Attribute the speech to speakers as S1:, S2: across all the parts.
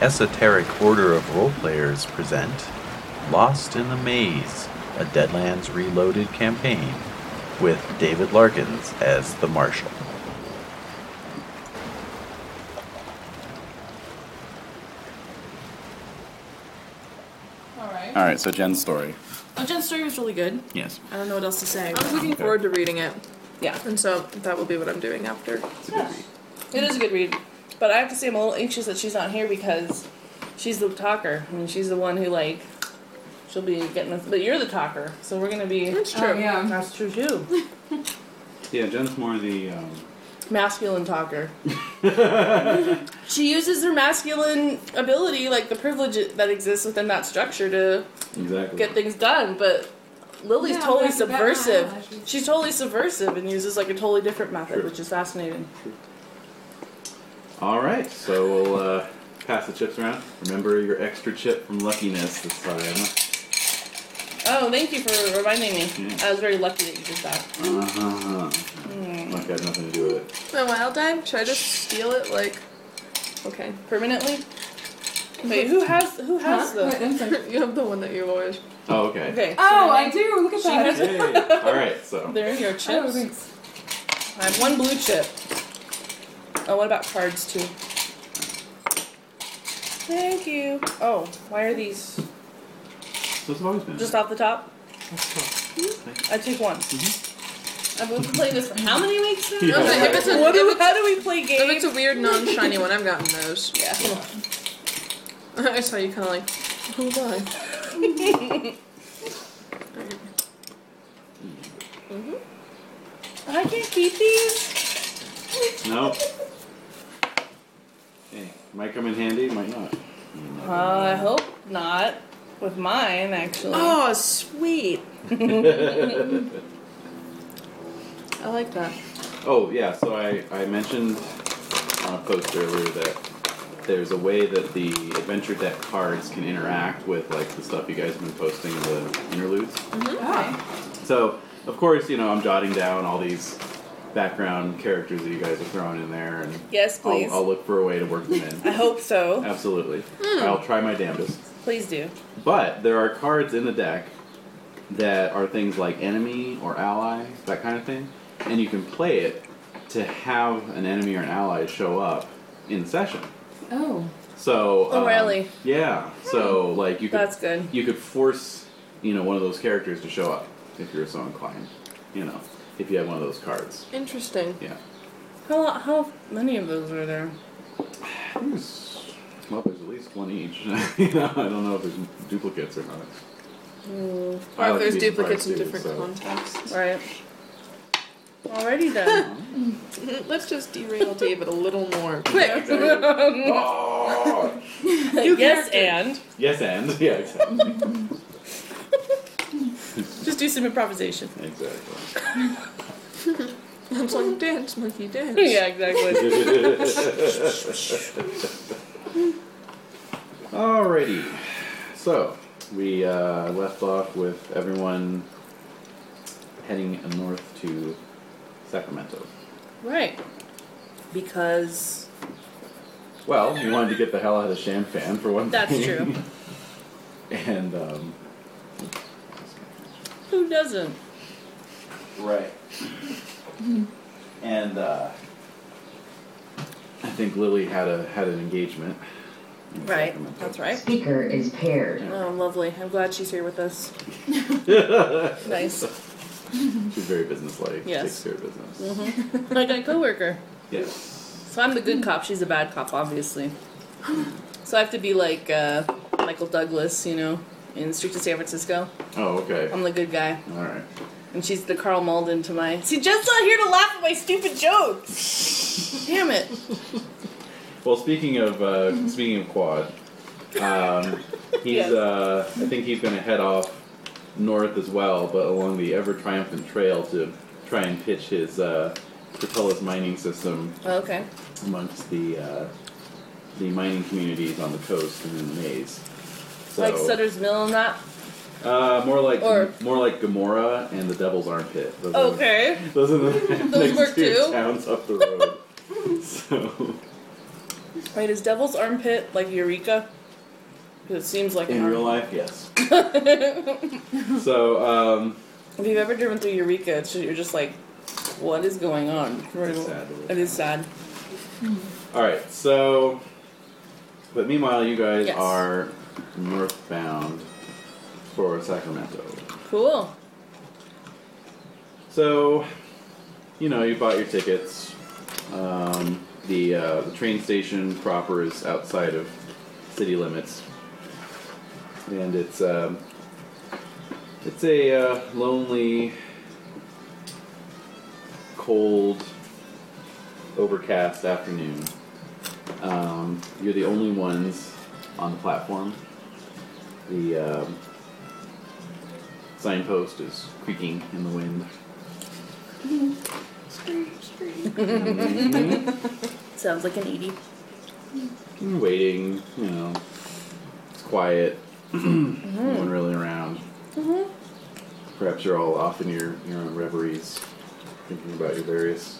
S1: esoteric order of roleplayers present Lost in the Maze, a Deadlands Reloaded campaign, with David Larkins as the Marshal.
S2: Alright.
S3: All right, so Jen's story.
S2: Oh, Jen's story was really good.
S3: Yes.
S2: I don't know what else to say.
S4: I was looking
S3: Okay.
S4: forward to reading it,
S2: Yeah.
S4: and so that will be what I'm doing after.
S2: It is a good read. But I have to say I'm a little anxious that she's not here because she's the talker. I mean she's the one who like she'll be getting us but you're the talker, so we're gonna be
S4: That's true.
S5: Oh, yeah.
S2: That's true too.
S3: Yeah, Jen's more the. Um,
S2: Masculine talker. she uses her masculine ability, like the privilege that exists within that structure to
S3: exactly.
S2: get things done, but Lily's
S5: Yeah,
S2: totally
S5: like the Batman
S2: subversive.
S5: eyelashes.
S2: She's totally subversive and uses like a totally different method,
S3: True.
S2: which is fascinating.
S3: All right, so we'll uh, pass the chips around. Remember your extra chip from luckiness this time.
S2: Oh, thank you for reminding me.
S3: Yeah.
S2: I was very lucky that you did that.
S3: Uh huh. Like I had nothing to do with it.
S4: The wild time. Should I just steal it? Like, okay.
S2: Permanently? Wait, who has who has
S5: Huh? Wait,
S2: the
S5: I'm sorry.
S4: You have the one that you always.
S3: Oh, okay.
S2: Okay. so
S5: Oh,
S2: then-
S5: I do. Look at
S2: She
S5: that.
S2: has-
S3: Hey. All right, so
S2: There are your
S5: Oh,
S2: chips.
S5: thanks.
S2: I have one blue chip. Oh, what about cards too? Thank you. Oh, why are these
S3: so it's always been.
S2: just off the top? I take one. I've been playing this for how many weeks now?
S3: Mm-hmm. Yeah.
S4: Okay, if it's a
S2: What
S4: if
S2: do,
S4: it's,
S2: how do we play
S4: if
S2: games?
S4: it's a weird non-shiny one, I've gotten those.
S2: Yeah.
S4: I saw you kind of like, who's I?
S2: I can't keep these.
S3: No. Hey, might come in handy, might not.
S2: Uh, I hope not. With mine, actually.
S4: Oh, sweet. I like that.
S3: Oh yeah, so I, I mentioned on a post earlier that there's a way that the adventure deck cards can interact with like the stuff you guys have been posting the interludes.
S2: Mm-hmm.
S5: Ah,
S3: So of course, you know, I'm jotting down all these background characters that you guys have thrown in there and
S2: Yes, please.
S3: I'll, I'll look for a way to work them
S2: I
S3: in.
S2: hope Hmm. so.
S3: Absolutely. I'll try my damnedest.
S2: Please do.
S3: But there are cards in the deck that are things like enemy or ally, that kind of thing, and you can play it to have an enemy or an ally show up in session.
S5: oh.
S3: So
S2: Oh,
S3: um,
S2: really? Hmm.
S3: Yeah. So like you could
S2: That's good.
S3: you could force you know one of those characters to show up if you're so inclined, you know, if you have one of those cards.
S4: Interesting.
S3: Yeah.
S2: How lo- how many of those are there?
S3: I think there's well, there's at least one each. you know, I don't know if there's duplicates or not.
S4: Hmm. Or
S3: I
S4: if
S3: like to
S4: there's
S3: be surprised
S4: duplicates in
S3: too,
S4: different
S3: so-
S4: contexts.
S2: Right. Alrighty then.
S4: Let's just derail David a little more.
S2: Quick.
S3: Oh!
S2: yes, and
S3: Yes, and yeah, exactly.
S2: just do some improvisation.
S3: exactly.
S4: I'm like, dance, monkey, dance.
S2: yeah, exactly.
S3: Alrighty. So we uh, left off with everyone heading north to Sacramento.
S2: right. Because
S3: Well, we wanted to get the hell out of Champaign for one
S2: That's
S3: thing.
S2: true.
S3: and um,
S2: who doesn't?
S3: right. and uh, I think Lily had a had an engagement. in
S2: Right.
S3: Sacramento.
S2: That's right.
S6: Speaker is paired.
S2: Oh, lovely. I'm glad she's here with us. nice.
S3: She's very businesslike.
S2: Yes. Mm-hmm.
S3: Takes care of business.
S2: Like my coworker.
S3: Yes.
S2: So I'm the good cop. She's a bad cop, obviously. So I have to be like uh, Michael Douglas, you know, in Streets of San Francisco.
S3: Oh, okay.
S2: I'm the good guy.
S3: All right.
S2: And she's the Carl Malden to my. See, Jen's not here to laugh at my stupid jokes. Damn it.
S3: Well, speaking of uh, speaking of quad, um, he's
S2: Mm-hmm. Yes.
S3: uh, I think he's going to head off north as well, but along the ever triumphant trail to try and pitch his uh, Catullus mining system
S2: Oh, Okay.
S3: amongst the uh, the mining communities on the coast and in the maze. So,
S2: Like Sutter's Mill and that.
S3: uh, more like
S2: or-
S3: more like Gamora and the Devil's Armpit. Those are the-
S2: Okay.
S3: Those are the next
S2: work
S3: two
S2: too?
S3: towns up the road. so,
S2: Right, is Devil's Armpit like Eureka? 'Cause It seems like
S3: In
S2: an
S3: real
S2: arm-
S3: life, yes. so, um,
S2: If you've ever driven through Eureka, it's ju- you're just like, what is going on?
S3: It's sad to look
S2: It is sad.
S3: all right. So, but meanwhile, you guys
S2: Yes.
S3: are northbound for Sacramento.
S2: Cool.
S3: So, you know, you bought your tickets. Um, the uh, the train station proper is outside of city limits, and it's um, it's a uh, lonely, cold, overcast afternoon. Um, you're the only ones on the platform. The um, signpost is creaking in the wind.
S5: Oh,
S3: Mhm.
S2: Sounds like an Edie.
S3: You're waiting, you know. It's quiet. No one really around. Perhaps you're all off in your, your own reveries, thinking about your various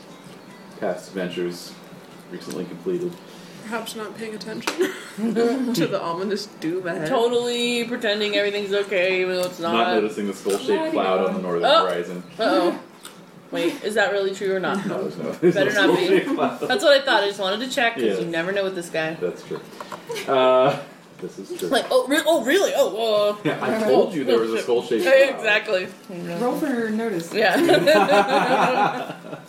S3: past adventures recently completed.
S4: Perhaps not paying attention to the ominous doom ahead.
S2: Totally pretending everything's okay, even though it's
S3: Not,
S2: not.
S3: noticing the skull shaped cloud on the northern
S2: Oh.
S3: horizon.
S2: uh oh. Wait, is that really true or not?
S3: No, there's no, there's
S2: Better
S3: no
S2: not be.
S3: skull-shaped cloud.
S2: That's what I thought. I just wanted to check because
S3: Yeah.
S2: you never know with this guy.
S3: That's true. Uh, this is true.
S2: Like, oh, re- oh, really? Oh, whoa.
S3: Yeah, I told you there was a skull shaped cloud.
S2: exactly.
S5: Roll for notice.
S2: Yeah.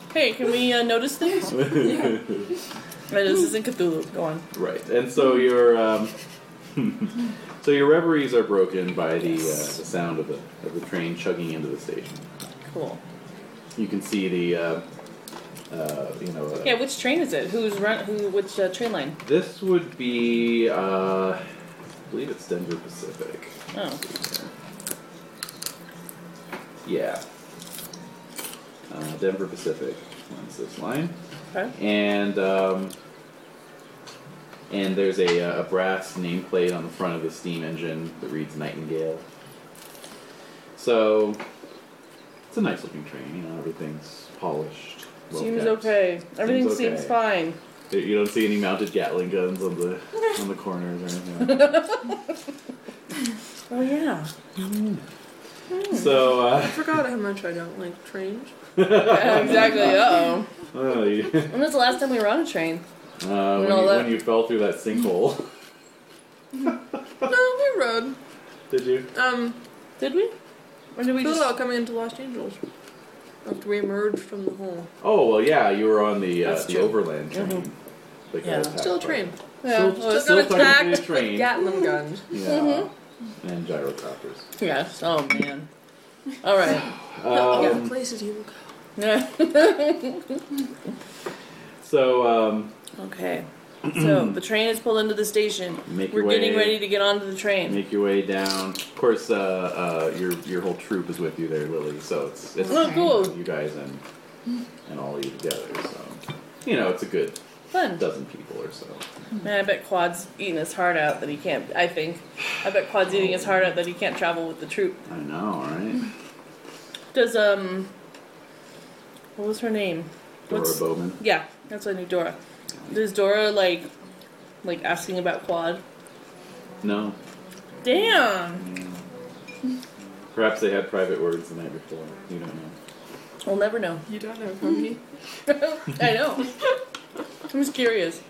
S2: hey, can we uh, notice things? Right, this isn't Cthulhu. Go on.
S3: Right, and so your um, so your reveries are broken by the, uh, the sound of the of the train chugging into the station.
S2: Cool.
S3: You can see the uh, uh, you know uh,
S2: Yeah, which train is it? Who's run? Who? Which uh, train line?
S3: this would be uh, I believe it's Denver Pacific.
S2: Oh,
S3: Yeah, uh, Denver Pacific runs this line,
S2: okay.
S3: and um, and there's a, uh, a brass nameplate on the front of the steam engine that reads Nightingale. So it's a nice looking train. You know, everything's polished. well
S2: seems
S3: kept.
S2: okay. Everything
S3: Seems
S2: seems,
S3: okay.
S2: fine.
S3: You don't see any mounted Gatling guns on the on the corners or anything. like
S2: Oh yeah.
S3: that. so uh,
S4: I forgot how much I don't like trains.
S2: Yeah, exactly. Uh oh.
S3: oh, you-
S2: When was the last time we were on a train?
S3: uh, when,
S2: all
S3: you,
S2: that-
S3: when you fell through that sinkhole,
S4: No, we rode.
S3: did you?
S4: Um,
S2: Did we? Or did we
S4: Phil
S2: just?
S4: coming into Los Angeles. After we emerged from the hole.
S3: Oh well, yeah, you were on the uh,
S2: That's
S3: the
S2: true.
S3: overland train. that got
S2: Yeah.
S3: attacked
S4: Still a
S3: by-
S4: train.
S2: Yeah,
S3: Still,
S2: well, it's
S3: still
S4: got attacked.
S3: technically a train.
S4: Gatlin guns.
S3: Yeah. And gyrocopters.
S2: Yes. Oh man. All right.
S4: yeah,
S3: Um,
S4: places you will go.
S2: Yeah.
S3: so, um,
S2: okay. So the train is pulled into the station.
S3: Make
S2: we're
S3: your
S2: getting
S3: way.
S2: ready to get onto the train.
S3: make your way down. Of course, uh, uh, your your whole troop is with you there, Lily. So it's it's
S2: Oh, cool.
S3: you guys and and all of you together. So you know it's a good
S2: Fun.
S3: dozen people or so.
S2: Man, I bet Quad's eating his heart out that he can't. I think. I bet Quad's eating his heart out that he can't travel with the troop.
S3: I know, right?
S2: Does um, what was her name?
S3: Dora
S2: What's-
S3: Bowman.
S2: Yeah, that's what I knew. Dora. Does Dora like, like asking about Quad?
S3: No,
S2: Damn.
S3: perhaps they had private words the night before. You don't know.
S2: We'll never know.
S4: You don't know from me.
S2: I know. I'm just curious.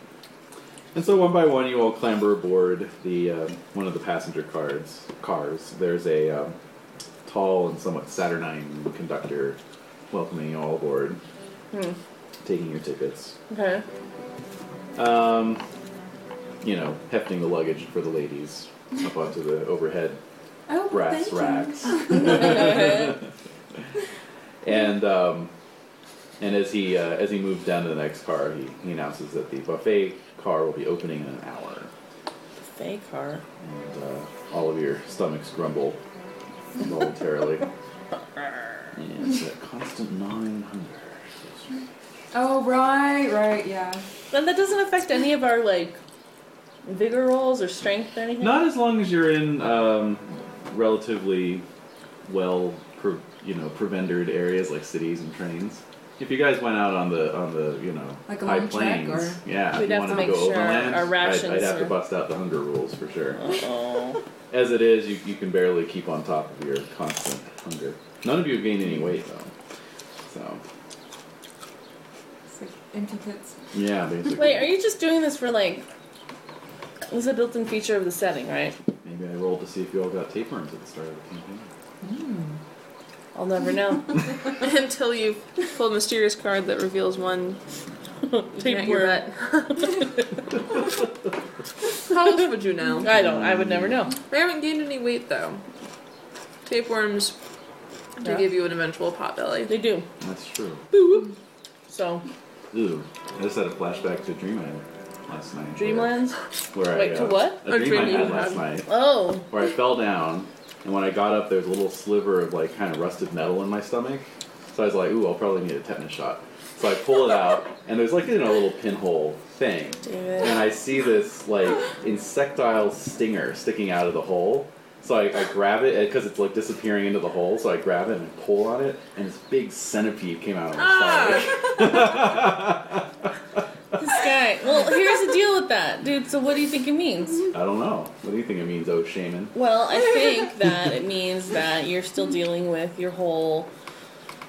S3: And so one by one, you all clamber aboard the um one of the passenger cars. Cars. There's a um, tall and somewhat saturnine conductor welcoming you all aboard,
S2: Hmm.
S3: taking your tickets.
S2: Okay.
S3: Um, you know, hefting the luggage for the ladies up onto the overhead
S5: Oh,
S3: brass
S5: thank you.
S3: racks. and um, and as he uh, as he moves down to the next car, he, he announces that the buffet car will be opening in an hour.
S2: Fake car.
S3: and uh, all of your stomachs grumble voluntarily. and it's that constant gnawing hunger.
S5: Oh, right, right, yeah.
S2: And that doesn't affect any of our like vigor rolls or strength or anything.
S3: Not as long as you're in um, relatively well, pre- you know, prevendered areas like cities and trains. If you guys went out on the on the you know
S5: Like a
S3: high
S5: long trek,
S3: plains,
S5: or-
S3: yeah, if
S2: We'd
S3: you
S2: have
S3: wanted
S2: to make
S3: go
S2: sure
S3: overland,
S2: our
S3: I'd- I'd,
S2: rations
S3: have to
S2: are-
S3: bust out the hunger rules for sure.
S2: Oh.
S3: As it is, you, you can barely keep on top of your constant hunger. None of you have gained any weight though, so
S5: It's like empty pits.
S3: yeah, basically.
S2: Wait, are you just doing this for like? This is a built-in feature of the setting, right?
S3: Maybe I rolled to see if you all got tapeworms at the start of the campaign.
S2: I'll never know.
S4: Until you pull a mysterious card that reveals one thing at your
S2: Tapeworm.
S4: butt. How else would you know?
S2: I don't. I would never know.
S4: I haven't gained any weight though. Tapeworms do
S2: Yeah.
S4: give you an eventual pot belly.
S2: They do.
S3: That's true.
S2: So
S3: Ooh, I just had a flashback to Dreamland last night.
S2: Dreamlands.
S3: Where, where
S2: Wait,
S3: I,
S2: to
S3: uh,
S2: what?
S3: A
S4: A
S3: dream I
S4: dream you
S3: had last
S4: had.
S3: night.
S2: Oh,
S3: where I fell down, and when I got up, there was a little sliver of like kind of rusted metal in my stomach. So I was like, "Ooh, I'll probably need a tetanus shot." So I pull it out, and there's like you know a little pinhole thing,
S2: David.
S3: and I see this like insectile stinger sticking out of the hole. So I, I grab it because it's like disappearing into the hole. So I grab it and pull on it, and this big centipede came out of my stomach.
S2: this guy. Well, here's the deal with that, dude. So what do you think it means?
S3: I don't know. What do you think it means, oh shaman?
S2: Well, I think that it means that you're still dealing with your whole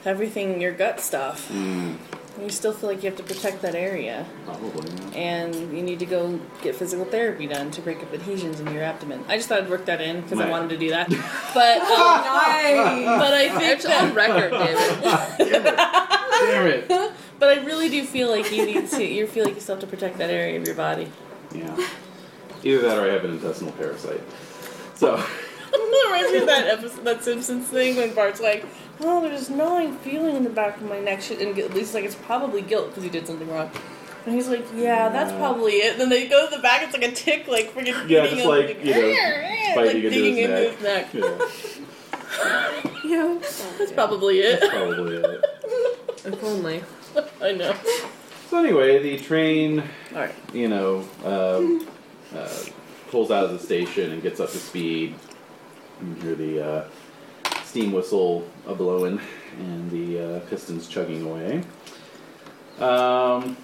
S2: everything, your gut stuff. You still feel like you have to protect that area,
S3: Probably. Yeah.
S2: and you need to go get physical therapy done to break up adhesions in your abdomen. I just thought I'd work that in because I
S3: Right.
S2: wanted to do that, but um,
S5: Nice.
S2: but I think
S4: It's on
S2: that,
S4: record, David.
S3: Damn it!
S2: but I really do feel like you need to. You feel like you still have to protect that area of your body.
S3: Yeah. Either that or I have an intestinal parasite. So,
S2: reminds me of that episode, that Simpsons thing when Bart's like, "Oh, there's this gnawing feeling in the back of my neck," She- and Lisa's like, "It's probably guilt because he did something wrong." And he's like, "Yeah, that's
S3: Yeah.
S2: probably it." Then they go to the back. It's like a tick, like freaking
S3: yeah,
S2: digging
S3: just
S2: on-
S3: like, you know,
S2: like
S3: biting into
S2: digging
S3: his
S2: into
S3: neck.
S2: his neck.
S3: Yeah,
S4: yeah.
S2: That's probably it.
S3: probably it.
S4: If only.
S2: I know.
S3: So, anyway, the train,
S2: All right.
S3: you know, um, uh, pulls out of the station and gets up to speed. You hear the uh, steam whistle a blowing and the uh, pistons chugging away. Um,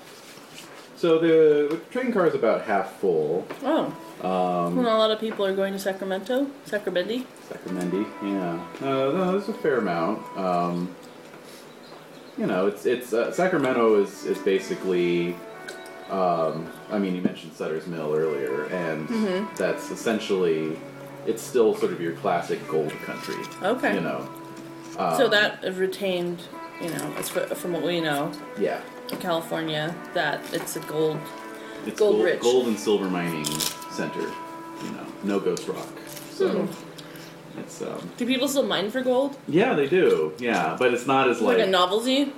S3: so, the, the train car is about half full.
S2: Oh,
S3: Um,
S2: when a lot of people are going to Sacramento, Sacramento.
S3: Sacramento, yeah. No, no, there's a fair amount. Um, you know, it's it's uh, Sacramento is is basically. Um, I mean, you mentioned Sutter's Mill earlier, and
S2: Mm-hmm.
S3: that's essentially it's still sort of your classic gold country.
S2: Okay.
S3: You know. Um,
S2: so that retained, you know, as fr- from what we know,
S3: Yeah.
S2: California, that it's a gold.
S3: It's
S2: Gold
S3: gold,
S2: rich.
S3: gold and silver mining center. You know, no ghost rock. So
S2: Hmm.
S3: it's um.
S2: Do people still mine for gold?
S3: Yeah, they do. Yeah, but it's not as
S2: It's like a novelty.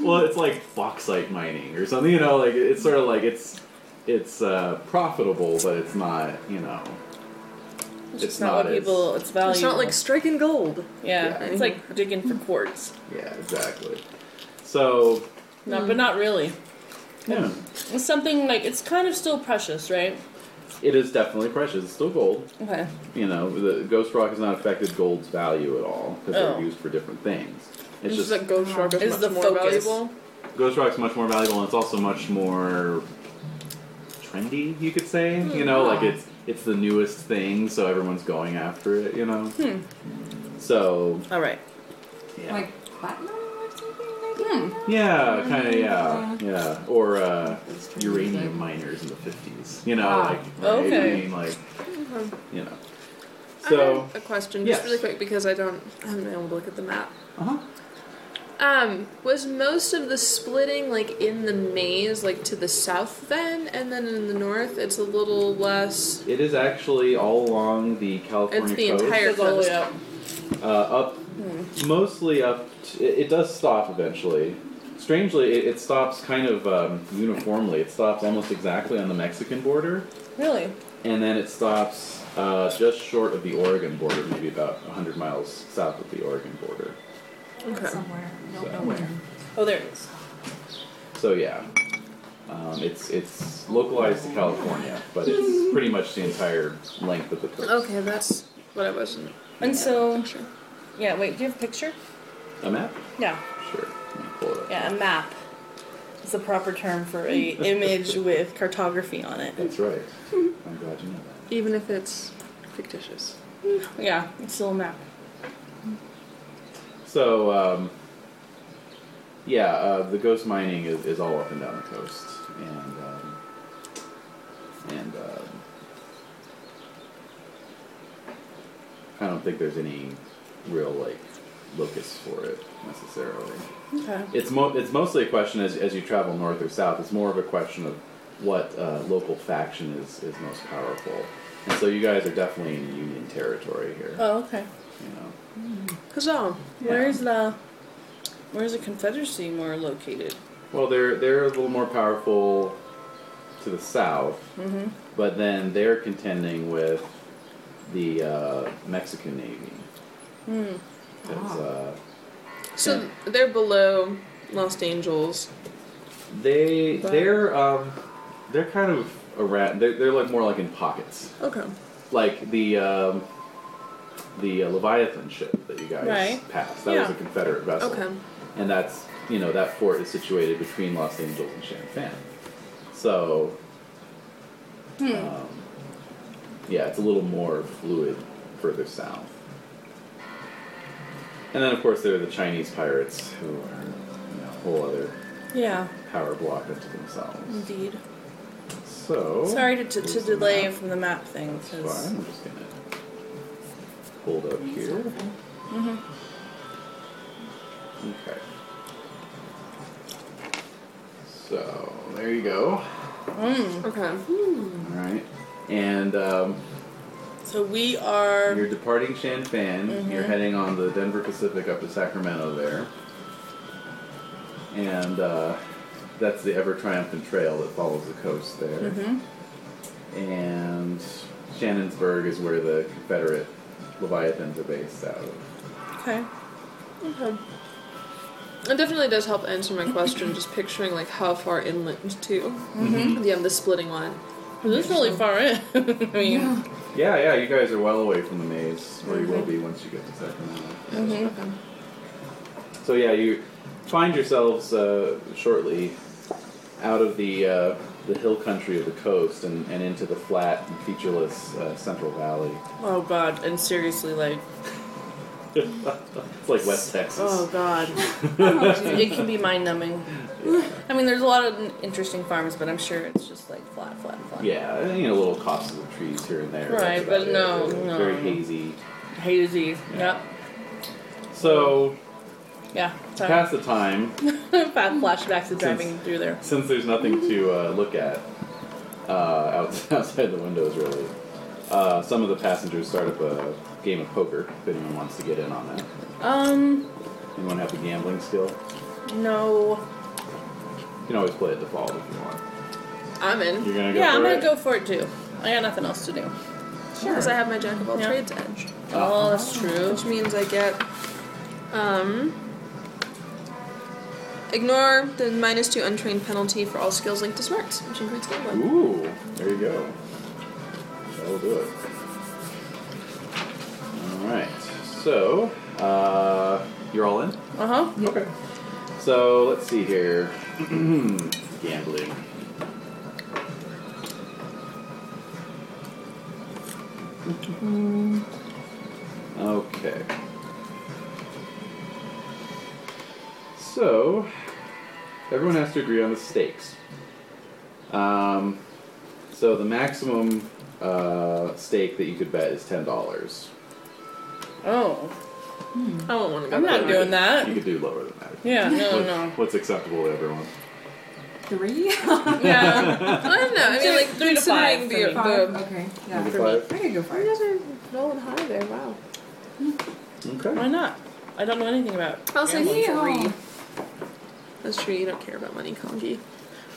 S3: well, it's like bauxite mining or something, you know, like it's sort of like it's it's uh, profitable, but it's not, you know,
S2: It's, just not, what
S3: as-
S2: people. It's valuable.
S4: It's not like striking gold.
S2: yeah,
S3: yeah.
S2: it's like digging for quartz.
S3: yeah, exactly. So
S2: No, but not really.
S3: yeah,
S2: It's something like it's kind of still precious, right?
S3: it is definitely precious. It's still gold.
S2: Okay.
S3: You know, the ghost rock has not affected gold's value at all because
S2: Oh.
S3: they're used for different things. It's
S4: It's
S3: just
S4: just like gold shark is
S2: Is
S4: much
S2: the
S4: more
S2: focus.
S4: valuable.
S3: ghost rock's much more valuable, and it's also much more trendy. You could say, you know, like it's it's the newest thing, so everyone's going after it. You know, so
S2: All right.
S3: Yeah.
S5: Like platinum or something? Maybe?
S3: yeah, kind of. Yeah,
S4: Mm.
S3: yeah. Or uh, uranium miners in the fifties. You know,
S5: Ah,
S3: like right?
S2: okay.
S3: I mean, like you know. So,
S4: I have a question, just
S3: Yes.
S4: really quick, because I don't I haven't been able to look at the map.
S3: uh-huh.
S4: Um, was most of the splitting like in the maze, like to the south then, and then in the north, it's a little less.
S3: it is actually all along the California
S4: It's the
S3: coast,
S4: entire- Hmm.
S2: Goes all the way up.
S3: uh, up mostly up. T- it, it does stop eventually. Strangely, it, it stops kind of um, uniformly. It stops almost exactly on the Mexican border,
S2: Really?
S3: and then it stops uh, just short of the Oregon border, maybe about hundred miles south of the Oregon border.
S4: Okay.
S5: Somewhere. Don't
S3: So-
S5: know where.
S2: Oh, there it is.
S3: So yeah, um, it's it's localized to California, but it's pretty much the entire length of the coast.
S4: Okay, that's what I wasn't
S2: And so,
S4: sure.
S2: yeah. Wait, do you have a picture?
S3: A map?
S2: Yeah.
S3: Sure. Let me pull it up.
S2: Yeah, a map. It's the proper term for a image with cartography on it.
S3: That's right. I'm glad you know that.
S4: Even if it's fictitious.
S2: Yeah, it's still a map.
S3: So, um, yeah, uh, the ghost mining is, is all up and down the coast, and um, and um, I don't think there's any real like locus for it necessarily.
S2: Okay.
S3: It's mo- it's mostly a question as as you travel north or south. It's more of a question of what uh, local faction is is most powerful, and so you guys are definitely in Union territory here.
S2: Oh, okay.
S3: You know.
S4: Huzzah!
S2: Where's the Where's the Confederacy more located?
S3: Well, they're they're a little more powerful to the south, but then they're contending with the uh, Mexican Navy. Because uh,
S4: So they're below Lost Angels.
S3: they
S4: But-
S3: they're um, they're kind of around. They're, they're like more like in pockets,
S4: Okay.
S3: like the um, the uh, Leviathan ship that you guys
S2: Right.
S3: passed. That was
S2: Yeah.
S3: a Confederate vessel,
S4: Okay.
S3: and that's you know that fort is situated between Los Angeles and Champaign. So
S2: Hmm.
S3: Um, yeah, it's a little more fluid further south. And then, of course, there are the Chinese pirates, who are you know, a whole other
S2: Yeah,
S3: power block unto themselves.
S2: indeed.
S3: So.
S2: Mm. Sorry to, to,
S3: here's
S2: to
S3: the
S2: delay
S3: map.
S2: from the map thing.
S3: That's
S2: 'cause-
S3: fine. I'm just going to hold up here. Mm-hmm. Okay. So, there you go.
S4: Okay.
S3: Alright. And um,
S2: So we are.
S3: You're departing Champaign. You're heading on the Denver Pacific up to Sacramento there, and uh, that's the ever triumphant trail that follows the coast there. And Shannonsburg is where the Confederate Leviathans are based out of.
S2: Okay.
S4: Okay. It definitely does help answer my question, just picturing like how far inland to. Mm-hmm. Yeah, the splitting line.
S2: This is really far in. I mean,
S3: Yeah, yeah, you guys are well away from the maze, or you
S2: Mm-hmm.
S3: will be once you get to Sacramento. So yeah, you find yourselves uh, shortly out of the uh, the hill country of the coast and, and into the flat and featureless uh, Central Valley.
S2: oh god, and seriously, like,
S3: It's like West Texas.
S2: oh god, it can be mind numbing. I mean, there's a lot of interesting farms, but I'm sure it's just like flat, flat, flat.
S3: Yeah, and, you know, little copses of trees here and there. that's
S2: Right,
S3: about
S2: but
S3: it,
S2: no,
S3: really.
S2: no.
S3: very hazy.
S2: Hazy. Yep.
S3: So
S2: Yeah.
S3: to
S2: Sorry.
S3: pass the time,
S2: Fat flashbacks of driving through there.
S3: since there's nothing to uh, look at uh, out, outside the windows, really. Uh, some of the passengers start up a game of poker if anyone wants to get in on that.
S2: Um,
S3: Anyone have the gambling skill?
S2: no.
S3: You can always play it default if you want.
S4: I'm in.
S3: You're gonna go
S2: Yeah,
S3: for
S2: I'm gonna
S3: it?
S2: go for it too. I got nothing else to do.
S4: Because I have my jack of all
S2: Yeah.
S4: trades edge.
S2: Oh, that's true.
S4: Which means I get um ignore the minus two untrained penalty for all skills linked to smarts, which includes gambling.
S3: Ooh, there you go. That'll do it. All right. So, uh, you're all in.
S2: Uh huh.
S3: Okay. So let's see here. Gambling. Okay. So everyone has to agree on the stakes. Um, so the maximum uh, stake that you could bet is ten dollars.
S2: Oh,
S4: I won't want to go.
S2: Hmm. I'm not
S4: there.
S2: doing
S3: You
S2: that.
S3: could do lower than that.
S2: Yeah, no,
S3: What-
S2: no.
S3: What's acceptable to everyone?
S5: Three?
S2: Yeah.
S4: I don't know. I mean, like
S2: Three to five
S4: considering
S2: for
S4: the,
S5: Five?
S4: the
S5: Okay. Yeah.
S3: Maybe
S5: For
S3: five?
S5: me. I could go
S4: you
S5: five.
S4: guys are rolling high there. Wow.
S3: Okay.
S2: Why not? I don't know anything about. it.
S4: I'll say
S5: Yeehaw.
S4: three. That's true. You don't care about money, Kongi.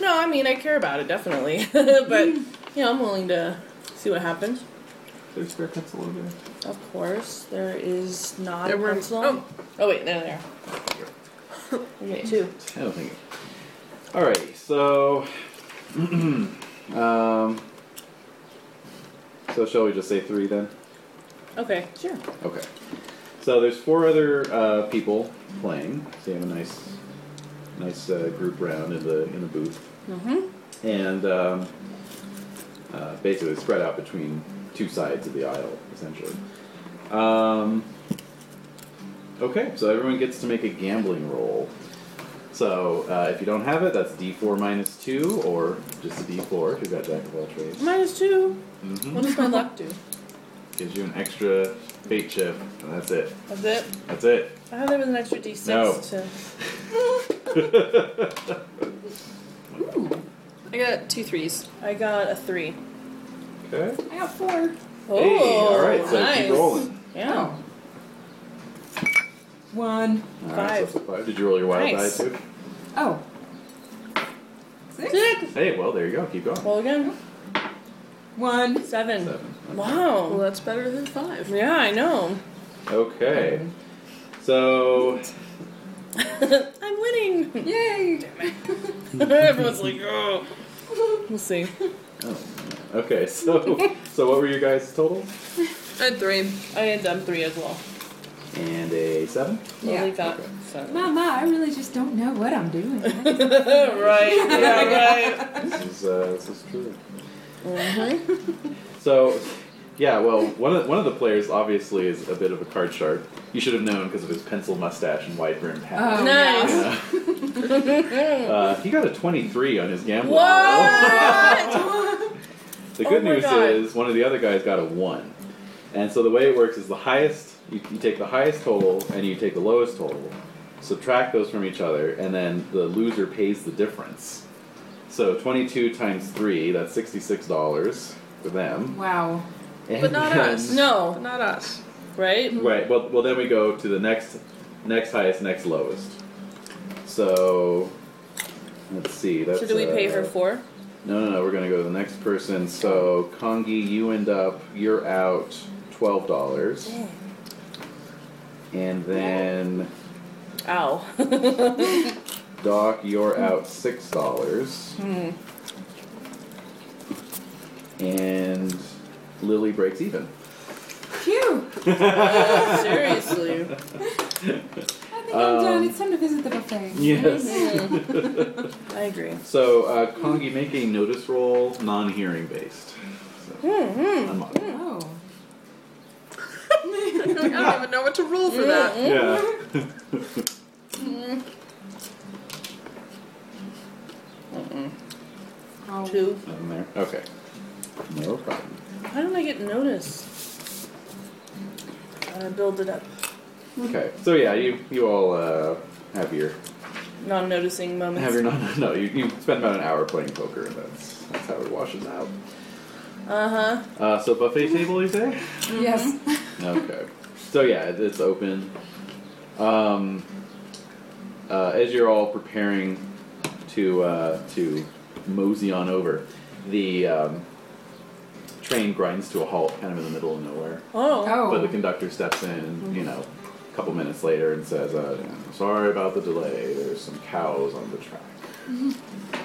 S2: No, I mean I care about it definitely, but you know I'm willing to see what happens.
S3: There's spare pencil over there.
S2: Of course, there is not
S4: There
S2: a
S4: were-
S2: pencil.
S4: oh.
S2: oh wait, there, there. We get two.
S3: I don't think. Oh, All right, so, um, so shall we just say three then?
S2: Okay, sure.
S3: Okay. So there's four other uh, people playing. So you have a nice nice uh, group round in the in the booth,
S2: Mm-hmm.
S3: and um, uh, basically spread out between two sides of the aisle, essentially. Um, okay, so everyone gets to make a gambling roll. So uh, if you don't have it, that's D4 minus two, or just a D4 if you've got jack of all trades.
S2: Minus two.
S3: hmm
S2: What does my luck do?
S3: Gives you an extra fate chip, and that's it.
S2: That's it.
S3: That's it.
S2: I have there was an extra D6
S3: No.
S2: to.
S4: I got two threes.
S2: I got a three.
S3: Okay.
S5: I got four.
S2: Oh,
S3: hey, all right. So
S2: nice.
S3: keep rolling.
S2: Yeah.
S5: One.
S3: All right, so
S2: Five.
S3: that's a five. Did you roll your wild
S2: Nice.
S3: die too?
S5: Oh. Six.
S2: Six.
S3: Hey, well there you go. Keep going.
S2: Roll again.
S5: One.
S2: Seven.
S3: Seven.
S4: Well,
S2: Wow.
S4: that's better than five.
S2: Yeah, I know.
S3: Okay. So
S2: I'm winning.
S5: Yay.
S2: Everyone's like, oh. We'll see.
S3: okay, so so what were you guys total?
S4: I had three.
S2: I had done three as well.
S3: And a seven.
S2: Only
S5: Yeah.
S2: got seven.
S5: Mama, I really just don't know what I'm doing.
S2: right. Yeah, right.
S3: This is uh, this is true.
S2: Uh-huh.
S3: So, yeah, well, one of one of the players obviously is a bit of a card shark. You should have known because of his pencil mustache and wide brimmed hat.
S5: Oh,
S2: Nice.
S5: yeah.
S3: Uh, he got a twenty three on his gamble.
S2: What?
S3: The good
S2: Oh my
S3: news
S2: God.
S3: is one of the other guys got a one, and so the way it works is the highest you, you take the highest total and you take the lowest total, subtract those from each other, and then the loser pays the difference. So twenty two times three, that's sixty six dollars for them.
S5: Wow.
S3: And
S4: But not
S3: then-
S4: us.
S2: no.
S4: Not us.
S2: Right?
S3: Right. Well, well, then we go to the next, next highest, next lowest. So, let's see. That's,
S2: So do we pay
S3: uh,
S2: for four?
S3: No, no, no. We're gonna go to the next person. So, Kongi, you end up. You're out twelve dollars, and then
S2: Ow.
S3: Doc, you're out six dollars,
S2: Hmm.
S3: and Lily breaks even.
S5: Phew.
S2: Seriously.
S5: I think I'm done. It's time to visit the buffet.
S3: Yes.
S2: I agree.
S3: So, uh, Kongi, make a notice roll, non-hearing based. So, unmodified.
S5: Oh.
S4: I don't even know what to roll for that.
S3: Yeah.
S5: Oh.
S2: Two.
S3: Nothing there. Okay. No problem.
S2: Why don't I get noticed? I build it up.
S3: Okay. So yeah, you you all uh, have your
S2: Non noticing moments.
S3: have your no no no. You, you spend about an hour playing poker, and that's that's how it washes out.
S2: uh huh.
S3: Uh, so buffet table, you say?
S5: Yes.
S3: Okay. So yeah, it, it's open. Um, uh, as you're all preparing to uh, to mosey on over, the um, train grinds to a halt, kind of in the middle of nowhere.
S2: Oh.
S5: Oh.
S3: But the conductor steps in, and, you know, a couple minutes later and says, uh, you know, sorry about the delay. There's some cows on the track.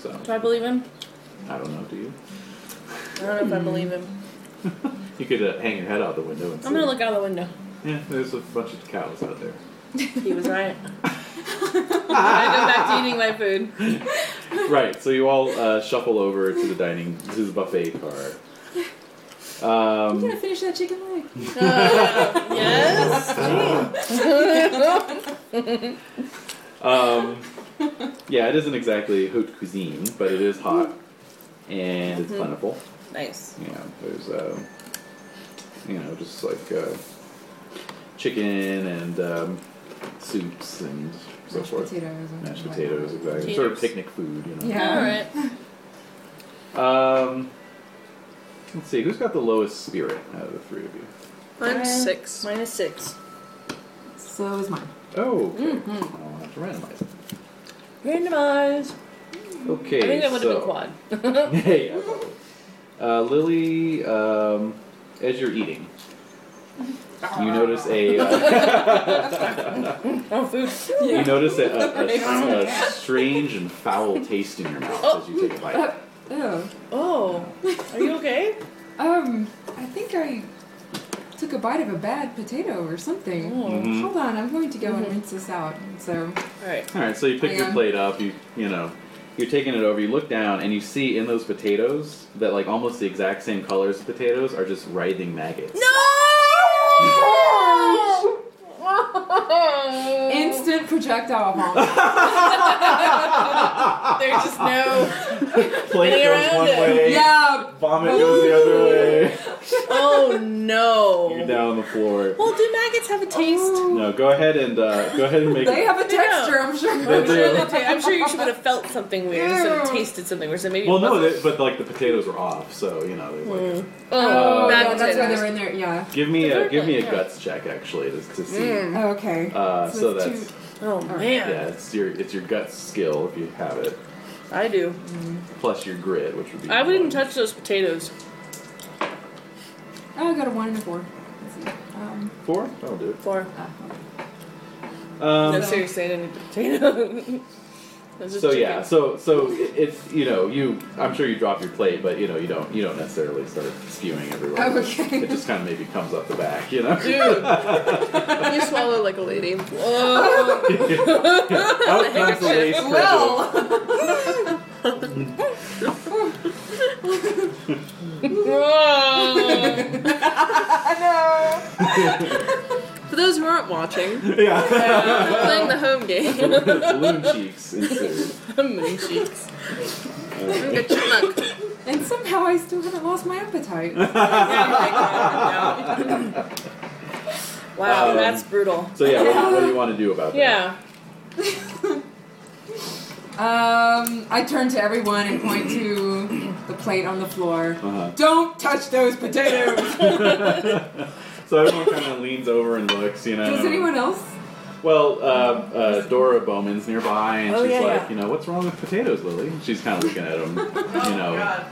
S3: So,
S2: Do I believe him?
S3: I don't know, do you?
S2: I don't know if I believe him.
S3: You could uh, hang your head out the window and see.
S2: I'm gonna look out the window.
S3: Yeah, there's a bunch of cows out there.
S2: He was right. I go back to eating my food.
S3: right, so you all uh, shuffle over to the dining, to the buffet car.
S5: I'm
S3: Um,
S5: gonna finish that chicken leg.
S2: Uh, yes.
S3: Um, yeah, it isn't exactly haute cuisine, but it is hot. And
S2: Mm-hmm.
S3: it's plentiful.
S2: Nice.
S3: you know, there's uh, you know, just like uh, chicken and um, soups and so
S5: Mashed
S3: forth.
S5: potatoes. and-
S3: Mashed potatoes, exactly. Sort of
S2: Potatoes.
S3: picnic food, you know.
S5: Yeah.
S2: All right.
S3: Um, let's see, who's got the lowest spirit out of the three of you?
S4: Mine's
S2: Mine-
S4: Mm-hmm. six.
S2: Minus six.
S5: So is mine.
S3: Oh, okay.
S2: Mm-hmm.
S3: I'll have to randomize. it.
S2: Randomized.
S3: Okay,
S2: I think that would have
S3: so.
S2: been quad.
S3: hey, I probably. Uh, Lily, um, as you're eating, you notice a. Uh,
S2: Oh, food.
S3: You notice a, a, a- a strange and foul taste in your mouth as you take a bite.
S5: Oh.
S2: Oh, are you okay?
S5: Um, I think I took a bite of a bad potato or
S2: Mm.
S5: something.
S3: Mhm.
S5: Hold on, I'm going to go
S2: Mm-hmm.
S5: and rinse this out. So
S2: All right.
S3: All right, so you pick your
S5: Yeah.
S3: plate up. You you know, you're taking it over. You look down and you see in those potatoes that like almost the exact same color as potatoes are just writhing maggots.
S2: No!
S5: instant projectile vomit.
S2: There's just no.
S3: Plate
S2: Way
S3: goes
S2: around
S3: one
S2: it.
S3: way.
S5: yeah.
S3: Vomit goes the other way.
S2: Oh no.
S3: You're down on the floor.
S2: Well, do maggots have a taste?
S3: No, go ahead and uh, go ahead and make.
S5: They have a
S2: They
S5: texture, I'm sure.
S3: They
S2: I'm sure,
S3: do.
S2: they ta- I'm sure you should would have felt something weird instead of
S5: Ew.
S2: tasted something weird. So maybe.
S3: Well,
S2: it
S3: no,
S2: wasn't.
S3: they, but like the potatoes were off, so you know. There's like
S5: Mm.
S3: a-
S4: Oh,
S5: yeah,
S4: maggots.
S5: that's why they're in there. Yeah.
S3: Give me a
S2: They're
S3: give me a
S2: good, yeah.
S3: guts check actually to, to see.
S5: Oh, okay.
S3: Uh, so
S5: So it's
S3: that's
S5: two-
S2: Oh man,
S3: yeah, it's your it's your guts skill if you have it,
S2: I do.
S3: plus your grit, which would be.
S2: I wouldn't
S3: one.
S2: touch those potatoes.
S5: Oh, I got a one and a four. Let's see. Um,
S3: Four? That'll do
S2: For
S5: uh,
S3: it. Um,
S2: no, seriously, I didn't eat the potato. Those are
S3: so
S2: chicken.
S3: yeah, so so it- it's you know you I'm sure you drop your plate, but you know you don't you don't necessarily start skewing everywhere.
S5: Oh, okay.
S3: It just kind of maybe comes up the back, you know.
S2: Dude,
S4: You swallow like a lady.
S2: oh,
S3: Out comes the lace cradle.
S5: well,
S2: oh.
S4: For those who aren't watching,
S3: Yeah,
S4: we're playing the home game.
S3: balloon cheeks ensued.
S2: Moon cheeks.
S4: Good luck.
S5: and somehow I still haven't lost my appetite.
S2: Wow,
S3: Um,
S2: that's brutal.
S3: So yeah, what, what do you want to do about that?
S2: Yeah.
S5: Um, I turn to everyone and point to the plate on the floor.
S3: Uh-huh.
S5: Don't touch those potatoes.
S3: So everyone kind of leans over and looks, you know.
S5: Does anyone else?
S3: Well, uh, uh, Dora Bowman's nearby, and
S2: Oh,
S3: she's
S2: yeah,
S3: like,
S2: yeah.
S3: you know, what's wrong with potatoes, Lily? And She's kind of looking at them, you know,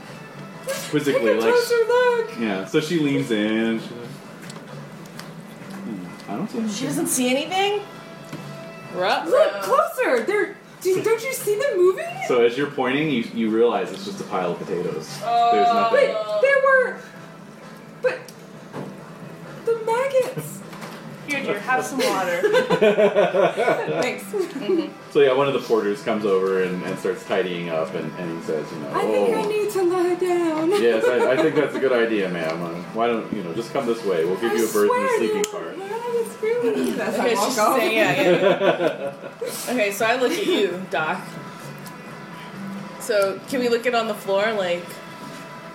S3: quizzically, like,
S5: Closer Oh, look.
S3: yeah. So she leans in. And she's like, hmm, I don't see. any
S2: She doesn't see anything. Rup.
S5: Look closer. They're. Do, don't you see them moving?
S3: So as you're pointing, you, you realize it's just a pile of potatoes.
S5: Oh.
S3: There's nothing.
S5: But there were. But the maggots.
S2: Here, dear, have some water.
S5: Thanks.
S3: So yeah, one of the porters comes over and, and starts tidying up, and, and he says, you know,
S5: I
S3: oh.
S5: think I need to lie down.
S3: Yes, I, I think that's a good idea, ma'am. Uh, why don't you know? Just come this way. We'll give you a berth in the
S5: swear
S3: sleeping
S5: you
S3: car.
S5: were not really- That's
S2: Okay,
S5: how I
S2: she's
S5: walk off.
S2: saying, yeah, yeah, yeah. okay, so I look at you, Doc. So can we look it on the floor, like,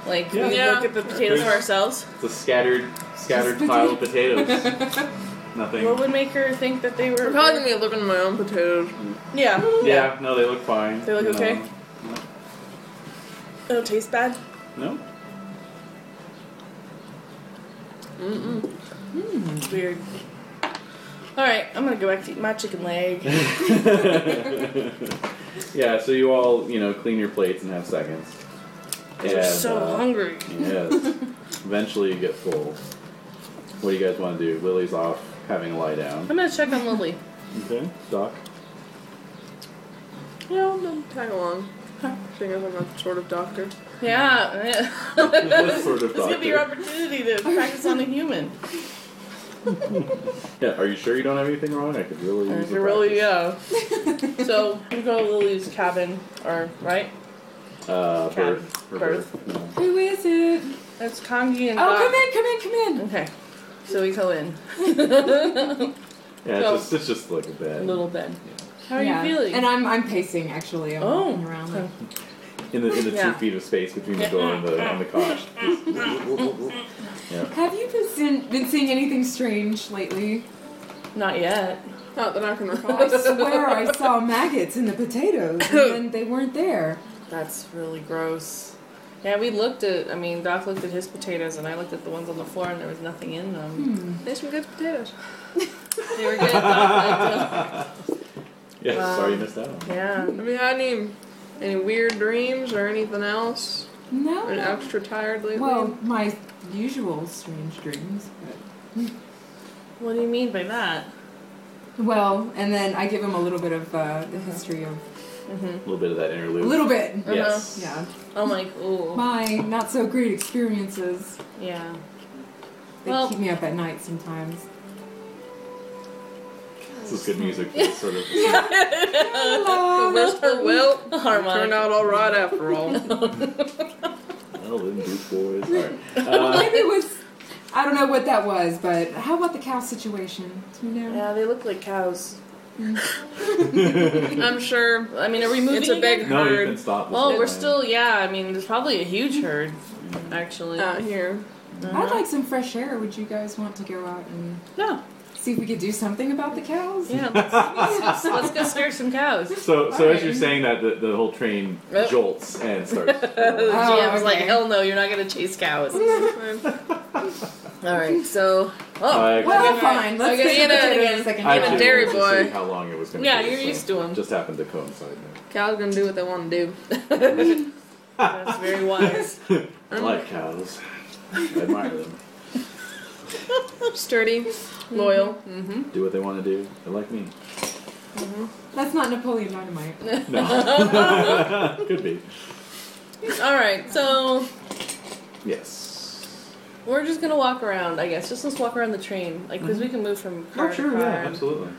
S2: like can we
S4: Yeah.
S2: look at the potatoes for ourselves?
S3: It's a scattered, scattered pile of potatoes. Nothing.
S2: What would make her think that they were?
S4: I'm probably gonna be living on my own potatoes.
S2: yeah.
S3: Yeah, no, they look fine.
S2: They look
S3: you know.
S2: okay? It'll taste bad.
S3: No.
S2: Weird. All right, I'm gonna go back to eat my chicken leg.
S3: Yeah, so you all, you know, clean your plates and have seconds.
S2: They're
S3: And,
S2: so
S3: uh,
S2: hungry.
S3: Yes. Eventually, you get full. What do you guys want to do? Lily's off having a lie down.
S2: I'm gonna check on Lily.
S3: Okay, Doc.
S4: Yeah, I'm gonna tag along. Seeing as I'm a sort of doctor.
S2: Yeah.
S3: What sort of
S2: This could be your
S3: doctor?
S2: opportunity to practice on a human.
S3: Yeah, are you sure you don't have anything wrong? I could really
S2: I
S3: use
S2: could
S3: a
S2: really uh,
S3: practice.
S2: go. so we go to Lily's cabin, or right?
S3: Uh, birth.
S2: Cat.
S3: birth. No.
S5: Who is it?
S2: That's Kangi and
S5: Oh,
S2: Doc.
S5: come in, come in, come in.
S2: Okay, so we go in
S3: Yeah,
S2: So-
S3: it's just, it's just like a
S2: a
S3: bed.
S2: little bit. How are
S5: Yeah.
S2: you feeling?
S5: And I'm I'm pacing actually. I'm
S2: Oh.
S5: walking around. like-
S3: In the, in the
S2: Yeah.
S3: two feet of space between the
S2: Yeah.
S3: door and the, and the cottage.
S5: Have you been seen, been seeing anything strange lately?
S2: Not yet.
S4: Not that I can
S5: I
S4: recall.
S5: swear I saw maggots in the potatoes, and then they weren't there.
S2: That's really gross. Yeah, we looked at. I mean, Doc looked at his potatoes, and I looked at the ones on the floor, and there was nothing in them.
S4: There's some good potatoes.
S2: They were good. Doc liked
S3: Yeah, sorry you missed that one.
S2: them. Yeah.
S4: Have you had any any weird dreams or anything else?
S5: No.
S4: Been extra tired lately?
S5: Well, my usual strange dreams.
S2: What do you mean by that?
S5: Well, and then I give him a little bit of uh, the history of
S3: A little bit of that
S5: a
S3: interlude.
S5: little bit.
S2: uh-huh.
S3: Yes.
S5: Yeah.
S2: I'm like, ooh,
S5: My not so great experiences.
S2: yeah.
S5: They
S2: Well-
S5: keep me up at night sometimes.
S3: This is good music. For this sort of.
S4: The whisper will
S2: The harmonic.
S4: turn out all right after all.
S3: Well, then, Beach Boys. All right.
S5: Well,
S3: Uh,
S5: maybe it was. I don't know what that was, but how about the cow situation? Do you know?
S2: Yeah, they look like cows.
S4: I'm sure
S2: I mean, are we moving?
S4: it's a
S2: again?
S4: big
S3: no, you can
S4: herd.
S3: stop. this
S2: Oh,
S3: is
S2: we're
S3: fine.
S2: still yeah. I mean, there's probably a huge herd, actually.
S4: out here.
S5: I'd like some fresh air. Would you guys want to go out and
S2: no,
S5: see if we could do something about the cows?
S2: yeah. Let's, let's, let's go scare some cows.
S3: So, so as
S5: Fine.
S3: you're saying that, the, the whole train
S2: Yep.
S3: jolts and starts.
S2: The
S5: Oh,
S2: GM was like,
S5: okay.
S2: hell no, you're not gonna chase cows. All right, so oh
S3: Uh,
S5: Well,
S2: Okay.
S5: fine. Let's
S2: Okay,
S5: take a
S2: you know,
S5: look at it in a
S2: again.
S5: second.
S3: I
S4: I'm a
S3: actually
S4: dairy
S3: wanted to
S4: boy.
S3: see how long it was going
S2: Yeah,
S3: be,
S2: you're
S3: so
S2: used to 'em.
S3: Just happened to coincide.
S4: Cows gonna do what they want to do.
S2: that's very wise.
S3: I like cows. I admire them.
S4: Sturdy, loyal.
S3: Do what they want to do. They're like me.
S5: That's not Napoleon Dynamite.
S3: No, could be.
S2: All right, so
S3: Yes.
S2: we're just gonna walk around, I guess. Just let's walk around the train, like, because we can move from car
S3: Oh,
S2: to
S3: sure.
S2: car.
S3: Yeah,
S2: and
S3: absolutely.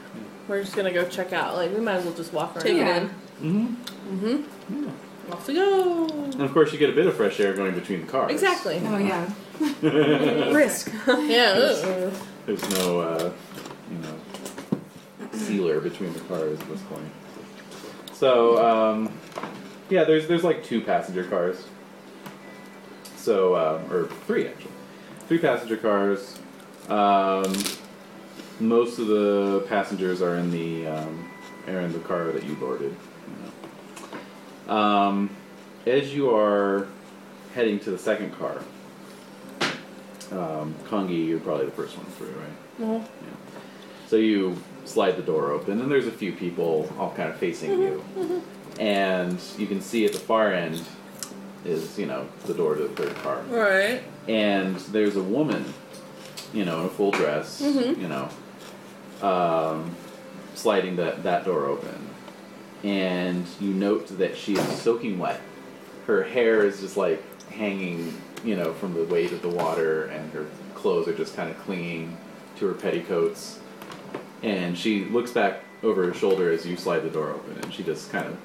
S2: We're just gonna go check out. Like, we might as well just walk around.
S4: Take
S5: Yeah.
S4: it in.
S3: hmm
S2: Off we go.
S3: And of course, you get a bit of fresh air going between the cars.
S2: Exactly.
S5: Oh yeah.
S4: Risk.
S2: Yeah. ooh.
S3: There's no, uh, you know, sealer between the cars at this point. So, um, yeah, there's there's like two passenger cars. So, um, or three actually, three passenger cars. Um, most of the passengers are in the um, are in the car that you boarded. you know. Um, as you are heading to the second car, um, Kongi, you're probably the first one through, right?
S2: Well,
S3: So you slide the door open, and there's a few people all kind of facing you. And you can see at the far end is, you know, the door to the third car.
S2: All right.
S3: And there's a woman, you know, in a full dress, you know, um, sliding that, that door open. And you note that she is soaking wet. Her hair is just like hanging, you know, from the weight of the water, and her clothes are just kind of clinging to her petticoats. And she looks back over her shoulder as you slide the door open, and she just kind of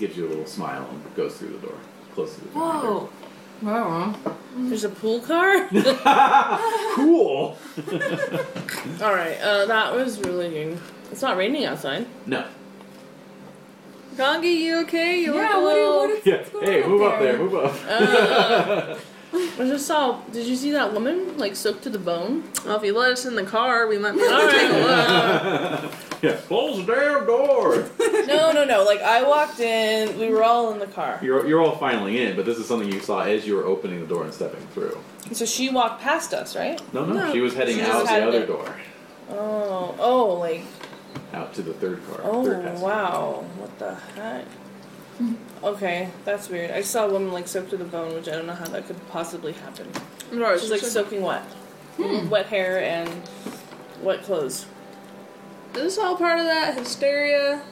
S3: gives you a little smile and goes through the door, closes the door.
S5: Whoa. Whoa.
S2: There's a pool car.
S3: Cool!
S2: All right. Uh, that was really. It's not raining outside.
S3: No.
S4: Gongi, you okay? You
S5: Yeah.
S4: look a
S5: What, do you,
S4: little.
S5: what is
S3: Yeah.
S5: what's going
S3: Hey,
S5: on
S3: move
S5: there?
S3: up there, move up.
S2: Uh. I just saw. Did you see that woman like soaked to the bone?
S4: Well, if you let us in the car, we might be
S2: All
S4: able to take a look.
S2: right.
S3: yeah. Close the damn door!
S2: no, no, no. Like I walked in. We were all in the car.
S3: You're, you're all filing in, but this is something you saw as you were opening the door and stepping through.
S2: So she walked past us, right?
S3: No, no,
S4: No,
S3: she was heading
S2: she just
S3: out the
S2: headed
S3: other
S2: it.
S3: door,
S2: Oh, oh, like
S3: out to the third car. third
S2: oh,
S3: passenger.
S2: wow. What the heck? Okay, that's weird. I saw a woman like soaked to the bone, which I don't know how that could possibly happen.
S4: I'm sorry,
S2: She's like
S4: so-
S2: soaking wet, wet hair and wet clothes.
S4: Is this all part of that hysteria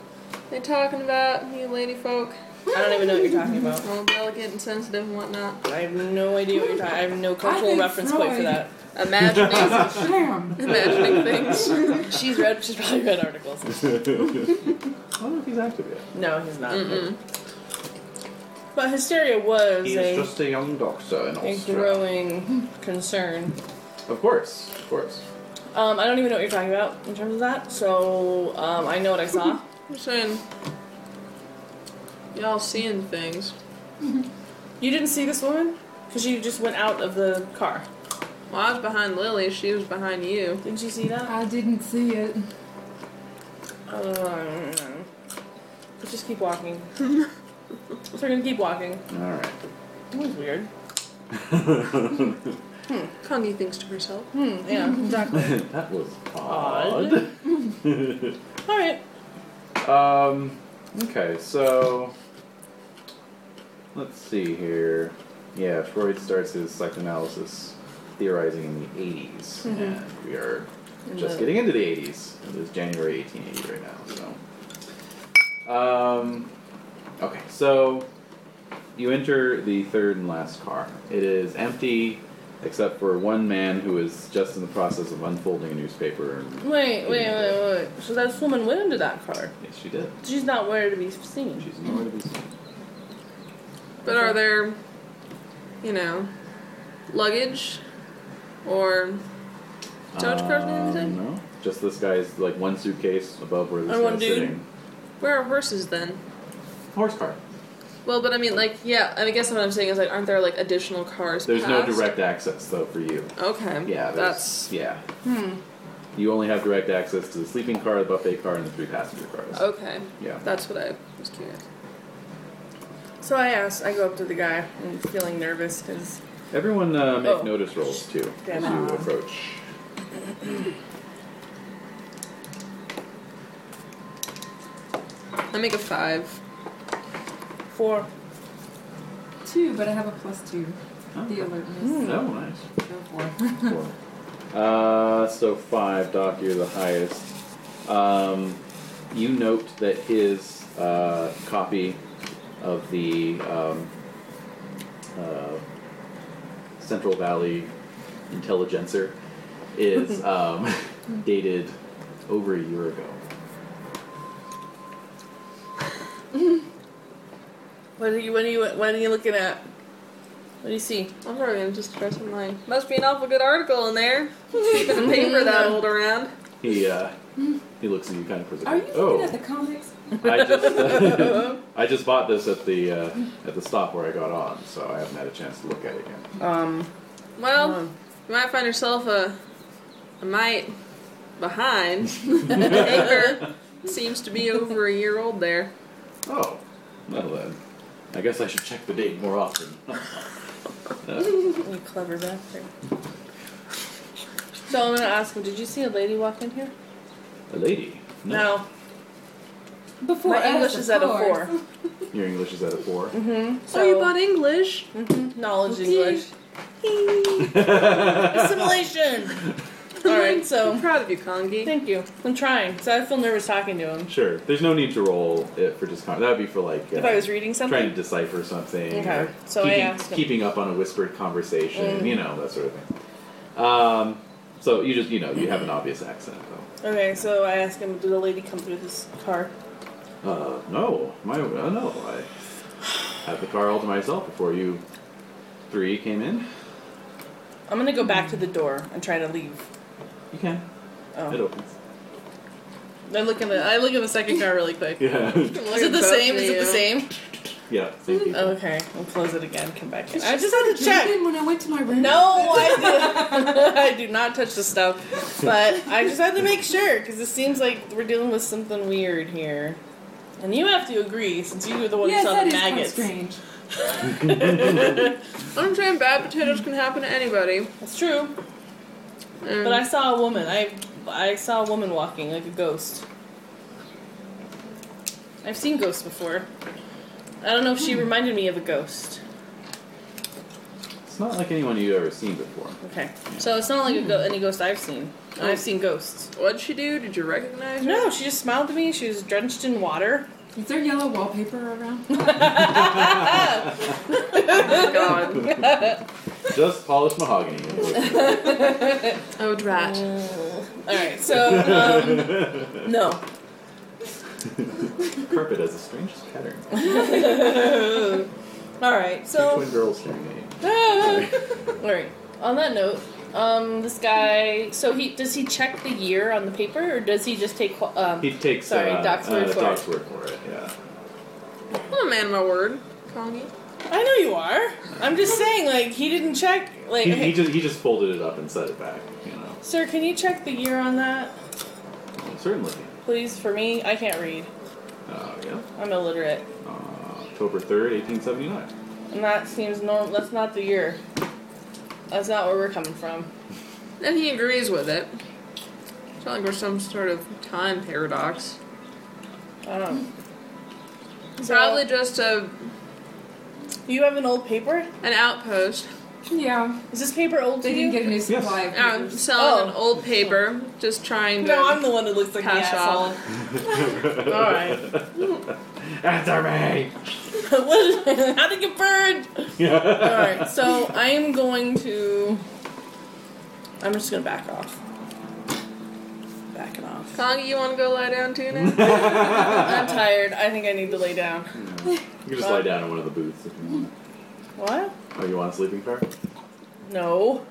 S4: they talking about, you lady folk?
S2: I don't even know what you're talking about.
S4: All delicate and sensitive and whatnot.
S2: I have no idea what you're talking. I have no cultural
S5: think
S2: reference point for
S5: Freud-
S2: that.
S4: Imagining,
S5: Damn.
S4: imagining things.
S2: She's read. She's probably read articles.
S3: I don't know if he's active yet.
S2: No, he's not. But hysteria was
S3: He
S2: a,
S3: is just a young doctor in
S2: a
S3: Austria.
S2: growing concern.
S3: Of course, of course.
S2: Um, I don't even know what you're talking about in terms of that. So um, I know what I saw.
S4: I'm saying, y'all seeing things.
S2: You didn't see this woman because you just went out of the car.
S4: Well, I was behind Lily, she was behind you.
S2: Didn't you see that?
S5: I didn't see it.
S2: Um, let's just keep walking. so we're gonna keep walking.
S3: All right.
S2: That was weird.
S4: Kongi thinks to herself.
S2: Hmm, yeah, exactly.
S3: that was
S2: Odd. All right.
S3: Um, okay, so let's see here. Yeah, Freud starts his psychoanalysis theorizing in the 80s, and we are just
S2: the-
S3: getting into the 80s. It is January 1880 right now, so. Um, okay, so you enter the third and last car. It is empty. except for one man who is just in the process of unfolding a newspaper. And
S2: Wait, wait, wait, wait. So this woman went into that car.
S3: yes, she did.
S2: She's not where to be seen.
S3: She's nowhere to be seen.
S4: But are there, you know, luggage or Dodge cars or anything?
S3: Uh, No, just this guy's like one suitcase above where this
S2: And one
S3: guy's
S2: dude?
S3: sitting.
S4: Where are horses then?
S3: Horse car.
S4: Well, but I mean, like, yeah. I guess what I'm saying is, like, aren't there like additional cars?
S3: There's no
S4: past?
S3: direct access though for you.
S4: Okay.
S3: Yeah, there's-
S4: That's
S3: yeah.
S2: Hmm.
S3: You only have direct access to the sleeping car, the buffet car, and the three passenger cars.
S2: Oh.
S4: okay.
S3: Yeah.
S4: That's what I was curious.
S2: So I asked, I go up to the guy, I'm feeling nervous because
S3: Everyone uh,
S2: Oh.
S3: make notice rolls too
S2: Damn
S3: as you
S5: it.
S3: approach.
S4: I make a five.
S2: four.
S5: Two, but I have a plus two.
S3: Oh,
S5: The alertness.
S3: oh
S2: Hmm.
S3: nice.
S5: Go for it.
S3: Four. uh, so five, Doc, you're the highest. Um, you note that his uh, copy of the um, uh, Central Valley Intelligencer is um, dated over a year ago.
S2: What are you? What are you? What are you looking at? What do you see?
S4: I'm probably gonna just try some line. Must be an awful good article in there. Keeping the paper that old around.
S3: He uh, he looks at you kind of presented.
S5: Are you looking
S3: oh,
S5: at the comics?
S3: I just I just bought this at the uh, at the stop where I got on, so I haven't had a chance to look at it yet.
S2: Um,
S4: Well,
S2: Hmm.
S4: you might find yourself a, a mite behind. the paper seems to be over a year old there.
S3: Oh, well then. I guess I should check the date more often. Uh,
S2: you clever bastard. So I'm gonna ask him. Did you see a lady walk in here?
S3: A lady?
S5: Before
S2: My
S5: us,
S2: English
S5: of
S2: is at a
S5: course.
S2: four.
S3: Your English is at a four. Mm-hmm.
S2: So
S4: oh, you bought English?
S2: Mhm, knowledge
S4: Okay.
S2: English assimilation. All right.
S4: I'm
S2: So
S4: proud of you, Congi.
S2: thank you. I'm trying. So I feel nervous talking to him.
S3: sure. There's no need to roll it for just con- That would be for like uh,
S2: If I was reading
S3: trying
S2: something.
S3: to decipher something.
S2: Okay,
S3: or
S2: so I
S3: keeping,
S2: asked him. Mm.
S3: keeping up on a whispered conversation, you know, that sort of thing. Um, so you just, you know, you have an obvious accent, though.
S2: Okay. So I asked him. Did a lady come through this car?
S3: Uh, no. My, uh, no. I had the car all to myself before you three came in.
S2: I'm gonna go back to the door and try to leave.
S3: You can. It
S2: Oh.
S3: opens.
S2: I look in the. I look in the second car really quick.
S3: Yeah.
S2: Is it the same? Is it the same? Oh,
S3: yeah. Same people.
S2: Okay, we'll close it again. Come back. In. I just had to check.
S5: Even when I went to my room.
S2: No, I do, I do not touch the stuff, but I just had to make sure because it seems like we're dealing with something weird here. And you have to agree since you were the one
S5: Yes,
S2: who saw
S5: that
S2: the
S5: is quite
S2: maggots.
S5: strange.
S4: I'm saying bad potatoes can happen to anybody.
S2: That's true.
S4: And
S2: But I saw a woman. I I saw a woman walking like a ghost. I've seen ghosts before. I don't know if
S5: Hmm.
S2: she reminded me of a ghost.
S3: It's not like anyone you've ever seen before.
S2: Okay, so it's not like a go- any ghost I've seen. And I've seen ghosts.
S4: what'd she do? Did you recognize her?
S2: No, she just smiled at me. She was drenched in water.
S5: Is there yellow wallpaper around?
S4: Oh, God.
S3: Just polished mahogany. unfortunately.
S4: oh, drat.
S2: All right, so um, no.
S3: Carpet has the strangest pattern.
S2: All right,
S3: Two
S2: so
S3: twin girls staring at you.
S2: Ah. all right. On that note, um, this guy. So he does he check the year on the paper, or does he just take? qu- Um,
S3: He takes
S2: Sorry,
S3: uh,
S2: Doc's
S3: uh,
S2: word for it.
S3: Doc's word for it. Yeah.
S4: I'm a man of my word, Congi.
S2: I know you are. I'm just saying, like he didn't check. Like,
S3: He,
S2: okay.
S3: he just he just folded it up and set it back. You know,
S2: sir, can you check the year on that,
S3: certainly.
S2: please? For me, I can't read.
S3: Uh, yeah.
S2: I'm illiterate,
S3: Uh, October third, eighteen seventy nine.
S2: and that seems normal. That's not the year. That's not where we're coming from.
S4: And he agrees with it. It's not like we're some sort of time paradox.
S2: I don't. know.
S4: It's
S2: So-
S4: Probably just a
S2: You have an old paper?
S4: an outpost.
S5: yeah.
S2: Is this paper old to
S5: They
S2: you?
S5: didn't get a new supply. of
S4: Um,
S5: papers.
S4: selling
S2: Oh.
S4: an old paper, just trying to
S2: no, I'm the one that looks like
S4: cash
S2: the
S4: out.
S2: asshole. All right.
S3: That's a ray.
S2: What is- How to get burned?
S3: Yeah.
S2: All right. So I am going to I'm just gonna back off. Back it off.
S4: Kong, you want to go lie down too now?
S2: I'm tired. I think I need to lay down.
S3: You can just lie down in one of the booths if you want.
S2: What?
S3: Oh, you want a sleeping car?
S2: No.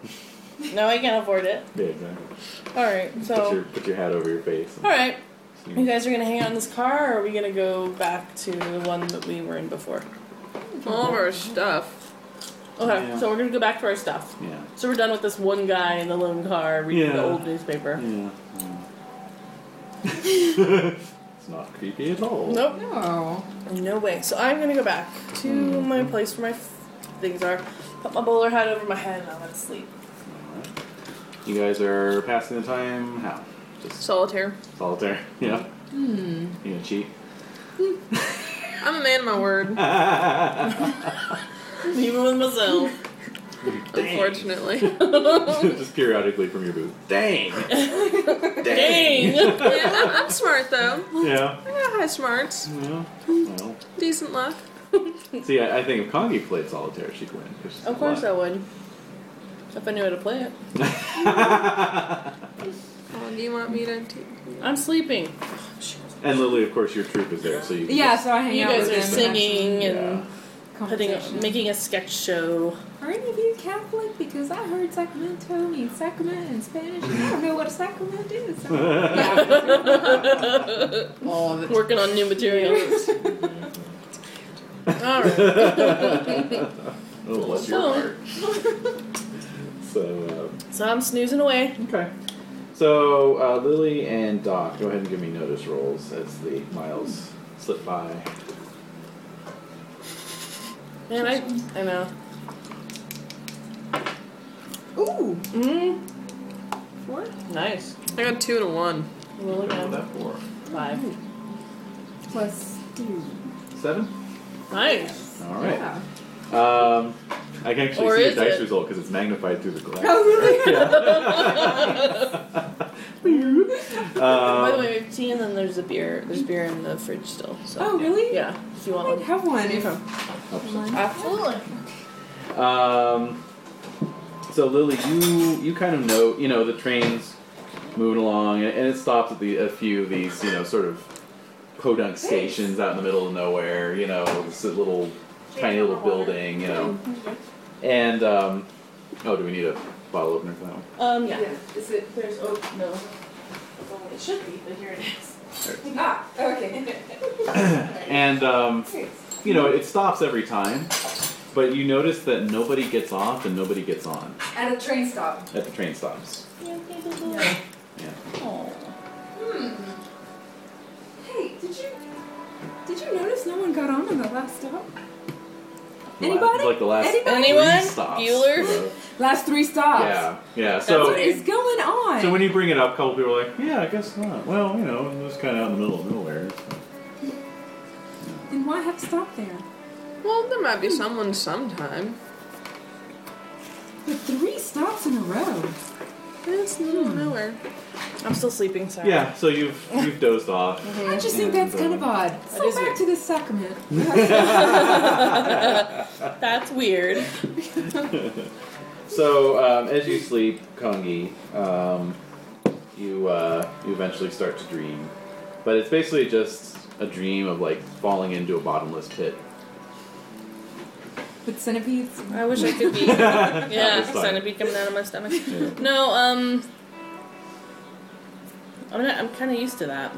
S2: No, I can't afford it.
S3: Yeah, exactly.
S2: All right.
S3: Put your
S2: So.
S3: put your hat over your face. and
S2: All right. You
S3: sneeze.
S2: guys are gonna hang out in this car, or are we gonna go back to the one that we were in before?
S4: All of our stuff.
S2: Okay.
S3: Yeah.
S2: So we're gonna go back to our stuff.
S3: Yeah.
S2: So we're done with this one guy in the lone car reading
S3: Yeah.
S2: the old newspaper.
S3: Yeah. it's not creepy at all.
S2: Nope.
S5: No.
S2: No way. So I'm gonna go back to
S3: Mm-hmm.
S2: my place where my f- things are. Put my bowler hat over my head and I'm gonna sleep.
S3: Alright. You guys are passing the time how? Just
S4: Solitaire.
S3: solitaire. Yeah. Hmm. You gonna cheat?
S4: I'm a man of my word,
S2: Even with myself.
S4: unfortunately.
S3: just periodically from your booth. Dang.
S2: Dang!
S4: yeah, I'm, I'm smart though.
S3: yeah.
S4: I got high smarts,
S3: Yeah. Well,
S4: decent luck.
S3: see, I, I think if Kongi played solitaire, she'd win. 'cause she's
S2: of course I
S3: alive.
S2: would. If I knew how to play it.
S4: Kong, you want me to? T-
S2: I'm sleeping.
S3: And Lily, of course, your troop is there, so you. can
S5: Yeah, so I hang
S2: You
S5: out
S2: guys
S5: with
S2: are
S5: them and
S2: singing
S3: just-
S2: and
S5: have some
S2: putting,
S5: conversation.
S2: making a sketch show.
S5: Are any of you Catholic? Because I heard Sacramento means sacrament in Spanish, and I don't know what a sacrament is. All of it.
S2: Working on new materials. Alright.
S3: Oh, bless your
S2: So-
S3: heart. so,
S2: So I'm snoozing away.
S3: um, okay. So, uh, Lily and Doc, go ahead and give me notice rolls as the miles slip by.
S2: And I, I know.
S5: Ooh,
S2: Mm,
S5: four.
S2: nice.
S4: I got two and a one.
S2: Roll
S3: What was
S2: again.
S3: that for?
S2: Five.
S5: Plus two.
S3: Seven?
S2: Nice.
S3: Alright.
S5: Yeah.
S3: Um, I can actually
S2: Or
S3: see your
S2: is
S3: dice
S2: it?
S3: result because it's magnified through the glass.
S5: Oh, really?
S3: Uh,
S2: By
S3: Um,
S2: the way, we have tea and then there's a beer. There's beer in the fridge still. So.
S5: Oh, really?
S2: Yeah, if you
S5: I
S2: want
S5: might
S2: one.
S5: have one if
S2: Absolutely.
S3: Um, so Lily, you you kind of know you know the trains moving along, and, and it stops at the a few of these you know sort of podunk stations out in the middle of nowhere. You know, this little tiny little building. You know, and um, oh, do we need a bottle opener for that one?
S2: Um, yeah. Is it, there's, oh, no. Well, it should be, but here it is.
S5: Ah, okay.
S3: And um, you know, it stops every time, but you notice that nobody gets off and nobody gets on
S5: At a train stop.
S3: at the train stops. Yeah.
S5: Hey, did you did you notice no one got on on the last stop?
S3: The la-
S5: Anybody?
S3: Like the last
S5: Anybody?
S3: three
S2: Anyone?
S3: stops.
S2: Bueller?
S3: So-
S5: Last three stops.
S3: Yeah, yeah.
S5: What
S3: So,
S5: is going on?
S3: so when you bring it up, a couple people are like, "Yeah, I guess not." Well, you know, it was kind of out in the middle of nowhere.
S5: then why have to stop there?
S4: Well, there might be someone sometime.
S5: But three stops in a row.
S4: It's in the middle of
S5: Hmm.
S4: nowhere.
S2: I'm still sleeping, sorry.
S3: Yeah, so you've you've dozed off.
S2: Mm-hmm.
S5: I just think that's kind of odd. So
S2: is
S5: back
S2: weird.
S5: to the sacrament.
S2: That's weird.
S3: So um, as you sleep, Kongi, um, you uh, you eventually start to dream, but it's basically just a dream of like falling into a bottomless pit.
S5: With centipedes.
S2: I wish I could be. yeah,
S3: was fun.
S2: centipede coming out of my stomach.
S3: Yeah.
S2: No, um. I'm, not, I'm kind of used to that.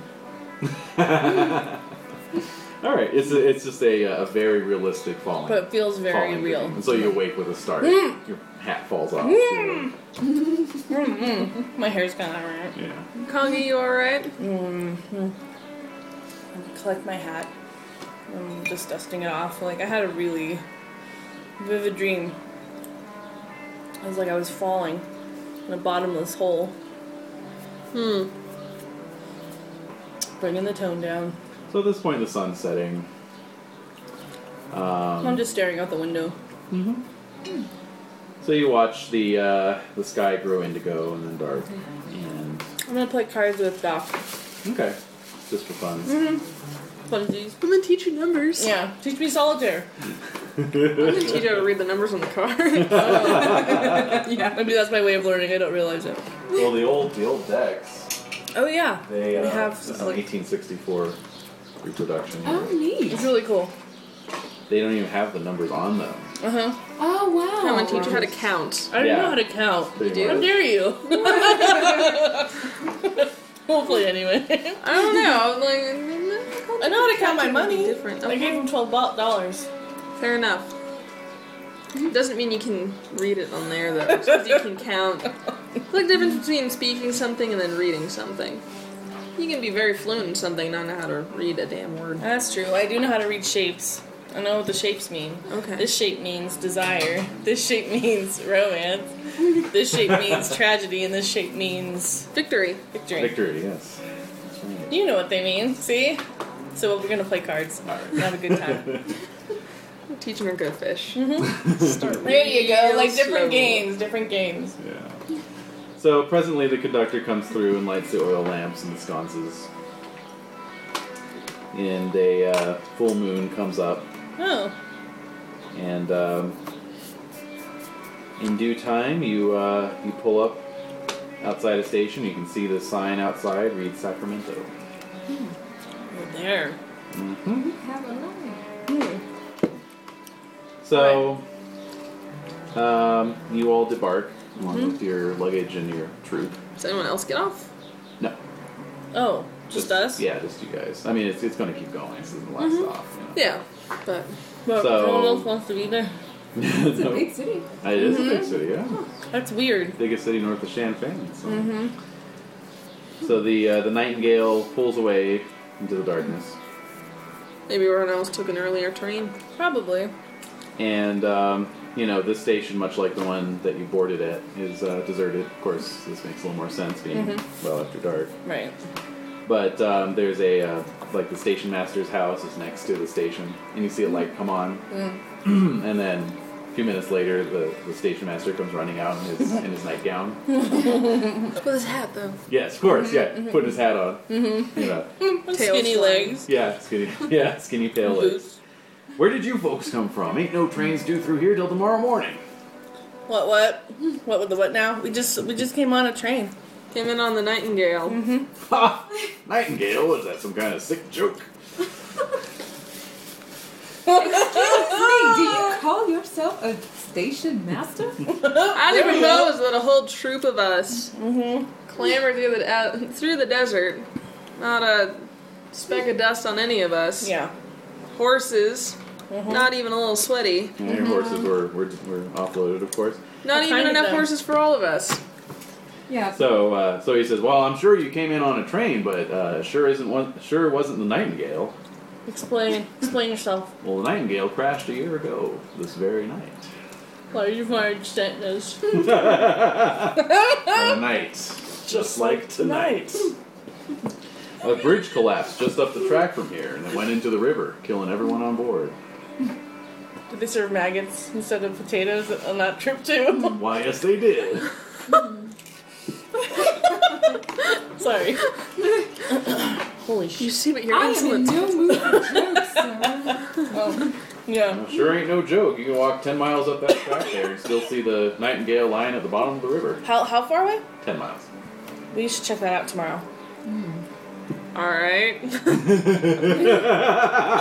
S3: All right, it's a, it's just a, uh, a very realistic falling.
S2: But it feels very
S3: falling
S2: real. Mm.
S3: dream. And so you awake with a start. Your hat falls off.
S2: My hair's kind of.
S3: Yeah.
S4: Kongi, you alright?
S2: Mm-hmm. collect my hat. I'm just dusting it off. Like I had a really vivid dream. It was like I was falling in a bottomless hole.
S4: Hmm.
S2: Bringing the tone down.
S3: So at this point, the sun's setting.
S2: I'm just staring out the window.
S3: So you watch the uh, the sky grow indigo and then dark. And
S2: I'm gonna play cards with Doc.
S3: okay, just for fun.
S2: Funsies.
S4: I'm gonna teach you numbers.
S2: Yeah, teach me solitaire.
S4: I'm gonna teach you how to read the numbers on the card.
S5: yeah.
S2: Maybe that's my way of learning. I don't realize it.
S3: Well, the old the old decks.
S2: Oh yeah,
S3: They, uh,
S2: we have
S3: this is an
S2: like
S3: 1864 reproduction.
S5: Oh, neat.
S2: it's really cool.
S3: They don't even have the numbers on them.
S2: Uh huh.
S5: Oh, wow.
S4: I'm gonna teach you how to count.
S2: I don't
S3: Yeah.
S2: know how to count.
S3: Pretty
S2: How
S3: much.
S2: dare you? Hopefully, anyway.
S4: I don't know. Like, "Mm,
S2: I know how to count my money.
S4: Different.
S2: I gave him twelve bo- dollars.
S4: mm." Fair enough. Doesn't mean you can read it on there though. Just 'cause you can count. It's like the difference between speaking something and then reading something. You can be very fluent in something, and not know how to read a damn word.
S2: That's true. I do know how to read shapes. I know what the shapes mean.
S4: Okay.
S2: This shape means desire. This shape means romance. This shape means tragedy, and this shape means
S4: Victory.
S2: victory.
S3: Victory, yes. That's right.
S2: You know what they mean. See? So we're gonna play cards. and Have a good time.
S4: Teaching her good fish.
S2: there you go. Like
S4: Slow.
S2: different games, different games.
S3: Yeah. So presently, the conductor comes through and lights the oil lamps and the sconces. And a uh, full moon comes up,
S2: Oh.
S3: and um, in due time, you uh, you pull up outside a station. You can see the sign outside reads Sacramento.
S2: Well, there.
S5: Have a life.
S3: So, um, you all debark along
S5: Mm-hmm.
S3: with your luggage and your troop.
S4: Does anyone else get off?
S3: No,
S2: Oh, just us?
S3: Yeah, just you guys. I mean, it's, it's going to keep going. This isn't the last
S5: Mm-hmm.
S3: stop. you know.
S4: Yeah, but
S2: But
S3: So-
S2: no one else wants to be there.
S5: It's a big Mm-hmm. city.
S3: It is a big city, yeah.
S2: That's weird.
S3: Biggest city north of Champaign. So,
S5: Mm-hmm.
S3: so the uh, the nightingale pulls away into the darkness,
S4: maybe everyone else took an earlier train.
S2: Probably.
S3: and um, you know this station, much like the one that you boarded at, is uh, deserted. Of course, this makes a little more sense being
S4: Mm-hmm.
S3: well after dark.
S2: Right.
S3: But um, there's a uh, like the station master's house is next to the station, and you see it light come on,
S4: Mm.
S3: and then a few minutes later, the, the station master comes running out in his, in his nightgown.
S4: With his hat though.
S3: Yes, of course. Yeah, putting his hat on. Mm-hmm. You know,
S2: With
S4: Tail
S2: skinny
S4: slide.
S2: legs.
S3: yeah, skinny. Yeah, skinny pale legs.
S2: Boots.
S3: Where did you folks come from? Ain't no trains due through here till tomorrow morning.
S2: What what? What with the what now? We just we just came on a train.
S4: Came in on the nightingale.
S3: Ha! Nightingale, is that some kind of sick joke?
S5: Wait, do
S3: Ah!
S5: you call yourself a station master?
S4: I didn't propose that a whole troop of us
S2: Mm-hmm.
S4: clamber through the de- through the desert, not a speck of dust on any of us.
S2: Yeah. Mm-hmm.
S4: Horses, not even a little sweaty.
S3: And your horses were, were, were offloaded, of course.
S4: Not
S2: What
S4: even
S2: kind of
S4: enough
S2: them?
S4: horses for all of us.
S5: Yeah.
S3: So, uh, so he says, "Well, I'm sure you came in on a train, but uh, sure isn't one, sure wasn't the Nightingale.
S2: Explain explain yourself.
S3: Well, the Nightingale crashed a year ago this very night.
S2: Large large tetanus.
S3: On a night, just like tonight. a bridge collapsed just up the track from here, and it went into the river, killing everyone on board.
S2: Did they serve maggots instead of potatoes on that trip too?
S3: Why, yes, they did.
S2: Sorry. Holy
S4: You
S2: shit.
S4: see what you're
S5: I am in
S4: insolent.
S5: no mood for jokes, sir.
S2: Yeah.
S3: Sure ain't no joke. You can walk ten miles up that track there and still see the Nightingale lying at the bottom of the river.
S2: How how far away?
S3: Ten miles.
S2: We should check that out tomorrow.
S4: All right.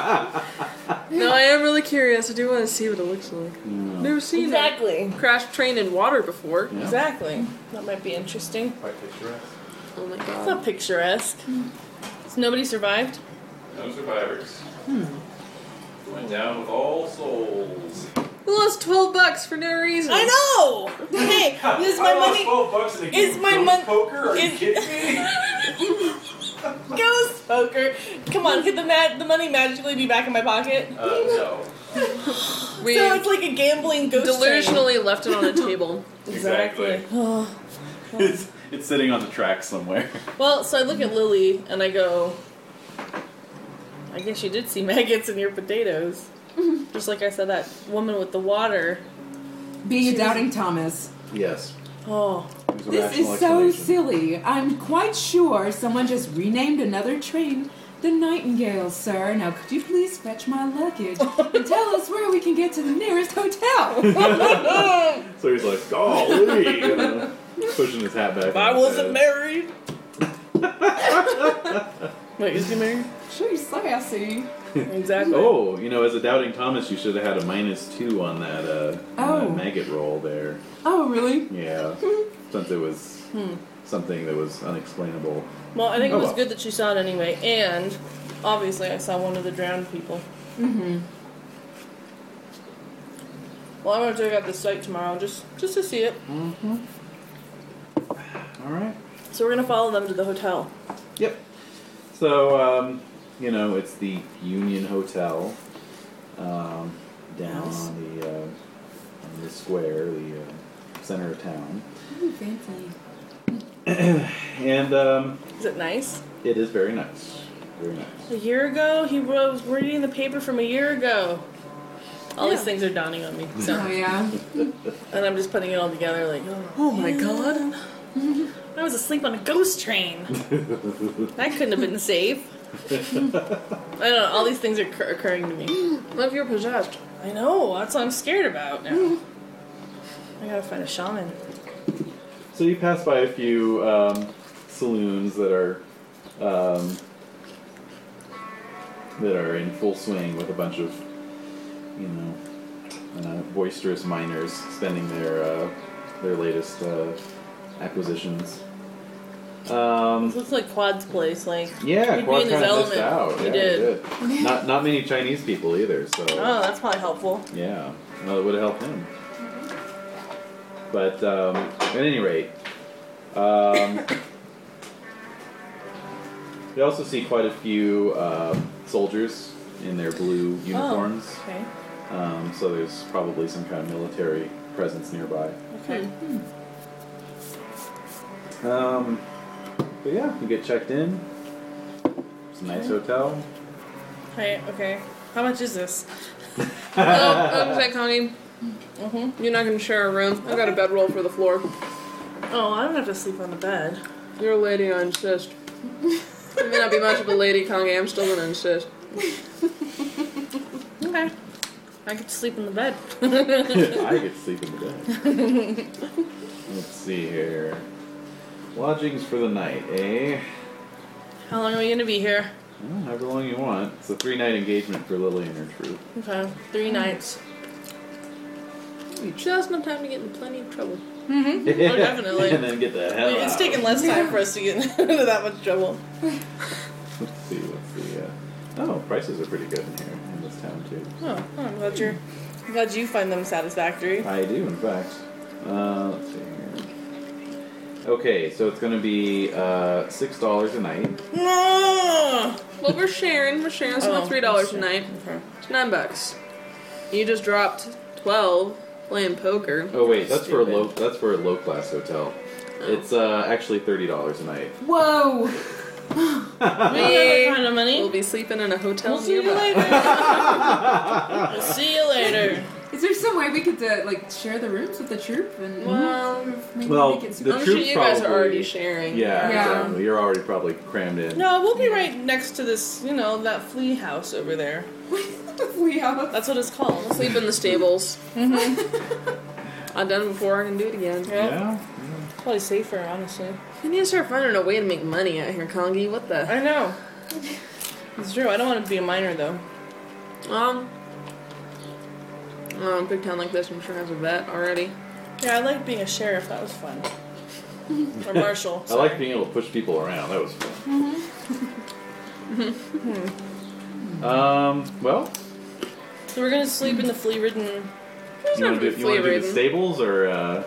S4: no, I am really curious. I do want to see what it looks like. Never seen
S2: Exactly.
S4: a crash train in water before.
S3: Yeah.
S2: Exactly. That might be interesting.
S6: Quite picturesque.
S4: Oh my
S2: It's
S4: god.
S2: not picturesque. So nobody survived?
S6: No survivors. Went down with all souls.
S4: We lost twelve bucks for no reason.
S2: I know! Hey, this is my
S6: I lost
S2: money.
S6: Twelve bucks in a
S2: is
S6: game
S2: my
S6: of
S2: mon-
S6: poker? Are
S2: is-
S6: you kidding me?
S2: Ghost poker. Come on, could the ma- the money magically be back in my pocket?
S6: Uh, no.
S4: We
S2: So it's like a gambling ghost. train.
S4: delusionally left it on a table.
S6: Exactly.
S2: Oh.
S3: It's, it's sitting on the track somewhere.
S2: Well, so I look at Lily and I go, I guess you did see maggots in your potatoes. Just like I said, that woman with the water.
S5: Being a doubting Thomas.
S3: Yes.
S2: Oh,
S3: There's a
S5: This
S3: rational
S5: is so
S3: explanation.
S5: silly. I'm quite sure someone just renamed another train The nightingales, sir. Now, could you please fetch my luggage and tell us where we can get to the nearest hotel?
S3: So he's like, golly, you know, pushing his hat back.
S2: If I
S3: on his
S2: wasn't
S3: head.
S2: married. Wait, is he married?
S5: sure, sassy.
S2: Exactly.
S3: Oh, you know, as a doubting Thomas, you should have had a minus two on that, uh, on
S5: Oh.
S3: that maggot roll there.
S5: Oh, really?
S3: Yeah, since it was
S5: Hmm.
S3: something that was unexplainable.
S2: Well, I think
S3: Oh,
S2: it was
S3: well.
S2: good that she saw it anyway, and obviously I saw one of the drowned people. Mm-hmm. Well, I'm gonna check out the site tomorrow just just to see it.
S3: All right.
S2: So we're gonna follow them to the hotel.
S3: Yep. So, um, you know, it's the Union Hotel um, down
S2: Nice.
S3: on the uh, on the square, the uh, center of town,
S5: Ooh, fancy.
S3: and um,
S2: Is it nice?
S3: it is very nice. Very nice.
S2: A year ago, he was reading the paper from a year ago. All these
S5: Yeah.
S2: things are dawning on me,
S5: Oh,
S2: so
S5: yeah.
S2: and I'm just putting it all together. Like, oh, oh my god, I was asleep on a ghost train. that couldn't have been safe. I don't know. All these things are occur- occurring to me.
S4: What if you're possessed?
S2: I know. That's what I'm scared about now. I gotta find a shaman.
S3: So you pass by a few um, saloons that are um, that are in full swing with a bunch of you know uh, boisterous miners spending their uh, their latest uh, acquisitions.
S2: This
S3: Um,
S2: looks like Quad's place. Like,
S3: yeah,
S2: He'd be
S3: Quad
S2: in his
S3: kind of missed
S2: element.
S3: out.
S2: He
S3: yeah,
S2: did.
S3: did. Not not many Chinese people either. So
S2: oh, that's probably helpful.
S3: yeah, well, it would have helped him. But um, at any rate, um, we also see quite a few uh, soldiers in their blue uniforms.
S2: Oh, okay.
S3: Um, so there's probably some kind of military presence nearby.
S2: Okay.
S3: Um, but yeah, you get checked in. It's a nice hotel.
S2: Hey. Okay. How much is this?
S4: Oh, I'm saying, Connie. You're not gonna share a room. I got a bedroll for the floor.
S2: Oh, I don't have to sleep on the bed.
S4: You're a lady, I insist. I may not be much of a lady, Connie. I'm still gonna insist.
S2: Okay. I could sleep in the bed.
S3: I get to sleep in the bed. Let's see here. Lodgings for the night, eh?
S2: How long are we gonna be here?
S3: Well, however long you want. It's a three night engagement for Lily and her troop.
S2: Okay. Three nights.
S4: You just enough time to get in plenty of trouble.
S2: definitely.
S3: and then get the hell out.
S2: It's taking less time for us to get into that much trouble.
S3: Let's see, let's see. Uh, oh, prices are pretty good in here, in this town, too.
S2: Oh, oh, I'm glad you're. I'm glad you find them satisfactory.
S3: I do, in fact. Uh, let's see here. Okay, so it's going to be uh, $6 a night.
S2: No.
S4: Well, we're sharing. We're sharing. It's only
S2: Oh,
S4: three dollars
S2: sure.
S4: a night.
S2: Okay.
S4: It's nine bucks. You just dropped twelve playing poker.
S3: Oh, wait, that's for a
S2: Stupid.
S3: low That's for a low class hotel. It's uh, actually $30 a night.
S5: Whoa!
S2: We have that kind of
S4: We'll
S2: money.
S4: be sleeping in a hotel
S2: We'll see you
S4: nearby.
S2: later. we'll see you later.
S5: Is there some way we could uh, like share the rooms with the troop
S2: Um,
S5: and
S4: Well,
S5: maybe
S3: Well,
S5: make it
S3: The
S5: super?
S4: I'm sure
S3: troop's
S4: you guys are
S3: probably-
S4: already sharing.
S3: Yeah,
S5: Yeah.
S3: exactly. You're already probably crammed in.
S2: No, we'll be right next to this, you know, that flea house over there.
S5: we have.
S2: That's what it's called.
S4: Sleep in the stables. I've done it before. I can do it again.
S3: Yeah?
S2: It's probably safer, honestly.
S4: You need to start finding a way to make money out here, Kongi. What the?
S2: I know. It's true. I don't want to be a miner though.
S4: Um. Um, big town like this, I'm sure has a vet already.
S2: Yeah, I like being a sheriff. That was fun. or marshal.
S3: I like being able to push people around. That was fun. um, well,
S2: So we're gonna sleep in the flea-ridden.
S4: There's
S3: you
S4: not
S3: want to
S4: really
S3: do, you wanna do the
S4: flea-ridden.
S3: stables or? Uh,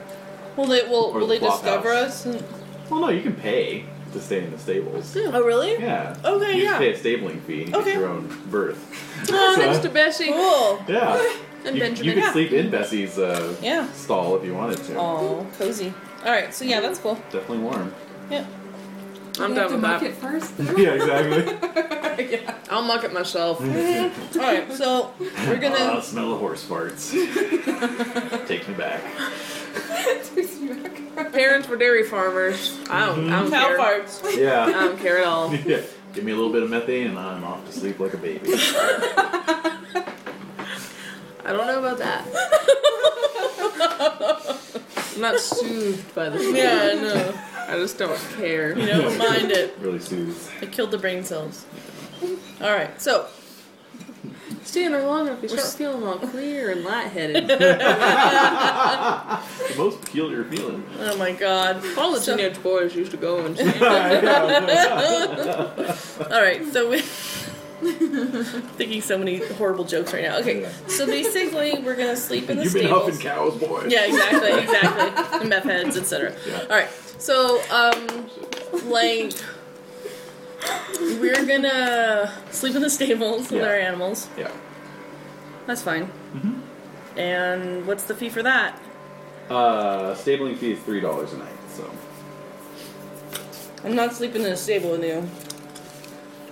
S2: Will they? Will,
S3: Or
S2: will
S3: the
S2: they
S3: flop
S2: discover
S3: house.
S2: us?
S3: well, no, you can pay to stay in the stables.
S2: Oh, really?
S3: Yeah.
S2: Okay,
S3: You
S2: yeah.
S3: just pay a stabling fee and
S2: Okay.
S3: get your own berth. So-
S4: Oh, thanks to Bessie.
S2: Cool.
S3: Yeah.
S4: And
S3: you,
S4: Benjamin.
S3: you could
S2: Yeah.
S3: sleep in Bessie's uh,
S2: Yeah.
S3: stall if you wanted to.
S2: Oh, cozy. All right. So yeah, that's cool.
S3: Definitely warm.
S2: Yeah.
S4: I'm
S5: we have
S4: done
S5: to
S4: with
S5: muck
S4: that.
S5: it first. though.
S3: yeah, exactly.
S5: yeah.
S4: I'll muck it myself.
S2: All right. So we're
S3: Ah,
S2: gonna.
S3: smell of horse farts. Takes me back.
S5: Takes me back.
S4: Parents were dairy farmers. I don't. I don't
S2: Cow
S4: care.
S2: farts.
S3: Yeah.
S4: I don't care at all.
S3: yeah.
S1: Give me a little bit of methane and I'm off to sleep like a baby.
S4: I don't know about that. I'm not soothed by the food.
S2: Yeah, I know.
S4: I just don't care.
S2: You don't mind it.
S3: Really soothes.
S2: It killed the brain cells. All right, so
S4: Stay in there long enough, you start feeling all clear and lightheaded.
S3: The most peculiar feeling.
S2: oh my god.
S4: All the teenage boys used to go and see.
S2: All right, so we thinking so many horrible jokes right now. Okay, so basically we're gonna sleep in the
S3: You've been
S2: stables.
S3: huffing cows, boy.
S2: Yeah, exactly, exactly. And meth heads, etc. All right, so um, like we're gonna sleep in the stables with
S3: Yeah.
S2: our animals.
S3: Yeah.
S2: That's fine.
S3: Mm-hmm.
S2: And what's the fee for that?
S3: Uh, stabling fee is three dollars a night. So
S2: I'm not sleeping in a stable with you.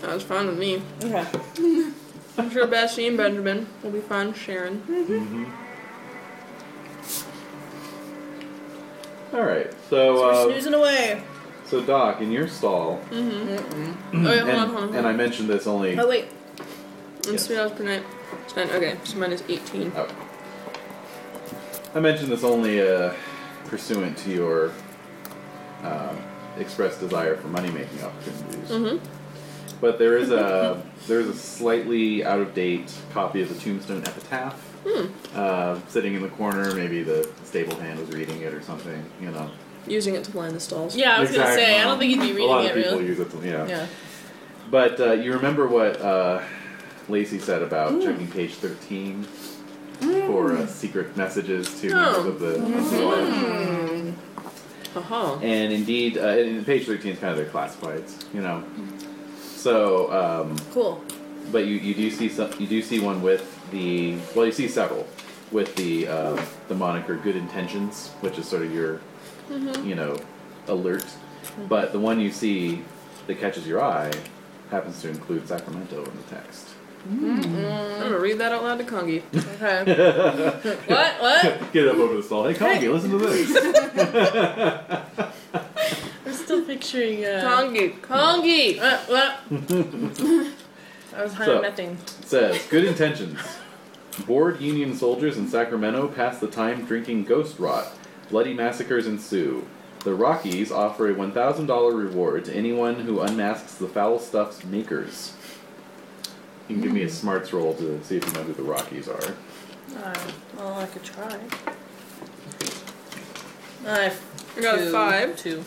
S4: That was fine with me.
S2: Okay.
S3: Uh,
S4: I'm sure Basti and Benjamin will be fine sharing.
S3: all right. So
S2: We're
S3: uh,
S2: snoozing away.
S3: so Doc, in your stall,
S4: Oh, yeah, hold on, hold on.
S3: and,
S4: Hold
S3: and I
S4: on.
S3: mentioned this only.
S2: Oh wait,
S4: It's three dollars per night. It's nine- Okay, so mine is 18.
S3: Oh. I mentioned this only uh, pursuant to your um expressed desire for money making opportunities. But there is a there is a slightly out of date copy of the Tombstone Epitaph uh, sitting in the corner. Maybe the stable hand was reading it or something. You know.
S4: Using it to line the stalls.
S2: yeah, I was gonna
S3: Exactly.
S2: say I don't think you'd be
S3: a
S2: reading
S3: lot
S2: it
S3: of people
S2: really.
S3: use it. To, yeah.
S2: Yeah.
S3: But uh, you remember what uh, Lacey said about checking page 13 for
S2: Mm.
S3: uh, secret messages
S2: Oh.
S3: to members of the of
S2: Mm-hmm.
S3: the lodge?
S4: Aha.
S3: And indeed, uh, and page 13 is kind of their classifieds, you know. So, um,
S2: Cool.
S3: but you, you do see some, you do see one with the well, you see several with the uh, the moniker Good Intentions, which is sort of your you know alert. But the one you see that catches your eye happens to include Sacramento in the text.
S4: I'm gonna read that out loud to Kongi.
S2: Okay. what? What?
S3: Get up over the stall. Hey, Kongi, listen to this.
S2: I'm still picturing. Uh,
S4: Kongi! Kongi!
S2: Kongi. What? What? I was high
S3: So-
S2: on methane.
S3: It says Good Intentions. Bored Union soldiers in Sacramento pass the time drinking ghost rot. Bloody massacres ensue. The Rockies offer a $1,000 reward to anyone who unmasks the foul stuff's makers. You can give me a smarts roll to see if you know who the Rockies are.
S2: Uh, well, I could try. I
S4: I got
S2: two,
S4: a five
S2: Two.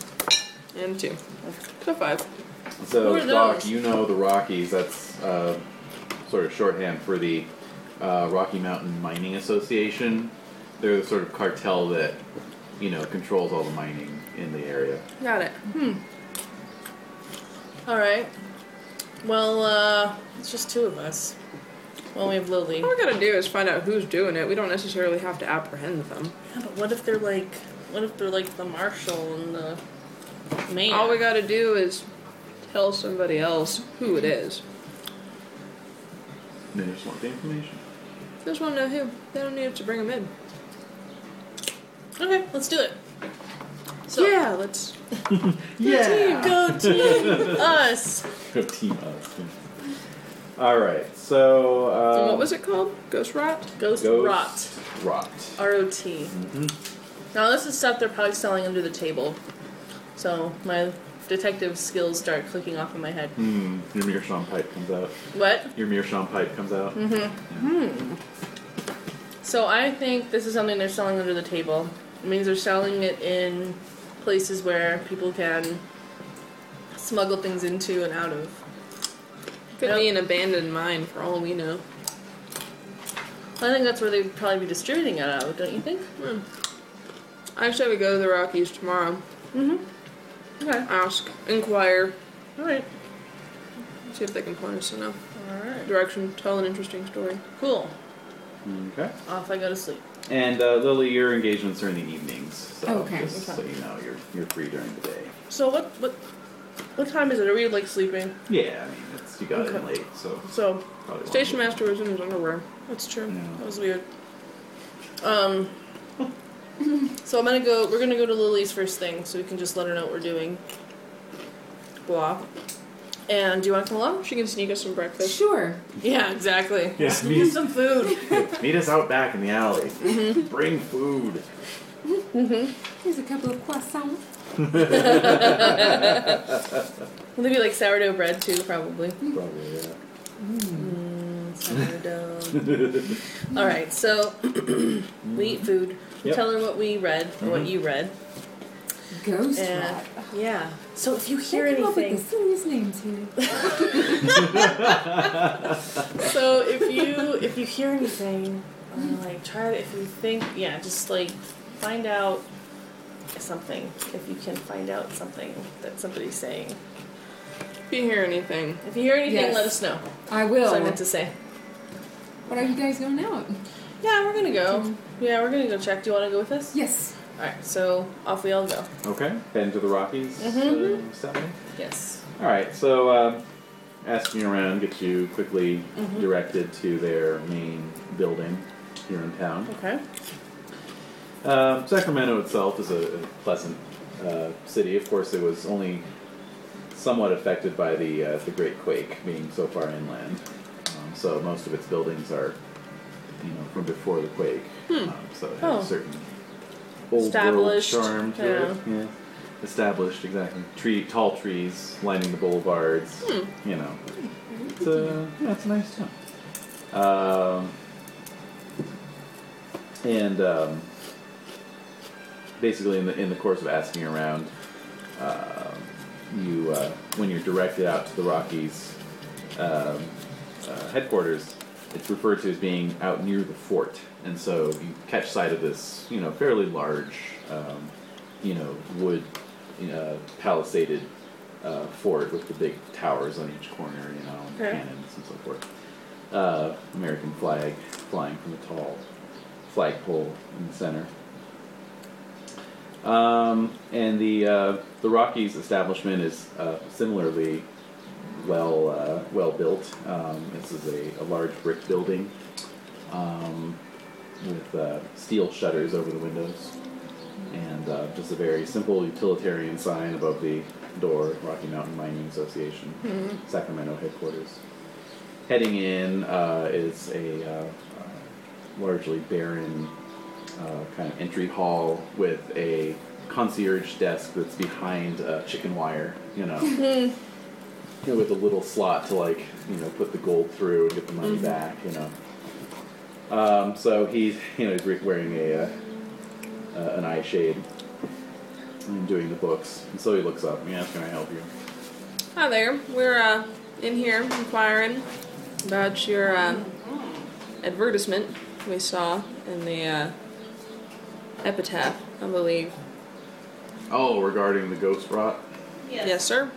S4: and two. So five.
S3: So,
S2: Who are
S3: Doc,
S2: those?
S3: you know the Rockies. That's uh, sort of shorthand for the uh, Rocky Mountain Mining Association. They're the sort of cartel that, you know, controls all the mining in the area.
S4: Got it.
S2: All right. Well, uh, it's just two of us. Well, we have Lily.
S4: All we gotta do is find out who's doing it. We don't necessarily have to apprehend them.
S2: Yeah, but what if they're like, what if they're like the marshal and the mayor?
S4: All we gotta do is tell somebody else who it is.
S3: They just want the information.
S4: They just wanna know who. They don't need us to bring them in.
S2: okay, let's do it. So
S4: yeah, let's.
S2: go team us.
S3: Go team us. All right. So, uh,
S4: So what was it called? Ghost Rot?
S2: Ghost,
S3: Ghost
S2: rot.
S3: Rot.
S2: R O T. Now this is stuff they're probably selling under the table. So my detective skills start clicking off in my head.
S3: Hmm. Your meerschaum pipe comes out.
S2: What?
S3: Your meerschaum pipe comes out.
S2: So I think this is something they're selling under the table. It means they're selling it in places where people can smuggle things into and out of.
S4: Could
S2: Yep.
S4: be an abandoned mine for all we know.
S2: I think that's where they'd probably be distributing it out, don't you think?
S4: Hmm. I say we go to the Rockies tomorrow.
S2: Okay.
S4: Ask, inquire,
S2: All right.
S4: see if they can point us in a
S2: All right.
S4: direction, tell an interesting story.
S2: Cool.
S3: Okay.
S2: Off I go to sleep.
S3: And uh, Lily, your engagements are in the evenings. So
S5: Okay,
S3: Just
S2: okay.
S3: so you know, you're you're free during the day.
S2: So what what what time is it? Are we like sleeping?
S3: Yeah. I mean, it's you got
S2: Okay.
S3: in late, so
S2: So
S3: probably. won't
S4: Station
S3: be-
S4: master was in his underwear.
S2: that's true.
S3: Yeah.
S2: That was weird. Um. so I'm gonna go. We're gonna go to Lily's first thing, so we can just let her know what we're doing. Blah. And do you want to come along?
S4: She can sneak us some breakfast.
S5: Sure.
S2: Yeah, exactly.
S7: Yeah,
S2: Get
S7: meet,
S2: some food.
S7: meet us out back in the alley. Bring food.
S5: Here's a couple of croissants.
S2: Well, they'd be like sourdough bread too, probably.
S7: Probably, yeah.
S2: Sourdough. All right, so we eat food. We
S7: Yep.
S2: Tell her what we read or what you read.
S5: Ghost
S2: And
S5: Rat.
S2: yeah. So if you hear
S5: They come up
S2: anything,
S5: with the silliest names here.
S2: so if you if you hear anything, uh, like try to, if you think, yeah, just like find out something if you can find out something that somebody's saying.
S4: If you hear anything,
S2: If you hear anything,
S5: Yes.
S2: let us know.
S5: I
S2: That's
S5: will.
S2: what I meant to say.
S5: What are you guys going out?
S2: Yeah, we're gonna go. Yeah, we're gonna go check. Do you want to go with us?
S5: Yes.
S2: All right, so off we all go.
S3: Okay. Head into the Rockies, uh, Stephanie.
S2: Yes.
S3: All right. So, uh, asking around gets you quickly directed to their main building here in town.
S2: Okay.
S3: Uh, Sacramento itself is a, a pleasant uh, city. Of course, it was only somewhat affected by the uh, the Great Quake, being so far inland. Um, so most of its buildings are, you know, from before the quake. Um, so it has
S2: Oh.
S3: a certain old world
S2: Established,
S3: charm to it. Yeah. Established, exactly. Tree, tall trees lining the boulevards. You know, it's a yeah, it's a nice town. Um, and um, basically, in the in the course of asking around, um, you uh, when you're directed out to the Rockies um, uh, headquarters, it's referred to as being out near the fort, and so you catch sight of this, you know, fairly large, um, you know, wood uh, palisaded uh, fort with the big towers on each corner, you know, and
S2: Okay.
S3: cannons and so forth. Uh, American flag flying from a tall flagpole in the center. Um, and the uh, the Rockies establishment is uh, similarly well uh, well built. Um, this is a, a large brick building um, with uh, steel shutters over the windows, and uh, just a very simple utilitarian sign above the door: Rocky Mountain Mining Association, Sacramento headquarters. Heading in uh, is a uh, uh, largely barren uh, kind of entry hall with a concierge desk that's behind uh, chicken wire, you know, you know, with a little slot to like you know put the gold through and get the money back, you know. Um, so he's you know he's re- wearing a uh, uh, an eye shade and doing the books, and so he looks up. Yeah, can I help you?
S4: hi there. We're uh, in here inquiring about your uh, advertisement we saw in the uh, epitaph, I believe.
S3: Oh, regarding the ghost rot.
S4: Yes, sir.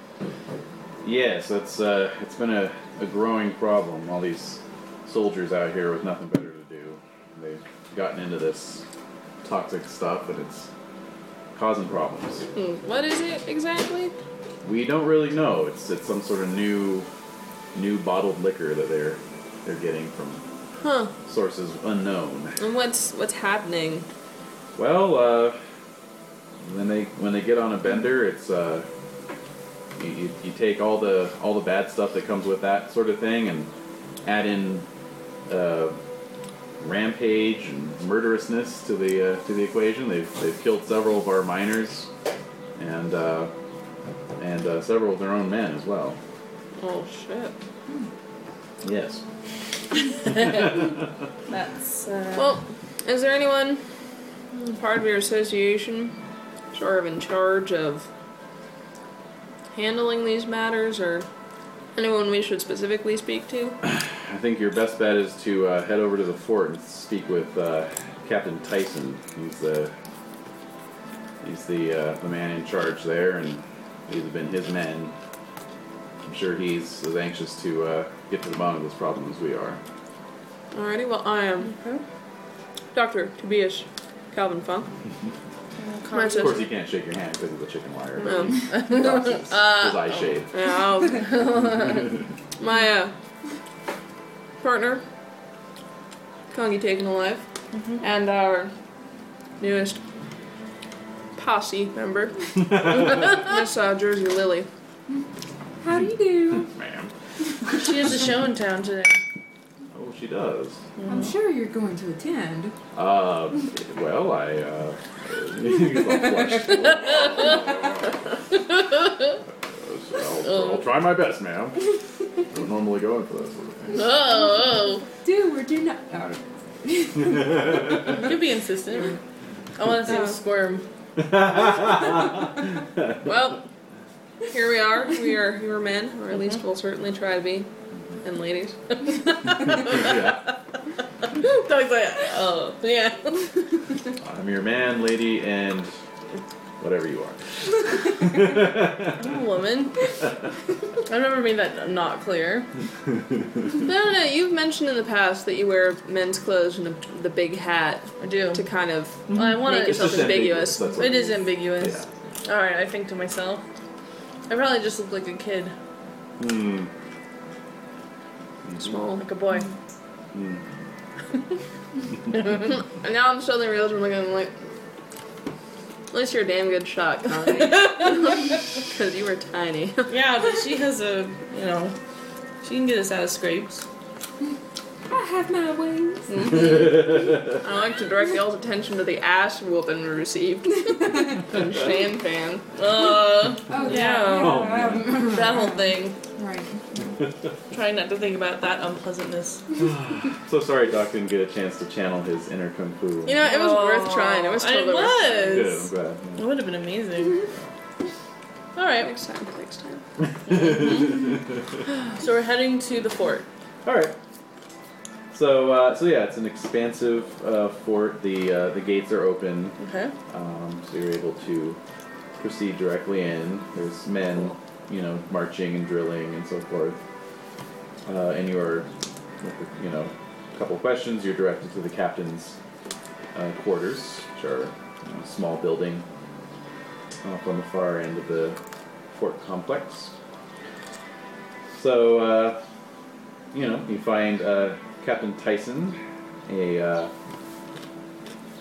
S3: Yes, that's uh, it's been a, a growing problem. All these soldiers out here with nothing better to do, they've gotten into this toxic stuff, and it's causing problems.
S4: Hmm, What is it exactly?
S3: We don't really know. It's it's some sort of new new bottled liquor that they're they're getting from
S4: Huh?
S3: sources unknown.
S4: And what's what's happening?
S3: Well, uh, when they when they get on a bender, it's uh, you, you, you take all the all the bad stuff that comes with that sort of thing, and add in uh, rampage and murderousness to the uh, to the equation. They've they've killed several of our miners, and uh, and uh, several of their own men as well.
S4: Oh shit.
S3: Yes.
S2: That's uh,
S4: Well, is there anyone part of your association sort of in charge of handling these matters or anyone we should specifically speak to?
S3: I think your best bet is to uh, head over to the fort and speak with uh, Captain Tyson. He's the he's the uh, the man in charge there, and these have been his men. I'm sure he's as anxious to uh, get to the bottom of this problem as we are.
S4: Alrighty, well, I am Dr. Tobias Calvin Funk. My
S3: Of course,
S4: assistant.
S3: he can't shake your hand because of the chicken wire. But
S4: Um,
S3: he dots his, his eye shade.
S4: Yeah, I'll- my uh, partner, Kongi Taken Alive,
S2: Mm-hmm.
S4: and our newest posse member, Miss uh, Jersey Lily.
S5: How do you do?
S3: ma'am.
S2: She has a show in town today.
S3: Oh, she does.
S5: I'm sure you're going to attend.
S3: Uh, well, I, uh, he's all flushed. Uh, so I'll, I'll try my best, ma'am. I don't normally go in for those sort of things.
S2: Oh,
S5: Do or do not.
S2: oh.
S5: Oh,
S2: you'll be insistent. I want to see him squirm.
S4: Well, here we are. We are we are men, or at
S2: Mm-hmm.
S4: least we'll certainly try to be, and ladies.
S3: yeah.
S2: Doug's like, oh, yeah.
S3: I'm your man, lady, and whatever you are.
S2: I'm a woman. I've never made that not clear.
S4: No, no, no. You've mentioned in the past that you wear men's clothes and the, the big hat
S2: I do. Mm-hmm.
S4: to kind of.
S2: I want
S4: Make
S2: to.
S4: It's yourself- just ambiguous.
S3: That's what
S2: It is
S3: it
S2: ambiguous.
S3: is.
S2: All right, I think to myself. I probably just look like a kid,
S3: Yeah. Hmm.
S4: Small.
S2: like a boy.
S4: And now I'm suddenly realizing I'm looking I'm like, at least you're a damn good shot, Connie. Because you were tiny.
S2: Yeah, but she has a, you know, she can get us out of scrapes.
S5: I have my ways.
S4: I like to direct y'all's attention to the ass whooping we received. and Shan fan.
S2: Uh,
S5: Oh,
S2: Yeah.
S3: Oh,
S5: yeah.
S2: that whole thing.
S5: right.
S2: Trying not to think about that unpleasantness.
S3: So sorry, Doc didn't get a chance to channel his inner kung fu.
S4: You know, it was worth trying. It was
S2: It
S4: totally worth
S3: Good. I'm
S2: was.
S3: glad.
S2: It would have been amazing. All right,
S4: Next time, next time.
S2: so we're heading to the fort.
S3: All right. So, uh, so yeah, it's an expansive uh, fort. The uh, the gates are open,
S2: Okay.
S3: um, so you're able to proceed directly in. There's men, you know, marching and drilling and so forth. Uh, and you are, you know, a couple questions. You're directed to the captain's uh, quarters, which are you know, a small building off on the far end of the fort complex. So, uh, you know, you find uh, Captain Tyson, a uh,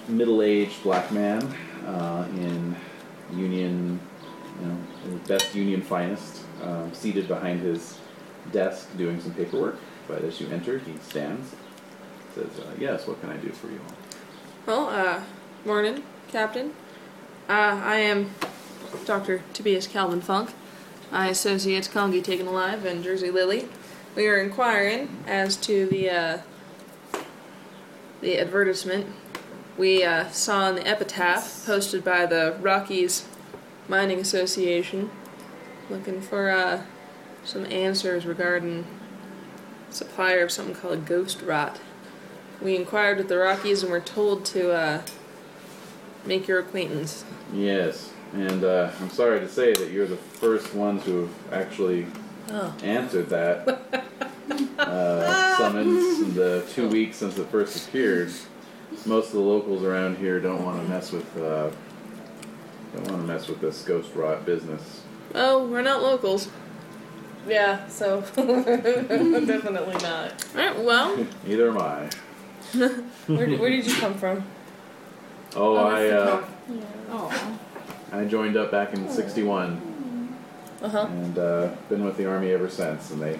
S3: middle-aged black man uh, in union, you know, in his best union finest, um, seated behind his desk doing some paperwork. But as you enter, he stands, says, uh, "Yes, what can I do for you?"
S4: Well, uh, morning, Captain. Uh, I am Dr. Tobias Calvin Funk. I associate Kongi Taken Alive and Jersey Lily. We are inquiring as to the, uh, the advertisement we uh, saw in the epitaph posted by the Rockies Mining Association looking for uh, some answers regarding supplier of something called ghost rot. We inquired with the Rockies and were told to uh, make your acquaintance.
S3: Yes, and uh, I'm sorry to say that you're the first ones who have actually answered that uh, summons in the two weeks since it first appeared. Most of the locals around here don't want to mess with uh, don't want to mess with this ghost rot business.
S4: Oh, we're not locals.
S2: Yeah. So definitely not.
S4: All right, well,
S3: Neither am I.
S2: Where, where did you come from?
S3: Oh, I uh,
S5: Oh.
S3: I joined up back in '61
S2: Uh huh.
S3: and uh, been with the army ever since. And they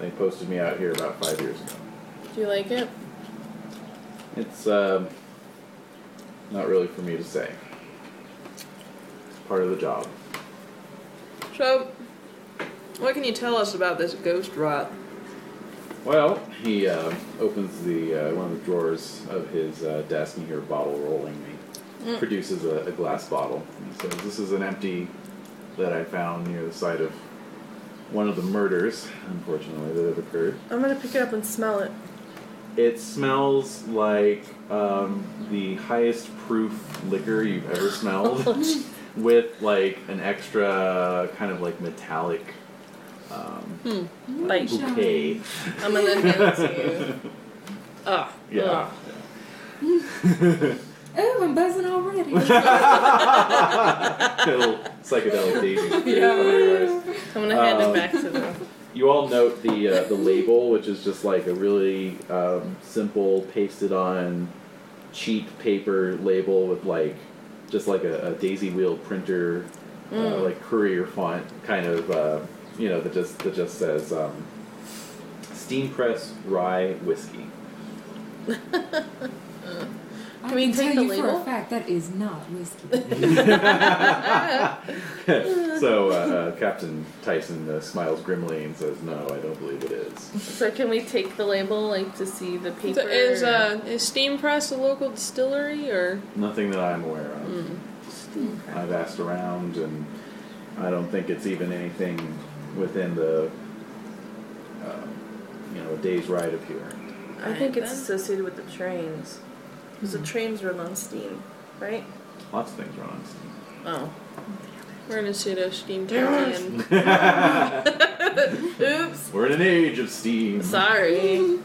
S3: they posted me out here about five years ago.
S2: Do you like it?
S3: It's um, not really for me to say. It's part of the job.
S4: so what can you tell us about this ghost rot?
S3: Well, he uh, opens the uh, one of the drawers of his uh, desk and you hear a bottle rolling. He produces a, a glass bottle and says, "This is an empty that I found near the site of one of the murders, unfortunately, that had occurred."
S2: I'm gonna pick it up and smell it.
S3: It smells like um, the highest proof liquor you've ever smelled, with like an extra kind of like metallic um,
S2: Bite.
S3: bouquet.
S2: I'm gonna hand it to you. Ah.
S3: Yeah.
S5: Oh, I'm buzzing already.
S3: Little psychedelic daisy.
S2: I'm gonna hand
S8: Oh.
S3: Um,
S2: it back to them.
S3: You all note the uh, the label, which is just like a really um, simple pasted on cheap paper label with like just like a, a daisy wheel printer, uh, like courier font kind of uh, you know, that just that just says um, steam press rye whiskey.
S5: I
S2: Can we
S5: can
S2: take the
S5: tell you for
S2: label?
S5: a fact that is not whiskey.
S3: so uh, uh, Captain Tyson uh, smiles grimly and says, "No, I don't believe it is."
S2: So can we take the label, like, to see the paper?
S4: So is uh, is Steam Press a local distillery or?
S3: Nothing that I'm aware of.
S2: Mm.
S3: I've asked around, and I don't think it's even anything within the uh, you know a day's ride of here.
S2: I think it's
S8: associated with the trains. Because
S2: Hmm.
S8: the trains run on steam, right?
S3: Lots of things run on steam.
S2: Oh.
S4: We're gonna see the steam turkey and
S2: Oops.
S3: We're in an age of steam.
S2: Sorry.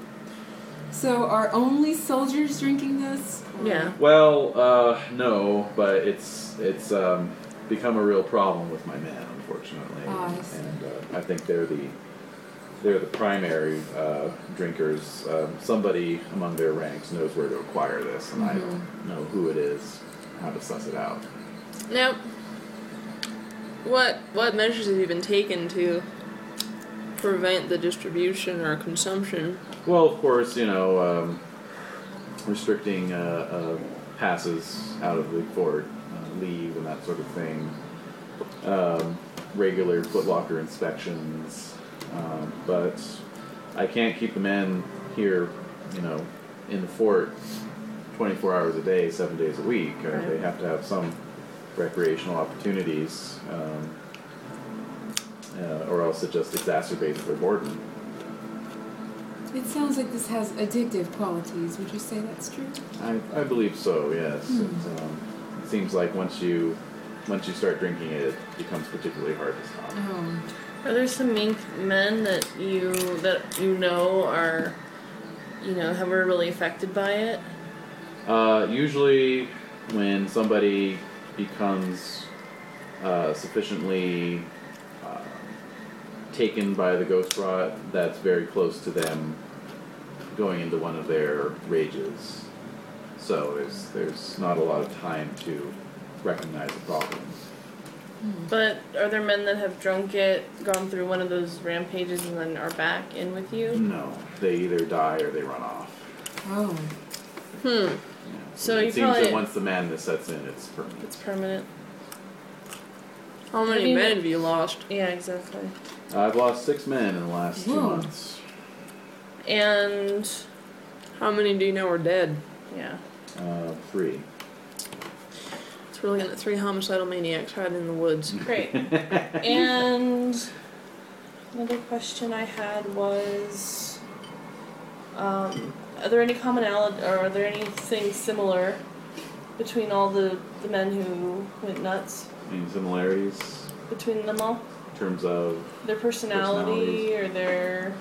S5: So are only soldiers drinking this? Or-
S2: Yeah.
S3: Well, uh, no, but it's it's um, become a real problem with my men, unfortunately.
S5: Ah, I see.
S3: And uh, I think they're the they're the primary uh, drinkers. Um, somebody among their ranks knows where to acquire this, and I
S5: Mm-hmm.
S3: don't know who it is, how to suss it out.
S4: now. What what measures have you been taken to prevent the distribution or consumption?
S3: Well, of course, you know, um, restricting uh, uh, passes out of the fort, uh, leave, and that sort of thing. Um, regular footlocker inspections, um, but I can't keep the men here, you know, in the fort 24 hours a day, seven days a week. Uh, They have to have some recreational opportunities, um, uh, or else it just exacerbates their boredom.
S5: It sounds like this has addictive qualities. Would you say that's true?
S3: I, I believe so. Yes. It's, um, it seems like once you once you start drinking it, it becomes particularly hard to stop.
S5: Oh.
S2: Are there some men- men that you that you know are, you know, have were really affected by it?
S3: Uh, usually, when somebody becomes uh, sufficiently uh, taken by the ghost rot, that's very close to them going into one of their rages. So there's there's not a lot of time to recognize the problem.
S2: But are there men that have drunk it, gone through one of those rampages, and then are back in with you?
S3: No, they either die or they run off.
S5: Oh.
S2: So you
S3: it seems
S2: probably
S3: that once the madness sets in, it's permanent.
S2: it's permanent.
S4: How
S2: What do
S4: many
S2: you
S4: men
S2: mean?
S4: have you lost?
S2: Yeah, exactly.
S3: I've lost six men in the last two
S5: Whoa.
S3: months.
S2: And
S4: How many do you know are dead?
S2: yeah,
S3: Uh, three.
S4: It's really gonna three homicidal maniacs hiding in the woods.
S2: great. and another question I had was, um, are there any commonality or are there anything similar between all the the men who went nuts
S3: Any similarities
S2: between them all?
S3: in terms of
S2: Their personality or their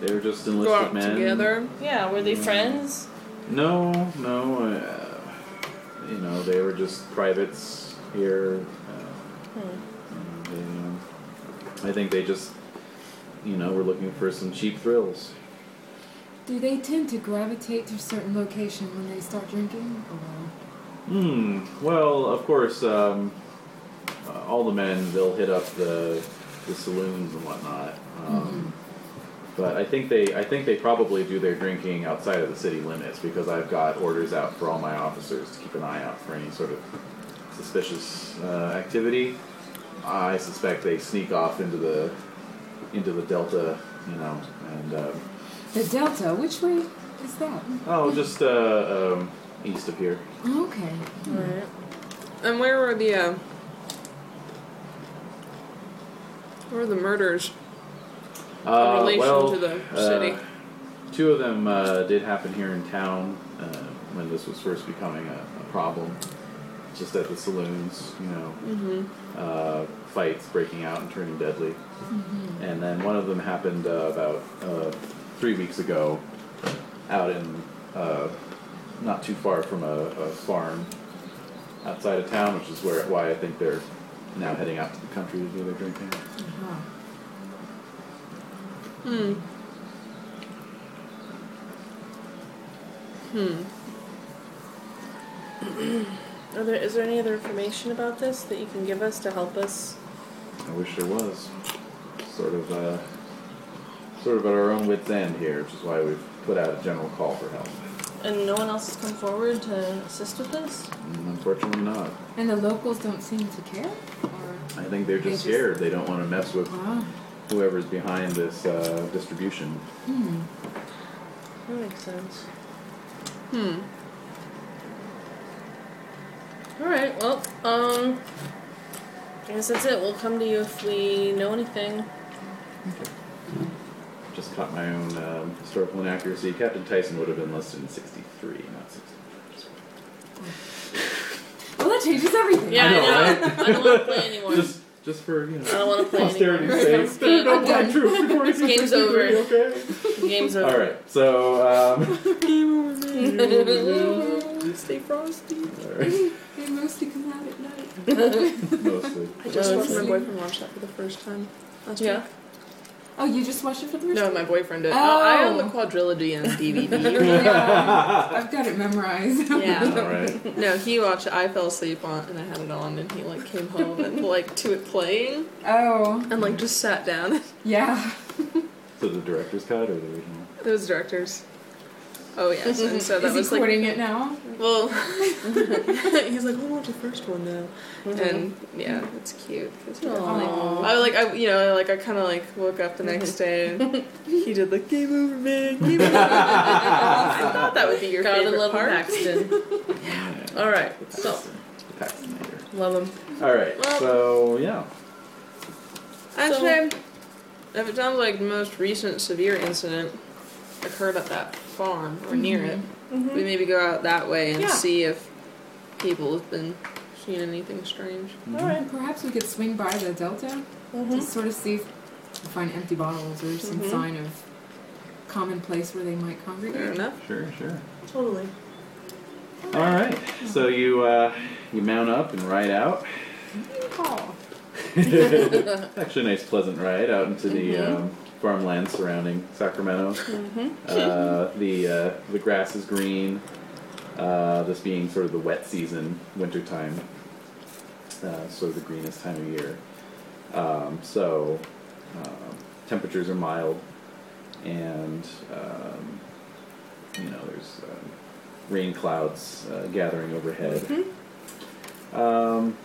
S3: they were just
S4: Go
S3: enlisted
S4: out
S3: men?
S4: together.
S2: yeah, were they
S3: Mm.
S2: friends?
S3: No, no. Uh, you know, they were just privates here. Uh, and they, um, I think they just, you know, were looking for some cheap thrills.
S5: Do they tend to gravitate to a certain location when they start drinking? Or...
S3: Hmm. Well, of course, um, uh, all the men they'll hit up the the saloons and whatnot. Um, But I think they I think they probably do their drinking outside of the city limits because I've got orders out for all my officers to keep an eye out for any sort of suspicious uh, activity. I suspect they sneak off into the into the delta, you know, and um,
S5: The Delta, which way is that?
S3: oh, just uh, um, east of here.
S5: Okay.
S8: Mm.
S4: And where were the uh where were the murders?
S3: Uh,
S4: relation
S3: well,
S4: to the
S3: uh,
S4: city.
S3: two of them uh, did happen here in town uh, when this was first becoming a, a problem, just at the saloons, you know,
S4: Mm-hmm.
S3: uh, fights breaking out and turning deadly.
S4: Mm-hmm.
S3: And then one of them happened uh, about uh, three weeks ago out in uh, not too far from a, a farm outside of town, which is where why I think they're now heading out to the country to do their drinking.
S5: Uh-huh.
S2: Are there is there any other information about this that you can give us to help us?
S3: I wish there was. sort of uh, sort of at our own wits' end here, which is why we've put out a general call for help.
S8: And no one else has come forward to assist with this?
S3: Mm, Unfortunately, not.
S5: And the locals don't seem to care? Or,
S3: I think they're just
S5: They just-
S3: scared. They don't want to mess with whoever's behind this uh, distribution.
S8: That makes sense.
S4: Hmm.
S8: Alright, well, um. I guess that's it. We'll come to you if we know anything.
S3: Just caught my own um, historical inaccuracy. Captain Tyson would have been listed in 63, not 60.
S5: well, that changes everything.
S2: Yeah, I know. I,
S3: know,
S2: don't want to play anymore.
S3: Just, just for you
S2: I
S3: know,
S2: don't want to play
S3: posterity's
S2: anymore.
S3: sake. Spare no
S5: I'm
S3: black
S5: done.
S3: troops in 46,
S2: Game's
S3: 63,
S2: over.
S3: Okay.
S2: Game's over.
S3: All right. So. Um,
S8: Stay frosty.
S3: all right,
S5: They mostly come out at night.
S3: Mostly.
S4: I just
S2: Oh,
S4: watched my
S5: see.
S4: boyfriend watch that for the first time. Last
S2: Yeah.
S4: week.
S5: Oh, you just watched it for the first
S4: No,
S5: time?
S4: my boyfriend did.
S5: Oh.
S4: I own the quadrilogy and DVD.
S5: Yeah, I've got it memorized.
S4: yeah.
S3: All right.
S4: No, he watched it. I fell asleep on and I had it on and he like came home and like to it playing
S5: Oh,
S4: and like just sat down.
S5: yeah.
S3: So the director's cut or the original?
S4: Those directors. Oh yes. And so that
S5: Is
S4: was
S5: he
S4: like
S5: quoting it now?
S4: Well, he's like, we'll watch the first one now, and yeah, it's cute. 'cause we're like-
S5: Aw.
S4: I like, I you know, like I kind of like woke up the next day, and he did like game over, man. Game over. I thought that would be your
S2: Gotta
S4: favorite
S2: love
S4: part.
S2: Paxton. All right. So
S3: Vaccinator.
S2: love him.
S3: All right.
S4: Well-
S3: so yeah.
S4: Actually, if it sounds like the most recent severe incident occurred at that farm or near it, we maybe go out that way and
S5: Yeah.
S4: see if people have been seeing anything strange.
S5: Alright. Perhaps we could swing by the Delta
S4: Mm-hmm.
S5: to sort of see if we find empty bottles or some
S4: Mhm.
S5: sign of common place where they might
S4: Fair
S5: congregate.
S4: enough.
S3: Sure. Sure.
S8: Totally.
S3: All right. So you uh, you mount up and ride out.
S5: Oh.
S3: Actually, a nice pleasant ride out into the um, farmland surrounding Sacramento. Uh, the uh, the grass is green. Uh, this being sort of the wet season, wintertime, uh, sort of the greenest time of year. Um, so um, temperatures are mild, and um, you know there's um, rain clouds uh, gathering overhead. Um,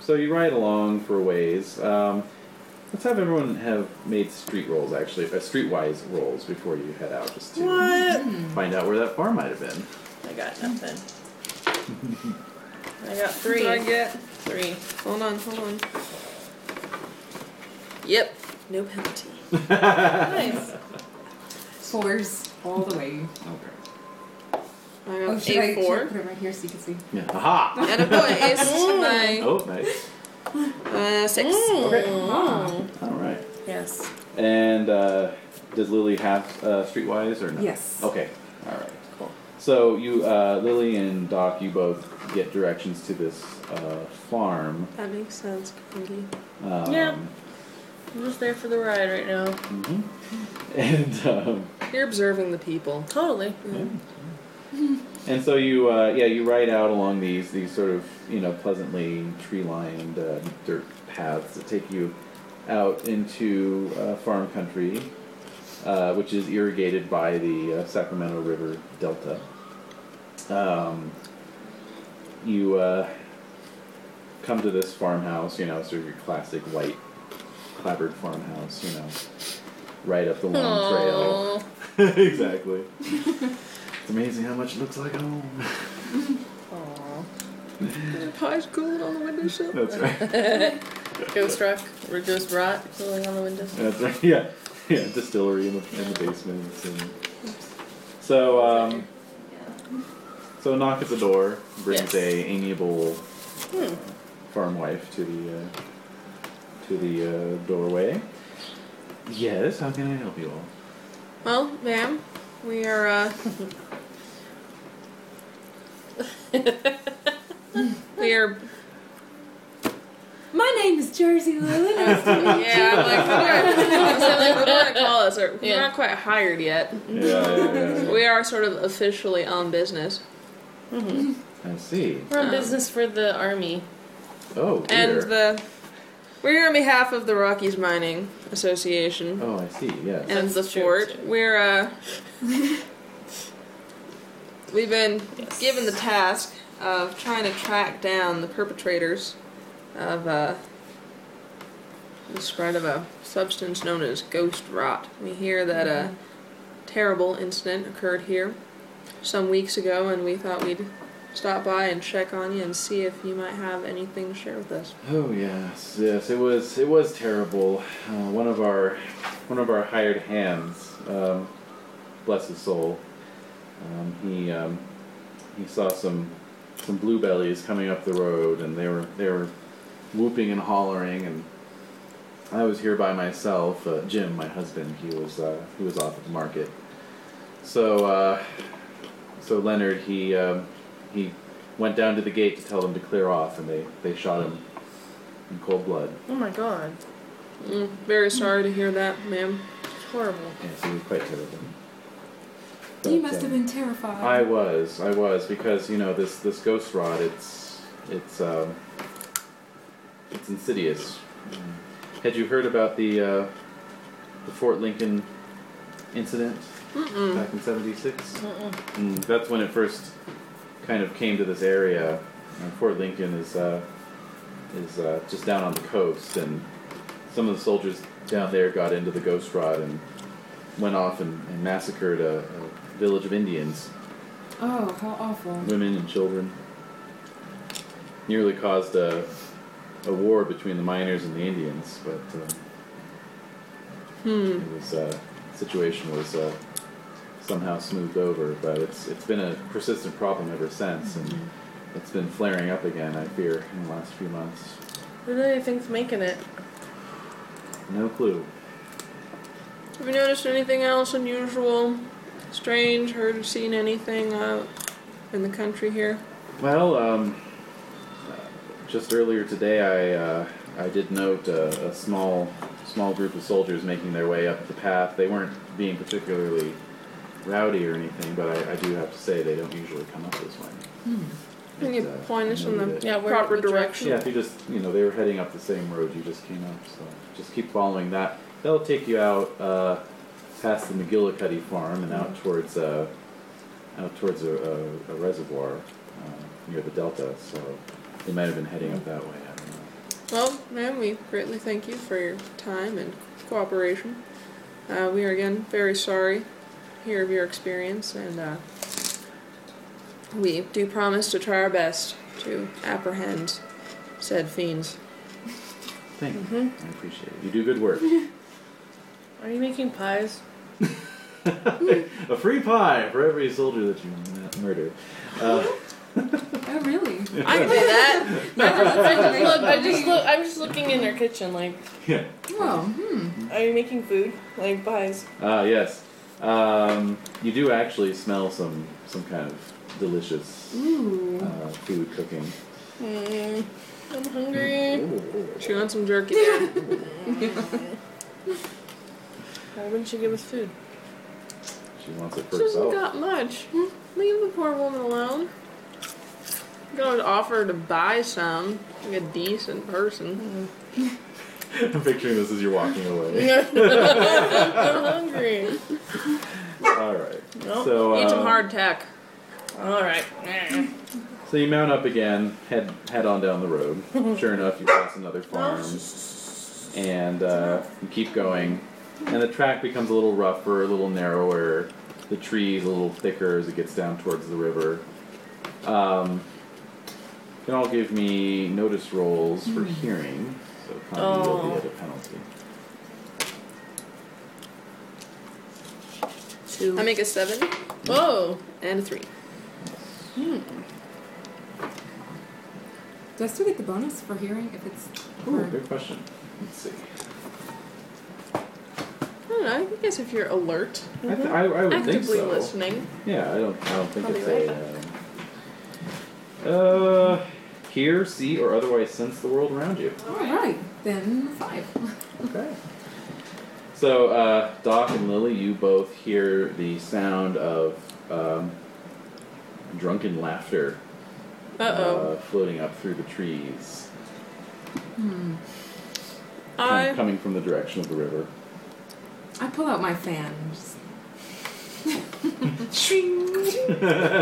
S3: so you ride along for a ways. Um, let's have everyone have made street rolls, actually, uh, streetwise rolls before you head out, just to find out where that farm might have been.
S8: I got nothing. I got three.
S4: What did I get?
S8: Three.
S4: Hold on, hold on. Yep, no penalty.
S8: Nice.
S5: Fours all the way.
S3: Okay.
S4: I
S5: Oh,
S4: got
S5: should I,
S4: a
S5: should I
S4: four.
S5: put it right here so you can see?
S3: Yeah. Aha!
S4: And a boy ace my
S3: Oh, nice.
S4: uh, six.
S3: Okay.
S5: Oh.
S3: All right.
S8: Yes.
S3: And uh, does Lily have uh, streetwise or no?
S5: Ah, Yes.
S4: Oh.
S3: Okay. All right. Cool. So you, uh, Lily and Doc, you both get directions to this uh, farm.
S4: That makes sense, Kapungi.
S3: Um,
S8: Yeah. I'm just there for the ride right now.
S3: mhm. And um,
S4: You're observing the people.
S8: Totally.
S3: And so you, uh, yeah, you ride out along these these sort of you know pleasantly tree-lined uh, dirt paths that take you out into uh, farm country, uh, which is irrigated by the uh, Sacramento River Delta. Um, you uh, come to this farmhouse, you know, sort of your classic white clapboard farmhouse, you know, right up the long trail
S2: Aw.
S3: exactly. it's amazing how much it looks like home.
S4: The pie's cooled on the windowsill.
S3: That's right.
S2: Ghost rock or ghost rot cooling on the windows.
S3: That's right. Yeah. Yeah. Distillery in the, in the basement. And... So, um, so a knock at the door brings
S2: Yes.
S3: a amiable
S4: Hmm.
S3: uh, farm wife to the uh, to the uh, doorway. Yes. How can I help you all?
S4: Well, ma'am, we are uh We are
S5: My name is Jersey Lily. Nice to meet you.
S4: yeah, I'm like, what do I, I was like, what do I call us? Or, We're
S2: Yeah.
S4: not quite hired yet.
S3: Yeah, yeah, yeah,
S4: We are sort of officially on business.
S3: yeah. I see.
S2: We're on
S4: Um,
S2: business for the army.
S3: Oh,
S4: And
S3: dear.
S4: the We're here on behalf of the Rockies Mining Association
S3: Oh, I see. Yes.
S4: and the
S2: That's true,
S4: fort.
S2: too.
S4: We're uh, we've been given the task of trying to track down the perpetrators of uh, the spread of a substance known as ghost rot. We hear that a
S2: Mm-hmm.
S4: terrible incident occurred here some weeks ago, and we thought we'd stop by and check on you and see if you might have anything to share with us.
S3: Oh yes, yes. It was it was terrible. Uh, one of our one of our hired hands, um, bless his soul, um, he um, he saw some some bluebellies coming up the road, and they were they were whooping and hollering, and I was here by myself. Uh, Jim, my husband, he was uh, he was off at the market, so uh, so Leonard he um, he went down to the gate to tell them to clear off, and they they shot him in cold blood.
S8: Oh my god.
S4: Mm, very sorry to hear that, ma'am.
S8: It's horrible.
S3: Yes, it was quite terrible. But,
S5: you must
S3: uh,
S5: have been terrified.
S3: I was, I was, because you know this this ghost rod, it's it's um, it's insidious. Had you heard about the uh, the Fort Lincoln incident back in '76? Mm, that's when it first kind of came to this area. And Fort Lincoln is uh, is uh, just down on the coast, and some of the soldiers down there got into the ghost rod and went off and, and massacred a, a village of Indians,
S5: Oh, how awful.
S3: women and children. Nearly caused a, a war between the miners and the Indians, but uh, it was uh, situation was uh, somehow smoothed over. But it's it's been a persistent problem ever since, and it's been flaring up again. I fear in the last few months.
S8: Who do they think's making it?
S3: No clue.
S4: Have you noticed anything else unusual, strange, heard or seen anything out in the country here?
S3: Well, um, uh, just earlier today, I uh, I did note a, a small small group of soldiers making their way up the path. They weren't being particularly rowdy or anything, but I, I do have to say they don't usually come up this way.
S4: Can
S3: It,
S4: you
S3: uh,
S4: point us in the
S3: noted it.
S8: Yeah, where-
S4: proper
S8: what
S4: direction?
S3: Yeah, if you just you know they were heading up the same road you just came up, so just keep following that. That'll take you out uh, past the McGillicuddy farm and out towards uh, out towards a, a, a reservoir uh, near the delta. So they might have been heading up that way. I don't know.
S4: Well, ma'am, we greatly thank you for your time and cooperation. Uh, we are again very sorry to hear of your experience, and uh, we do promise to try our best to apprehend said fiends.
S3: Thank you. I appreciate it. You do good work.
S8: Are you making pies?
S3: a free pie for every soldier that you mu- murder. Uh,
S5: Oh, really?
S4: I can do that.
S8: Look, I just look. I'm just looking in their kitchen. Like,
S3: yeah.
S5: Whoa, hmm.
S8: are you making food? Like pies?
S3: Ah, yes. Um, you do actually smell some some kind of delicious
S5: Ooh.
S3: uh, food cooking.
S8: Mm, I'm hungry.
S4: Chew on some jerky there.
S8: Why wouldn't you give us food?
S3: She wants it for
S4: She hasn't
S3: herself.
S4: got much. Leave the poor woman alone. You can always offer to buy some, like a decent person.
S3: I'm picturing this as you're walking away.
S8: I'm hungry.
S3: All right. So
S4: Eat some
S3: uh,
S4: hardtack.
S8: All right.
S3: So you mount up again, head head on down the road. sure enough, you pass another farm, and uh, you keep going, and the track becomes a little rougher, a little narrower. The trees a little thicker as it gets down towards the river. Um, you can all give me notice rolls for hearing. So Connie, you'll be
S8: Oh.
S3: at a penalty.
S8: Two.
S4: I make a seven
S8: Whoa.
S4: and a three.
S5: Do I still get the bonus for hearing if it's.
S3: Ooh,
S5: or-
S3: good question. Let's see.
S4: I don't know. I guess if you're alert,
S3: I, th- I, I would think
S4: actively
S3: so.
S4: listening,
S3: Yeah, I don't. I don't think
S4: Probably
S3: it's a. Um, uh, hear, see, or otherwise sense the world around you.
S5: All right, then five.
S4: Oh.
S3: Okay. So, uh, Doc and Lily, you both hear the sound of um, drunken laughter
S4: Uh-oh.
S3: uh, floating up through the trees. com-
S4: Hmm. I-
S3: coming from the direction of the river.
S5: I pull out my fan. and just-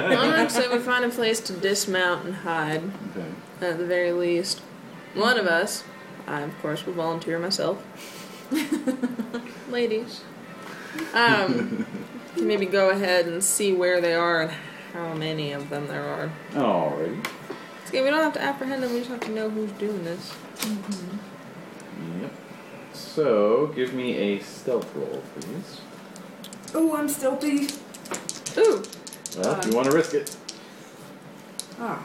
S4: Monarchs that we find a place to dismount and hide,
S3: Okay.
S4: at the very least. One of us, I of course will volunteer myself. Ladies. Um, can maybe go ahead and see where they are and how many of them there are.
S3: Alrighty.
S4: It's good, we don't have to apprehend them, we just have to know who's doing this.
S3: Yep. So give me a stealth roll, please.
S5: Oh, I'm stealthy.
S4: Ooh,
S3: Well, if you
S5: Um,
S3: want to risk it.
S5: Ah.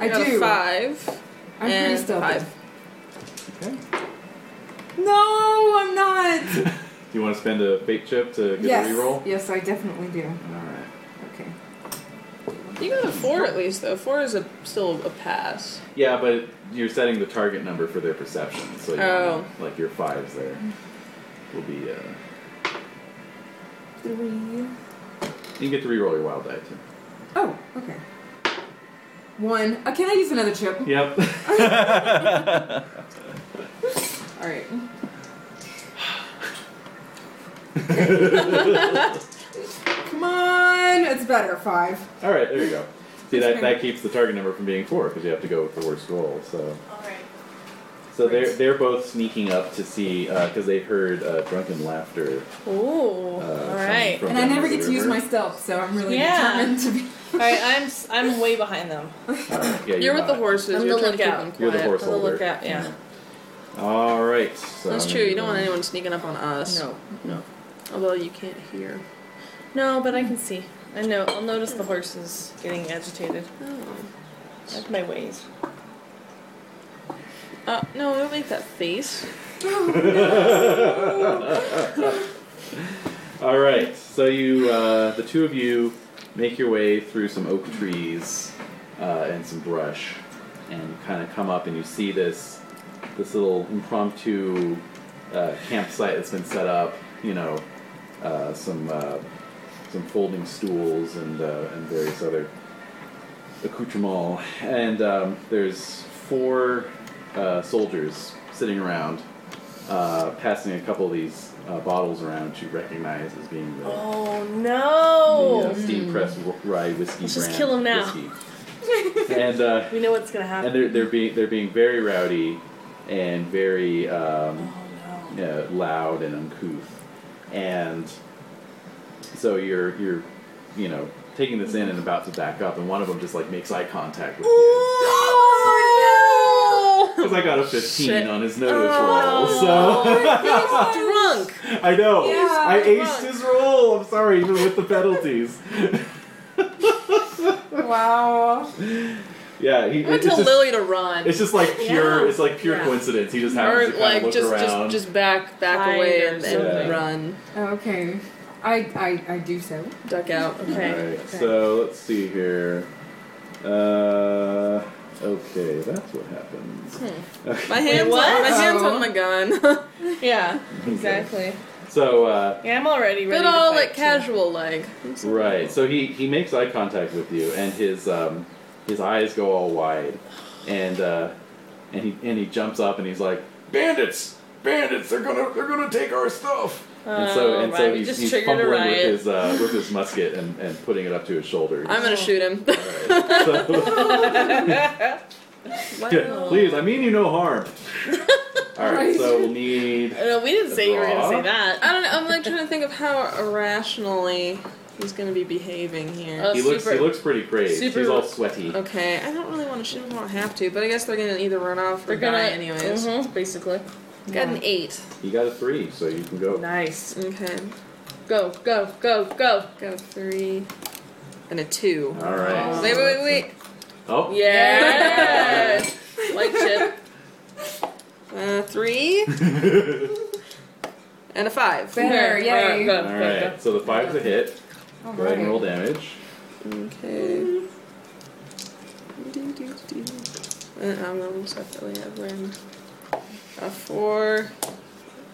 S4: I
S5: I
S4: got
S5: do.
S4: a five.
S5: I'm pretty
S4: and
S5: stealthy.
S4: five.
S3: Okay.
S5: No, I'm not.
S3: Do you want to spend a fate chip to get
S5: yes.
S3: a reroll?
S5: Yes, I definitely do.
S3: Alright.
S5: Okay.
S4: You got a four at least though. Four is a still a pass.
S3: Yeah, but you're setting the target number for their perception, so you
S4: Oh.
S3: wanna- like your fives there will be. Uh,
S5: Three.
S3: you get to reroll your wild die too.
S5: Oh, okay. One. Uh, can I use another chip?
S3: Yep.
S5: All right. Come on, it's better. Five.
S3: All right, there you go. See that,
S5: Okay.
S3: that keeps the target number from being four because you have to go with the worst roll. So,
S2: Alright.
S3: so they're they're both sneaking up to see because they heard uh, drunken laughter.
S2: Ooh.
S3: Uh,
S2: Alright.
S3: from- Uh, from
S5: and I
S3: down
S5: never
S3: the
S5: get to use
S3: river.
S5: my stealth, so I'm really
S2: Yeah.
S5: determined to be.
S2: Alright, I'm, s- I'm way behind them.
S3: All right, yeah, you're,
S4: You're, with the
S3: not.
S4: horses.
S2: I'm
S4: you're
S2: the
S4: trying to keep
S2: lookout.
S4: them quiet.
S3: You're the horse
S2: On the
S3: holder.
S2: lookout, yeah.
S3: All right. So
S4: That's
S3: I'm
S4: true.
S3: gonna
S4: You don't want
S3: go-
S4: anyone sneaking up on us.
S2: No.
S4: Although you can't hear.
S2: No, but I can see. I know. I'll notice the horses getting agitated.
S4: Oh.
S2: That's my ways.
S4: Uh, no, don't make that face.
S3: All right. So you, uh, the two of you, make your way through some oak trees uh, and some brush, and kind of come up, and you see this this little impromptu uh, campsite that's been set up. You know, uh, some uh, some folding stools and uh, and various other accoutrements. And um, there's four uh, soldiers sitting around, uh, passing a couple of these uh, bottles around to recognize as being the,
S2: Oh
S3: the
S2: no!
S3: uh, steam pressed wh- rye whiskey
S2: Oh. Let's just
S3: brand.
S2: kill 'em now.
S3: whiskey. and uh,
S2: We know what's gonna happen.
S3: and they're they're being they're being very rowdy and very um, uh, loud and uncouth, and so you're you're you know taking this in and about to back up, and one of them just like makes eye contact with you.
S2: Oh,
S3: Because I got a 15
S4: Shit.
S3: on his notice roll, so
S4: Oh, Drunk.
S3: I know
S5: Yeah.
S3: I aced his roll. I'm sorry, even with the penalties.
S5: Wow.
S3: Yeah, he,
S4: I'm gonna
S3: it's,
S4: tell
S3: just,
S4: Lily to run.
S3: it's just like pure.
S2: Yeah.
S3: It's like pure
S2: Yeah.
S3: coincidence. He just happens
S4: Or
S3: to kind
S4: like
S3: of look
S4: just
S3: around.
S4: just just back back
S2: Hide
S4: away
S2: or
S4: and,
S3: something.
S4: and run.
S5: Oh, Okay. I I I do so.
S4: Duck out.
S2: Okay.
S3: Alright, so let's see here. Uh, okay, that's what happens.
S4: Hmm. My hands
S2: what?
S4: on my hands
S5: Oh.
S4: on my gun.
S2: Yeah, exactly.
S3: So, uh,
S2: Yeah, I'm already ready.
S4: but
S2: to
S4: all
S2: fight,
S4: like casual like.
S3: right, so he, he makes eye contact with you, and his um, his eyes go all wide, and uh, and he and he jumps up and he's like, "Bandits! Bandits! They're gonna they're gonna take our stuff!" and so
S2: Oh,
S3: and
S2: right,
S3: so
S2: we
S3: he's,
S2: just
S3: he's
S2: triggered a
S3: fumbling with
S2: riot.
S3: his uh, with his musket and, and putting it up to his shoulder.
S4: I'm
S2: Oh.
S4: gonna shoot him.
S3: So-
S4: Wow.
S3: Please, I mean you no harm. All right, so we'll need.
S2: so- No, we didn't say you were gonna say that.
S4: I don't know, I'm like trying to think of how irrationally he's gonna be behaving here.
S2: Oh,
S3: He looks, he
S2: super-
S3: looks pretty crazed.
S2: super-
S3: He's all sweaty.
S4: Okay, I don't really want to shoot him. I don't have to, but I guess they're gonna either run off or
S2: We're gonna,
S4: die anyways.
S2: Mhm, basically.
S4: Got an eight.
S3: You got a three, so you can go.
S2: Nice.
S4: Okay,
S2: Go, go, go, go.
S4: got a three and a two.
S3: All right.
S4: Wait, wait, wait,
S3: Oh,
S4: wait. Yeah.
S2: Yes. Like chip.
S4: uh, three and a five.
S5: Better.
S2: Alright,
S5: Yay.
S2: go,
S3: All
S2: go,
S3: right. So the five's a hit.
S5: All
S3: Go ahead and roll
S5: right.
S3: damage.
S4: Okay. Do, do, do. Uh, I'm gonna roll separately. I've learned a four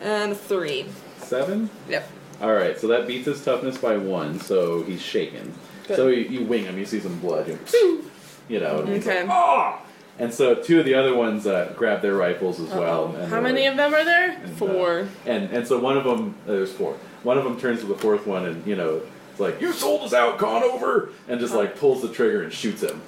S4: and a three.
S3: Seven.
S4: Yep.
S3: All right. So that beats his toughness by one. So he's shaken. So you, you wing him. You see some blood. You, you know. and he's like,
S4: Okay.
S3: "Ah!" And so two of the other ones uh, grabbed their rifles as well.
S8: Uh-oh.
S3: And
S8: How
S3: they
S8: many
S3: were-
S8: of them are there?
S3: and, uh,
S4: Four.
S3: and and so one of them, uh, there's four. One of them turns to the fourth one and you know, it's like you sold us out, Conover, and just like pulls the trigger and shoots him,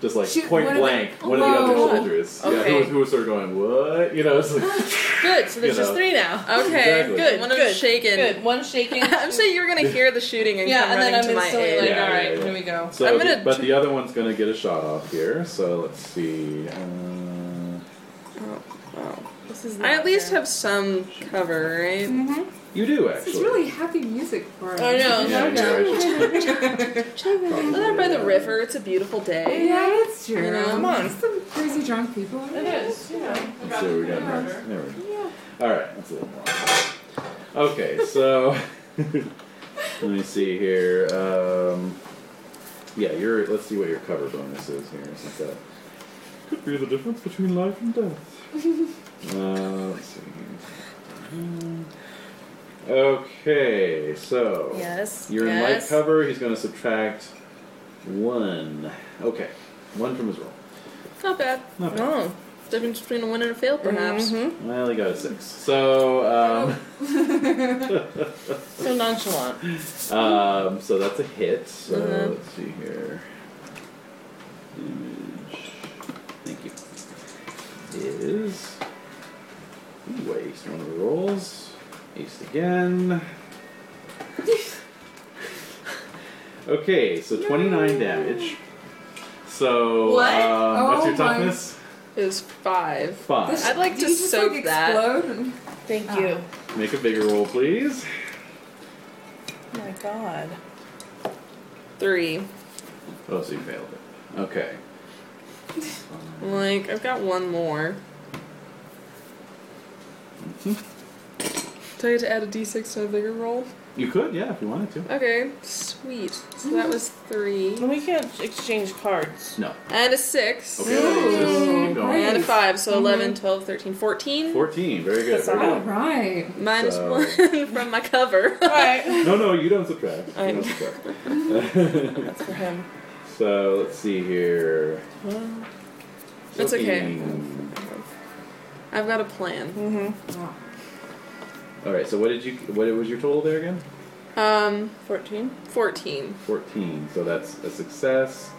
S3: just like
S5: Shoot
S3: point
S5: one of the-
S3: blank, one of the other
S5: Whoa.
S3: soldiers. Yeah,
S4: Okay.
S3: who, was- who was sort of going what? You know, it's like
S8: Good. So there's
S3: You
S8: just
S3: know.
S8: three now.
S4: Okay,
S3: Exactly.
S4: good. One of
S2: good,
S4: them's shaken.
S2: Good. One shaking.
S4: I'm saying you were gonna hear the shooting and
S2: yeah,
S4: come
S2: and then
S4: running
S2: I'm
S4: to my
S2: instantly
S4: aid.
S2: like,
S3: Yeah,
S2: all right,
S3: yeah, yeah.
S2: here we go.
S3: so.
S4: I'm gonna-
S3: but the other one's gonna get a shot off here. So let's see. Uh,
S2: This is
S4: I
S2: not
S4: at least
S2: fair.
S4: have some cover, right?
S5: Mm-hmm.
S3: you do actually.
S5: This is really happy music for us.
S2: I know. no,
S3: yeah, yeah,
S2: no.
S3: I should- probably,
S4: Well, they're by the
S3: yeah.
S4: river. It's a beautiful day.
S5: Yeah, that's true.
S4: You know, come
S2: on.
S5: Some crazy drunk people.
S2: It is. Yeah.
S3: Let's see what we got next. There we go. Alright, that's a little more. Okay, so let me see here. Um, yeah, your let's see what your cover bonus is here. Since that could be the difference between life and death. uh, let's see here. Okay, so
S2: Yes.
S3: you're in light
S2: yes.
S3: cover, he's gonna subtract one. Okay. One from his roll.
S4: Not bad.
S3: Not bad.
S2: Oh,
S4: No. Difference between a win and a fail, perhaps.
S2: Mm-hmm.
S3: Well, he got a six. So,
S2: So nonchalant.
S3: um, um, so that's a hit. So
S5: Mm-hmm.
S3: let's see here. Damage. Thank you. Is ooh, waste one of the rolls. Ace again. okay, so twenty nine damage. So
S5: What?
S3: Um, what's
S5: Oh
S3: your
S5: my-
S3: toughness?
S4: Is five.
S3: Five.
S4: I'd like
S5: Did
S4: to
S5: you just
S4: soak
S5: like
S4: that.
S5: explode and
S2: Thank
S5: Ah.
S2: you.
S3: Make a bigger roll, please.
S2: Oh my god.
S4: Three.
S3: Oh, so you failed it. Okay.
S4: I'm like, I've got one more. Do I get to add a d6 to a bigger roll?
S3: You could, yeah, if you wanted to.
S4: Okay, sweet. So that was three.
S2: We can't exchange cards.
S3: No.
S4: And a six.
S3: Okay, let's just keep going.
S4: And a five. So 11,
S2: Mm-hmm.
S4: 12, 13, 14.
S3: 14, very good.
S2: That's
S3: very
S5: All
S3: good.
S5: right.
S4: Minus
S3: So-
S4: one from my cover.
S2: All right.
S3: No, no, you don't subtract.
S4: I-
S3: You don't subtract.
S2: That's for him.
S3: so let's see here.
S4: It's okay.
S3: Looking-
S4: I've got a plan.
S3: All right. So what did you? What was your total there again?
S4: Um,
S2: Fourteen.
S4: 14.
S3: 14. So that's a success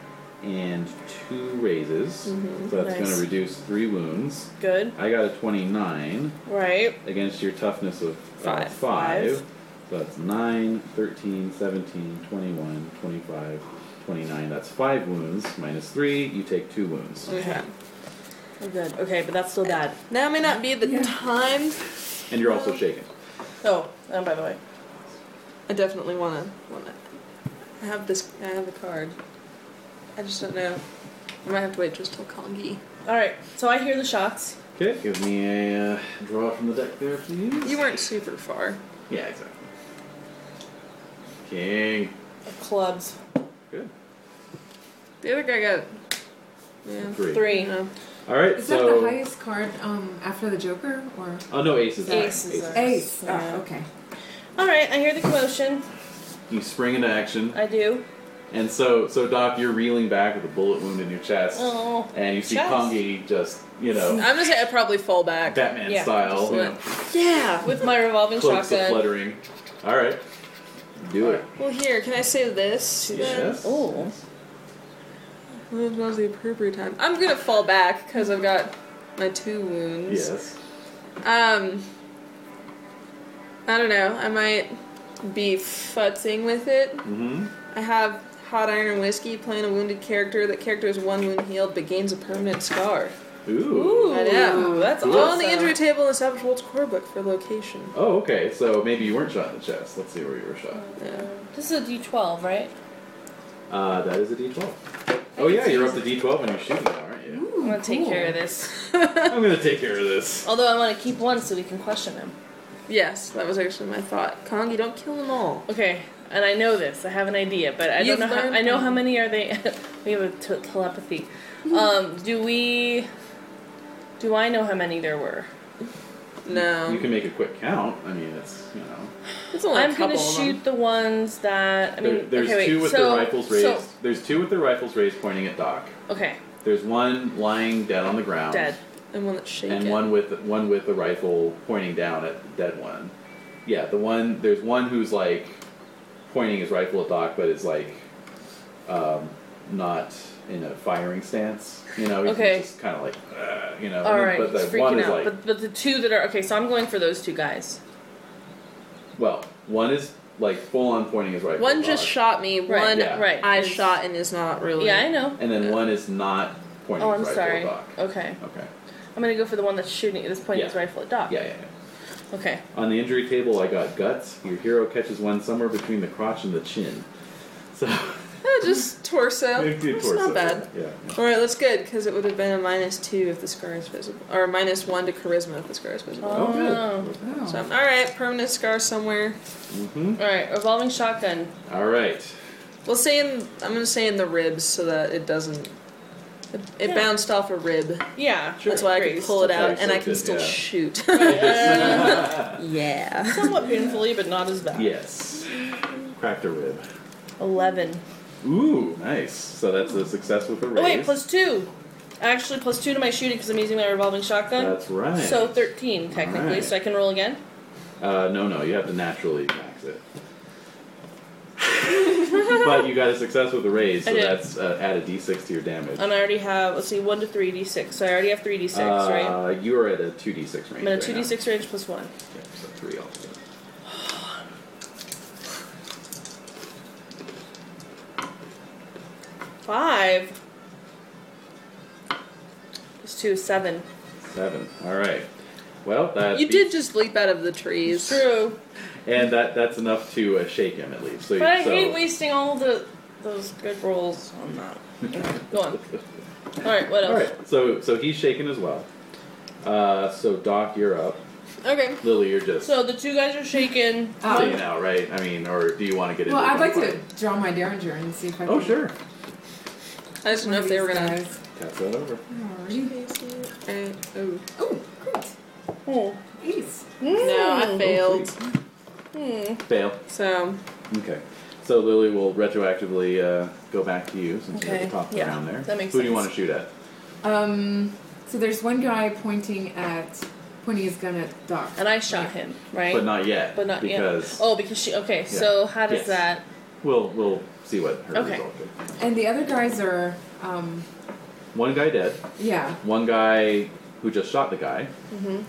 S3: and two raises. So that's going
S2: Mm-hmm. Nice.
S3: to reduce three wounds.
S2: Good.
S3: I got a 29
S2: Right.
S3: against your toughness of uh,
S4: Five.
S3: five.
S2: Five.
S3: So that's 9, 13, 17, 21, 25, 29. That's 5 wounds. Minus 3, you take 2 wounds.
S4: Okay.
S2: We're good. Okay, but that's still bad.
S4: Now may not be the
S5: Yeah.
S4: time.
S3: And you're also shaken.
S2: Oh, and by the way,
S4: I definitely wanna wanna. I have this. I have the card. I just don't know. I might have to wait just till Kongi.
S2: all right. So I hear the shots.
S3: Okay, give me a uh, draw from the deck there, please.
S4: You weren't super far.
S3: yeah, exactly. King.
S2: of Clubs.
S3: Good.
S4: The other guy got. Yeah.
S3: Three.
S4: You
S2: Three.
S4: know.
S3: All right,
S5: Is that
S3: so.
S5: the highest card um, after the Joker or
S3: Oh, no, aces.
S2: Ace is ours.
S3: Ah.
S5: Ace?
S2: Yeah.
S5: Oh, okay.
S2: All right. I hear the commotion.
S3: You spring into action.
S2: I do.
S3: And so, so Doc, you're reeling back with a bullet wound in your chest,
S2: Oh,
S3: and you see
S2: chest.
S3: Kongi just, you know,
S4: I'm gonna say I probably fall back.
S3: Batman
S2: Yeah,
S3: style, you know,
S2: Yeah, with my revolving
S3: cloaks are
S2: shotgun.
S3: fluttering. All right, do it.
S4: Well, here, can I say this? then?
S3: Yes.
S2: Oh.
S4: Well, Now's the appropriate time. I'm gonna fall back because I've got my two wounds.
S3: Yes.
S4: Um. I don't know. I might be futzing with it.
S3: Mm-hmm.
S4: I have hot iron and whiskey playing a wounded character. That character is one wound healed but gains a permanent scar.
S3: Ooh.
S4: I know.
S2: Ooh, that's
S4: On the
S2: awesome.
S4: injury table in the Savage World's core book for location.
S3: Oh, okay. So maybe you weren't shot in the chest. Let's see where you were shot.
S4: Yeah.
S2: This is a D12, right?
S3: Uh, that is a D12. Oh yeah, you're up to D12 and you're shooting, now, aren't you?
S2: I'm gonna take care of this.
S3: I'm gonna take care of this.
S2: Although I want to keep one so we can question him.
S4: Yes, that was actually my thought. Kong, you don't kill them all.
S2: Okay, and I know this. I have an idea, but I
S4: You've
S2: don't know. How,
S4: learned
S2: I know how
S4: them.
S2: many are they. we have a t- telepathy. Um, do we? Do I know how many there were?
S4: No.
S3: You can make a quick count. I mean, it's you know.
S4: It's only Oh, a
S2: I'm gonna
S4: couple of them.
S2: shoot the ones that. I mean,
S3: there, there's
S2: okay, wait.
S3: two with
S2: so,
S3: their rifles raised.
S2: So,
S3: there's two with their rifles raised, pointing at Doc.
S2: okay,
S3: There's one lying dead on the ground.
S4: Dead. And one that's shaken.
S3: and one with one with the rifle pointing down at the dead one. Yeah, the one there's one who's like pointing his rifle at Doc, but it's like um, not in a firing stance. You know, he's
S8: Okay.
S3: just kind of like "Ugh," you know.
S8: All right,
S3: Um, but
S8: he's
S3: the one
S8: freaking
S3: is
S8: out.
S3: like
S8: but, but the two that are okay, so I'm going for those two guys.
S3: well, one is like full on pointing his rifle.
S4: One
S3: at
S4: just
S3: Doc,
S4: shot me.
S8: Right,
S4: One
S3: yeah.
S8: right.
S4: I
S8: Is-
S4: shot and is not really.
S8: Yeah, I know.
S3: and then one is not pointing
S8: Oh,
S3: his
S8: I'm
S3: rifle
S8: sorry. Oh.
S3: at Doc.
S8: Okay,
S3: Okay.
S8: I'm gonna go for the one that's shooting. That's pointing his
S3: Yeah.
S8: rifle at Doc.
S3: Yeah, yeah, yeah.
S8: Okay.
S3: On the injury table, I got guts. Your hero catches one somewhere between the crotch and the chin. So.
S4: Eh, just torso.
S3: Maybe two
S4: It's
S3: torso.
S4: not bad.
S3: Yeah. yeah.
S4: All right, that's good because it would have been a minus two if the scar is visible, or minus one to charisma if the scar is visible.
S3: Oh, good.
S5: Oh.
S4: So, all right, permanent scar somewhere.
S3: Mm-hmm.
S8: All right, revolving shotgun.
S3: All right.
S4: We'll say in. I'm gonna say in the ribs so that it doesn't. It, it
S8: Yeah.
S4: bounced off a rib.
S8: Yeah,
S4: That's why I
S8: great.
S4: can pull it
S3: That's how
S4: out
S3: you
S4: and I
S3: saved
S4: can
S3: it,
S4: still
S3: yeah.
S4: shoot. yeah.
S2: Somewhat painfully, but not as bad.
S3: Yes. Cracked a rib.
S8: Eleven.
S3: Ooh, nice. So that's a success with a raise.
S2: Oh wait, plus two. Actually, plus two to my shooting because I'm using my revolving shotgun.
S3: That's right.
S2: So thirteen technically.
S3: Alright.
S2: So I can roll again.
S3: Uh, no, no, you have to naturally max it. but you got a success with a raise, so
S2: I did.
S3: that's uh, add a d6 to your damage.
S2: And I already have let's see, one to three d six. So I already have three d six, right?
S3: uh, You are at a 2d6 range.
S2: I'm in a
S3: right
S2: two d
S3: now.
S2: six range plus one.
S3: Yeah, so three also.
S2: Five. Plus two is seven.
S3: Seven. All right. Well, that
S4: You
S3: beats-
S4: did just leap out of the trees.
S2: True.
S3: and that that's enough to uh, shake him at least. So,
S2: But I
S3: so
S2: hate wasting all the those good rolls on that. Okay, Go on. All right. What
S3: All
S2: else?
S3: right, so so he's shaken as well. Uh, so Doc, you're up.
S2: Okay.
S3: Lily, you're just
S2: So the two guys are shaken.
S5: Um,
S3: staying out, right? I mean, or do you want to get into?
S5: well,
S3: a
S5: I'd like
S3: gunfight?
S5: to draw my Derringer and see if I can.
S3: Oh sure,
S4: I just didn't know if they were gonna.
S5: Guys.
S3: pass that over.
S5: Alrighty.
S4: Eh, oh.
S5: Oh, great.
S2: Oh. Mm.
S5: Ace.
S4: No, I failed.
S3: Fail.
S4: So
S3: Okay. So Lily will retroactively uh, go back to you since you're
S2: Okay,
S3: at the top
S2: yeah,
S3: around there.
S2: that makes
S3: Who do you
S2: sense.
S3: want to shoot at?
S5: Um, so there's one guy pointing at, pointing his gun at Doc.
S2: And I shot him, right?
S3: But not yet.
S2: But not yet.
S3: because
S2: Oh, because she. Okay, so how does
S3: Yes.
S2: that?
S3: we'll we'll see what her
S2: Okay.
S3: result is.
S5: And the other guys are, um,
S3: One guy dead.
S5: yeah.
S3: One guy who just shot the guy.
S2: Mm-hmm.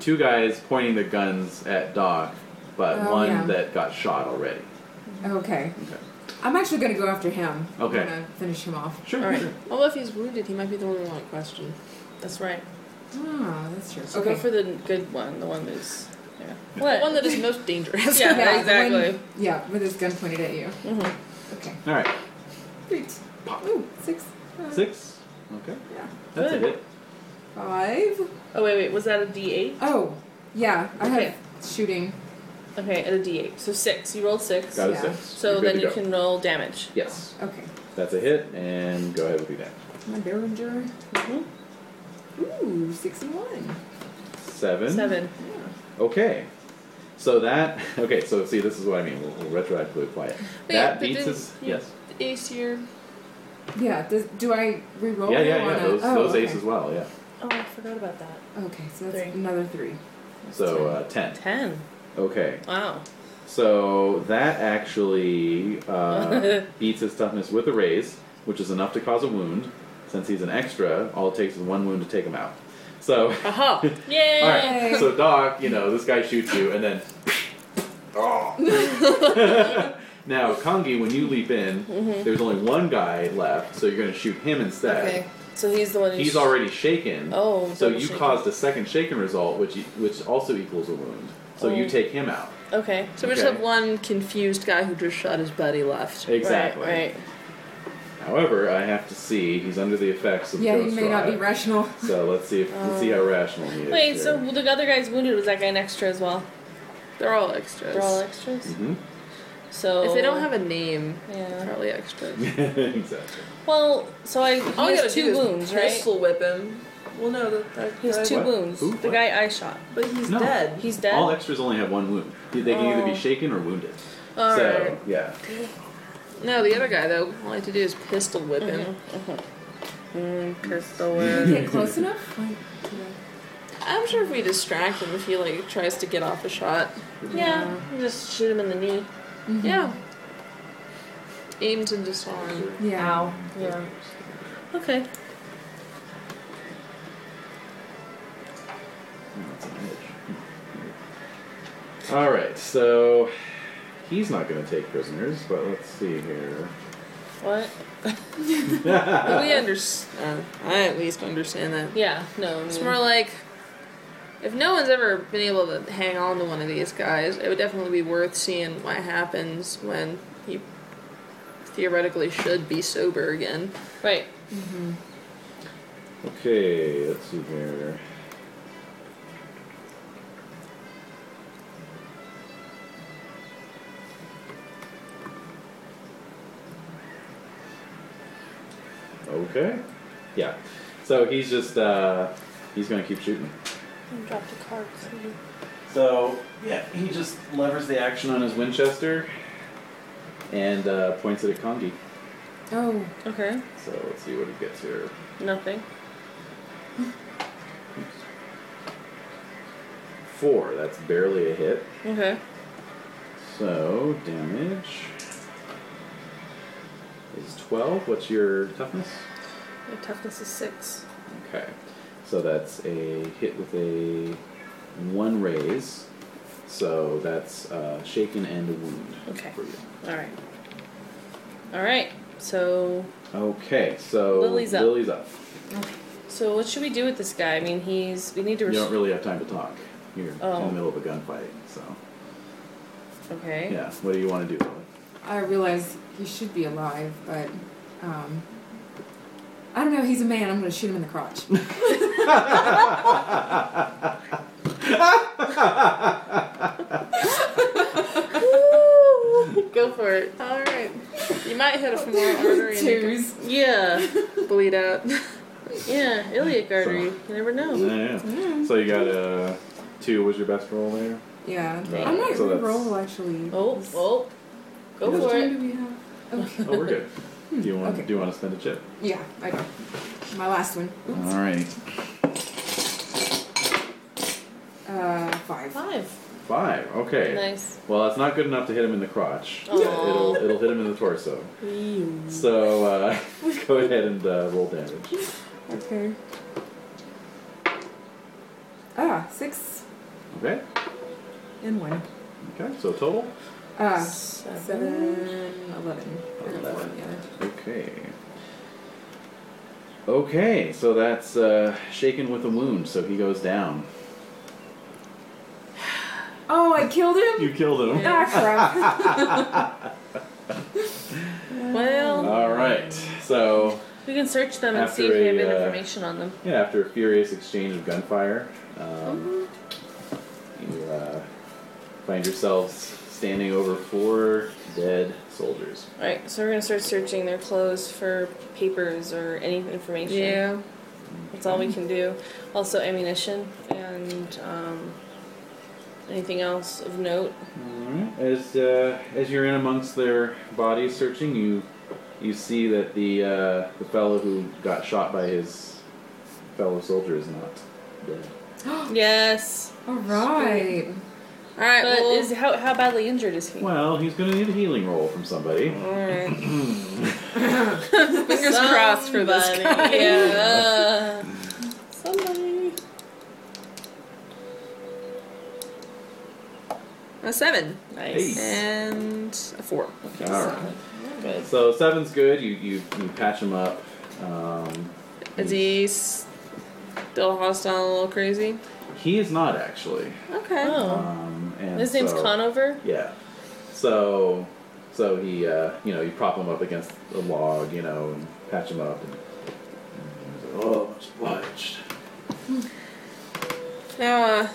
S3: Two guys pointing their guns at Doc, but
S5: Oh,
S3: one
S5: yeah.
S3: that got shot already.
S5: Okay.
S3: Okay.
S5: I'm actually gonna go after him.
S3: Okay.
S5: I'm gonna finish him off.
S3: Sure.
S4: All right.
S3: sure.
S2: oh,
S4: Although if he's wounded, he might be the one we want to question.
S2: That's right.
S5: Ah, that's true.
S2: So
S5: okay.
S2: go for the good one, the one that's. Yeah.
S4: The
S2: What?
S4: one that is most dangerous.
S2: Yeah.
S5: the
S2: exactly. Mm-hmm.
S5: one- yeah, with his gun pointed at you. Okay.
S3: All right.
S5: Great.
S3: Pop.
S5: Ooh, six. uh,
S3: Six. Okay.
S5: Yeah.
S3: That's a
S2: Good.
S3: hit.
S5: Five.
S2: Oh wait, wait. Was that a D eight?
S5: Oh, yeah. I
S2: Okay.
S5: have shooting.
S2: Okay, at a D eight. So six. You rolled six.
S3: Got a
S5: Yeah.
S3: six.
S2: So
S3: You're good
S2: then
S3: to
S2: you
S3: go.
S2: can roll damage.
S3: Yes.
S5: Okay.
S3: That's a hit, and go ahead with your damage.
S5: My Derringer.
S2: Mhm.
S5: Ooh, sixty-one.
S3: Seven.
S2: Seven.
S3: Okay. So that. Okay. So see, this is what I mean. We'll, we'll retroactively apply it.
S4: Wait,
S3: that
S4: but
S3: beats
S4: didn't
S3: his.
S4: you-
S3: Yes.
S4: Ace your
S5: Yeah. Does, do I reroll?
S3: Yeah, yeah,
S5: or
S3: yeah.
S5: wanna-
S3: Those,
S5: oh,
S3: those
S5: okay.
S3: ace as well. Yeah.
S2: Oh, I forgot about that.
S5: Okay, so that's
S2: Three.
S5: another three.
S3: So uh, ten.
S2: Ten.
S3: Okay.
S2: Wow.
S3: So that actually uh, beats his toughness with a raise, which is enough to cause a wound. Since he's an extra, all it takes is one wound to take him out. So.
S4: aha.
S2: Yay!
S3: All right. So Doc, you know this guy shoots you, and then. Oh. now Kongi, when you leap in, there's only one guy left, so you're going to shoot him instead.
S2: Okay. So he's the one. who's-
S3: He's already shaken.
S2: Oh,
S3: So
S2: double
S3: you
S2: shaken.
S3: caused a second shaken result, which you, which also equals a wound. So you take him out.
S2: Okay.
S4: So we just
S3: Okay.
S4: have one confused guy who just shot his buddy left.
S3: Exactly.
S2: Right.
S3: However, I have to see he's under the effects of
S5: Yeah,
S3: Ghost
S5: you may not be
S3: Riot.
S5: rational.
S3: So let's see if let's see how rational he is.
S2: right. Wait.
S3: here.
S2: So the other guy's wounded. Was that guy an extra as well?
S4: They're all Oh. extras.
S2: They're all extras.
S3: Mhm.
S2: So
S4: If they don't have a name, they're
S2: Yeah.
S4: probably extras.
S3: exactly.
S2: Well, so I he
S4: All you gotta
S2: has two
S4: do
S2: wounds,
S4: is
S2: right?
S4: pistol whip him. Well, no, that, that
S2: He has two
S3: What?
S2: wounds.
S3: Who?
S2: The
S3: What?
S2: guy I shot.
S4: but he's
S3: No.
S4: dead.
S2: He's dead.
S3: All extras only have one wound. They can either
S2: Oh.
S3: be shaken or wounded.
S2: All
S3: so
S2: right.
S3: yeah.
S4: No, the other guy though, all I have to do is pistol whip him.
S2: Mm, crystal
S5: You
S2: ware.
S5: get close enough? Like, you know,
S4: I'm sure if we distract him, if he like tries to get off a shot,
S2: yeah, just shoot him in the knee.
S4: yeah. Aim to disarm.
S5: Yeah.
S2: Ow. Yeah. Okay.
S3: That's an edge. All right, so he's not going to take prisoners, but let's see here.
S2: What?
S4: But we understand. Uh, I at least understand that.
S2: Yeah. No. I
S4: It's
S2: mean-
S4: more like if no one's ever been able to hang on to one of these guys, it would definitely be worth seeing what happens when he theoretically should be sober again.
S2: right.
S3: Okay, let's see here. Okay. Yeah. So he's just uh he's gonna keep shooting.
S2: Dropped a card.
S3: So yeah, he just levers the action on his Winchester and uh, points it at Kongi.
S5: Oh,
S2: Okay.
S3: So let's see what he gets here.
S2: Nothing.
S3: Four. That's barely a hit.
S2: Okay.
S3: So damage is twelve. What's your toughness?
S2: My toughness is six.
S3: Okay. So that's a hit with a one raise. So that's uh, shaken and a wound.
S2: Okay.
S3: For you.
S2: All right. All right. So,
S3: Okay. So
S2: Lily's up.
S3: Lily's up.
S2: so what should we do with this guy? I mean, he's. We need to.
S3: You
S2: Res-
S3: don't really have time to talk. You're in
S2: Oh.
S3: the middle of a gunfight, so
S2: okay.
S3: yeah. What do you want to do? Lily?
S5: I realize he should be alive, but um, I don't know. He's a man. I'm going to shoot him in the crotch.
S4: Go for it. All right. You might hit a femoral artery and you
S5: Twos.
S2: Yeah.
S4: could bleed out.
S2: Yeah. Iliac artery. You never know.
S3: Yeah, yeah. So you got a two. Was your best roll there?
S5: Yeah.
S3: Right.
S5: I'm not
S3: So that's-
S5: going to roll actually.
S2: Oh. Oh. Go
S5: How much
S2: for
S5: time
S2: it.
S5: do we have? Okay.
S3: Oh, we're good. do you want?
S5: okay.
S3: Do you want to spend a chip?
S5: Yeah, I go. My last one. Oops.
S3: All right. Uh-huh.
S5: Uh, five.
S2: Five.
S3: Five. Okay.
S2: Nice.
S3: Well, that's not good enough to hit him in the crotch. but
S2: Aw.
S3: It'll it'll hit him in the torso. So uh, go ahead and uh, roll damage.
S5: Okay. Ah, six
S3: Okay.
S5: and one.
S3: Okay. So total.
S5: Ah,
S2: Seven.
S5: seven, eleven.
S3: Eleven.
S5: Yeah.
S3: Okay. Okay. So that's uh, shaken with a wound. So he goes down.
S5: Oh, I killed him?
S3: You killed him.
S5: Ah, crap.
S2: Well,
S3: All right. So
S2: we can search them and see if
S3: After
S2: we have
S3: a,
S2: any
S3: uh,
S2: information on them.
S3: Yeah, after a furious exchange of gunfire, um, you uh, find yourselves standing over four dead soldiers.
S2: All right. So we're gonna start searching their clothes for papers or any information.
S4: yeah.
S2: That's all we can do. Also ammunition and um, anything else of note.
S3: Alright. As, uh, as you're in amongst their bodies searching, you you see that the, uh, the fellow who got shot by his fellow soldier is not dead.
S2: Yes.
S5: All right.
S4: All right.
S2: But
S4: well,
S2: is how how badly injured is he?
S3: Well, he's going to need a healing roll from somebody.
S4: all right. Fingers crossed for this
S2: Somebody.
S4: guy.
S2: Yeah. Somebody.
S4: A seven
S2: Nice.
S3: Hey.
S4: and a four.
S3: All right.
S2: Good.
S3: So seven's good. You, you, you patch him up. Um,
S4: Is he still hostile, and a little crazy?
S3: he is not actually.
S4: Okay.
S2: Oh.
S3: Um, and
S2: His name's
S3: so-
S2: Conover.
S3: Yeah. So, so he, uh, you know, you prop him up against a log, you know, and patch him up. And, and he's like, oh, much obliged.
S4: Now, uh,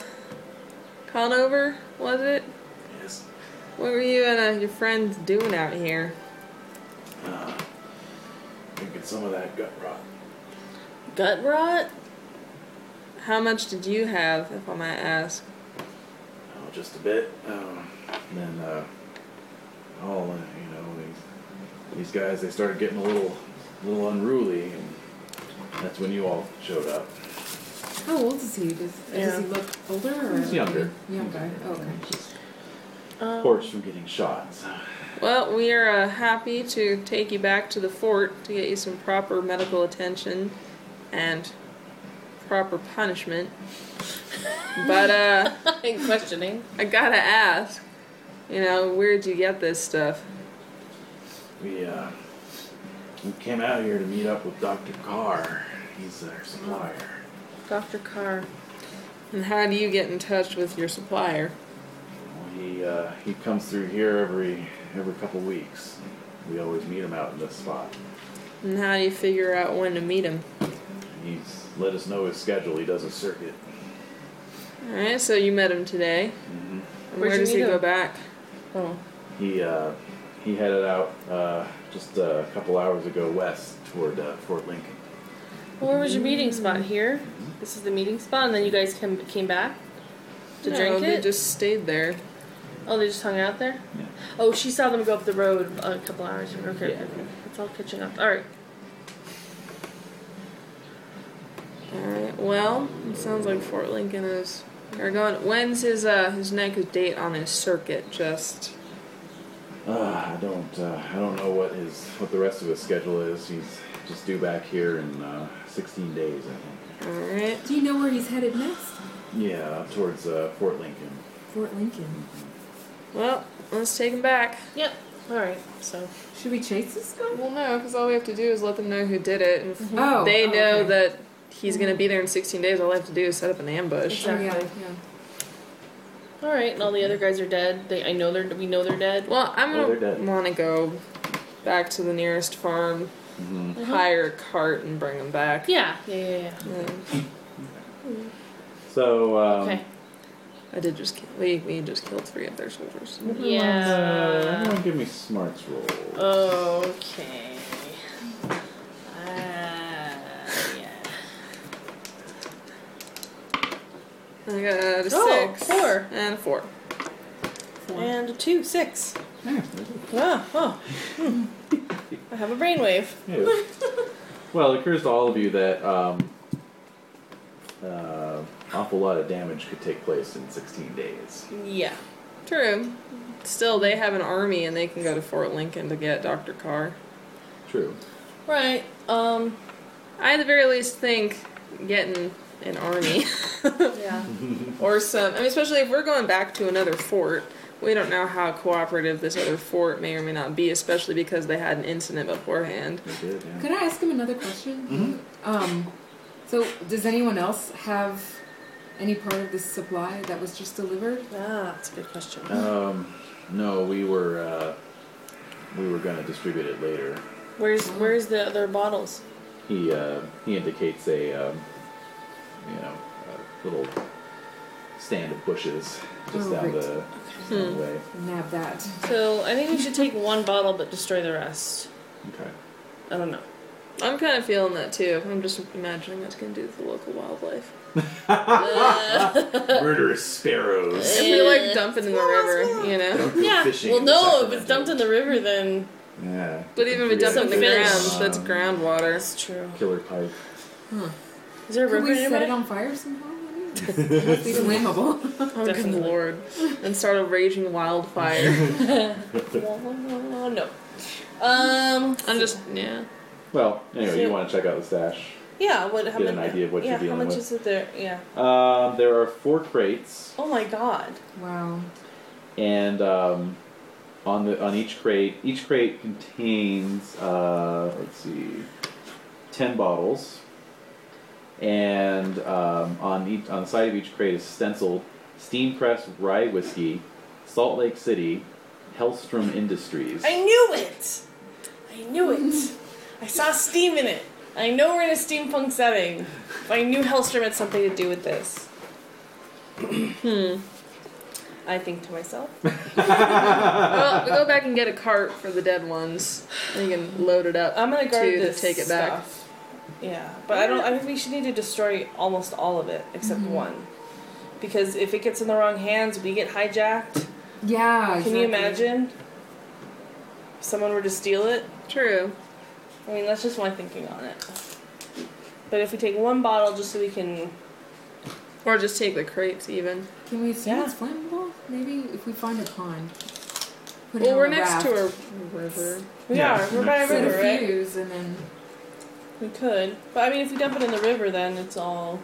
S4: Conover, was it?
S3: Yes.
S4: What were you and uh, your friends doing out here?
S3: Uh, drinking some of that gut rot.
S2: Gut rot.
S4: How much did you have, if I might ask?
S7: Oh, just a bit. Um, and then, uh, all, uh, you know, these, these guys, they started getting a little, little unruly, and
S3: That's when you all showed up.
S5: How old is he? Does, does
S9: Yeah.
S5: he look older or
S10: He's younger.
S5: Younger. Oh, Okay.
S3: He's just Horse from getting shot. so.
S4: Well, we are uh, happy to take you back to the fort to get you some proper medical attention and proper punishment. but uh,
S9: Ain't questioning.
S4: I gotta ask, you know, where'd you get this stuff?
S3: We uh, we came out here to meet up with Doctor Carr. He's our supplier.
S4: Dr. Carr. And how do you get in touch with your supplier?
S3: He uh, he comes through here every every couple weeks. We always meet him out in this spot.
S4: And how do you figure out when to meet him?
S3: He's let us know his schedule. He does a circuit.
S4: Alright, so you met him today. And
S9: Where'd
S4: where
S9: you
S4: does
S9: meet
S4: he go
S9: him?
S4: back?
S9: Oh.
S3: He uh, he headed out uh, just a couple hours ago west toward uh, Fort Lincoln.
S2: Well, where was your meeting spot? Here? This is the meeting spot, and then you guys came, came back to
S4: no,
S2: drink
S4: they
S2: it?
S4: just stayed there.
S2: oh, they just hung out there?
S3: Yeah.
S2: Oh, she saw them go up the road a couple hours ago. Okay, okay, okay. It's all catching up. Alright.
S4: Alright, well, it sounds like Fort Lincoln is are going when's his uh his next date on his circuit just
S3: Uh, I don't uh, I don't know what his what the rest of his schedule is. He's just due back here in uh, 16 days, I think.
S4: alright.
S5: Do you know where he's headed next?
S3: Yeah, up towards uh, Fort Lincoln.
S5: Fort Lincoln.
S4: Well, let's take him back.
S2: Yep. Alright, so.
S5: Should we chase this guy?
S4: Well no, because all we have to do is let them know who did it and if
S5: Oh,
S4: they
S5: oh,
S4: know
S5: okay.
S4: that he's gonna be there in sixteen days, all I have to do is set up an ambush.
S5: Oh, yeah,
S2: Exactly.
S5: yeah.
S2: Alright, and all the other guys are dead. They, I know they're, we know they're dead.
S4: Well, I'm
S3: Oh, they're
S4: gonna
S3: dead.
S4: wanna go back to the nearest farm, hire a cart and bring him back.
S2: Yeah, yeah, yeah, yeah.
S4: Yeah.
S3: So um,
S2: Okay.
S4: I did just kill we we just killed three of their soldiers.
S3: uh,
S2: Yeah.
S3: everyone give me smarts roll.
S5: Oh.
S2: Okay. Uh, yeah.
S4: I got a
S9: Oh,
S4: six.
S9: four.
S4: And a four.
S9: And a two, six.
S3: Yeah,
S9: Ah, oh. Hmm. I have a brainwave.
S3: yeah. well, it occurs to all of you that um, uh, awful lot of damage could take place in 16 days.
S4: Yeah. True. Still, they have an army and they can go to Fort Lincoln to get Dr. Carr.
S3: True.
S9: Right. Um.
S4: I, at the very least, think getting an army
S9: Yeah.
S4: or some. I mean, especially if we're going back to another fort, we don't know how cooperative this other fort may or may not be, especially because they had an incident beforehand.
S3: They did, yeah.
S5: Could I ask him another question? Um, so does anyone else have any part of this supply that was just delivered?
S9: Ah, that's a good question.
S3: Um, no, we were uh, we were going to distribute it later.
S2: Where's where's the other bottles?
S3: He uh, he indicates a um, you know a little stand of bushes just
S5: Oh,
S3: down
S5: great. Hmm.
S3: the, down the way.
S5: Nab that.
S2: So I think we should take one bottle but destroy the rest.
S3: Okay.
S2: I don't know.
S4: I'm kind of feeling that too. I'm just imagining that's going to do to the local wildlife.
S2: Uh,
S3: Murderous sparrows.
S4: If we like dump it in the river, you know?
S3: Don't go
S2: Yeah.
S3: fishing
S2: Well,
S3: in
S2: no. If
S3: Sacramento.
S2: it's dumped in the river, then
S3: Yeah.
S4: But even if it doesn't in the
S2: Some fish.
S4: ground, that's
S3: Um,
S4: groundwater.
S2: that's true.
S3: Uh, Killer pike.
S2: Is there a
S5: Could
S2: river
S5: we set it
S2: nearby?
S5: on fire somehow? It must be flammable.
S4: Oh, good
S2: Definitely.
S4: lord. And start a raging wildfire.
S2: Oh, no. Um.
S4: I'm just, yeah.
S3: Well, anyway, you
S2: So-
S3: want to check out the stash.
S2: Yeah. What? How
S3: Get an
S2: much?
S3: idea of what
S2: yeah.
S3: you're dealing
S2: how much
S3: with.
S2: is it there? Yeah.
S3: Um, there are four crates,
S2: Oh my God.
S5: wow.
S3: and um, on the on each crate, each crate contains uh, let's see, ten bottles, and um, on each on the side of each crate is stenciled steam pressed rye whiskey, Salt Lake City, Hellstrom Industries.
S2: I knew it. I knew it. I saw steam in it. I know we're in a steampunk setting, but I knew Hellstrom had something to do with this. hmm. I think to myself.
S4: Well, we go back and get a cart for the dead ones. And you can load it up.
S2: I'm gonna guard
S4: to
S2: this
S4: take it back.
S2: stuff. Yeah, but I don't. I think we should need to destroy almost all of it except
S4: Mm-hmm.
S2: one, because if it gets in the wrong hands, we get hijacked.
S5: Yeah.
S2: Can you imagine? If someone were to steal it.
S4: True.
S2: I mean, that's just my thinking on it. But if we take one bottle just so we can.
S4: Or just take the crates, even.
S5: Can we assume
S2: Yeah.
S5: it's flammable? Maybe if we find a pond. Put it
S4: Well,
S5: on
S4: we're
S5: a
S4: next
S5: raft,
S4: to a river.
S2: We
S3: Yeah,
S2: are. We're by a
S5: set a
S2: river, right?
S5: fuse, and then
S2: We could. But I mean, if we dump it in the river, then it's all.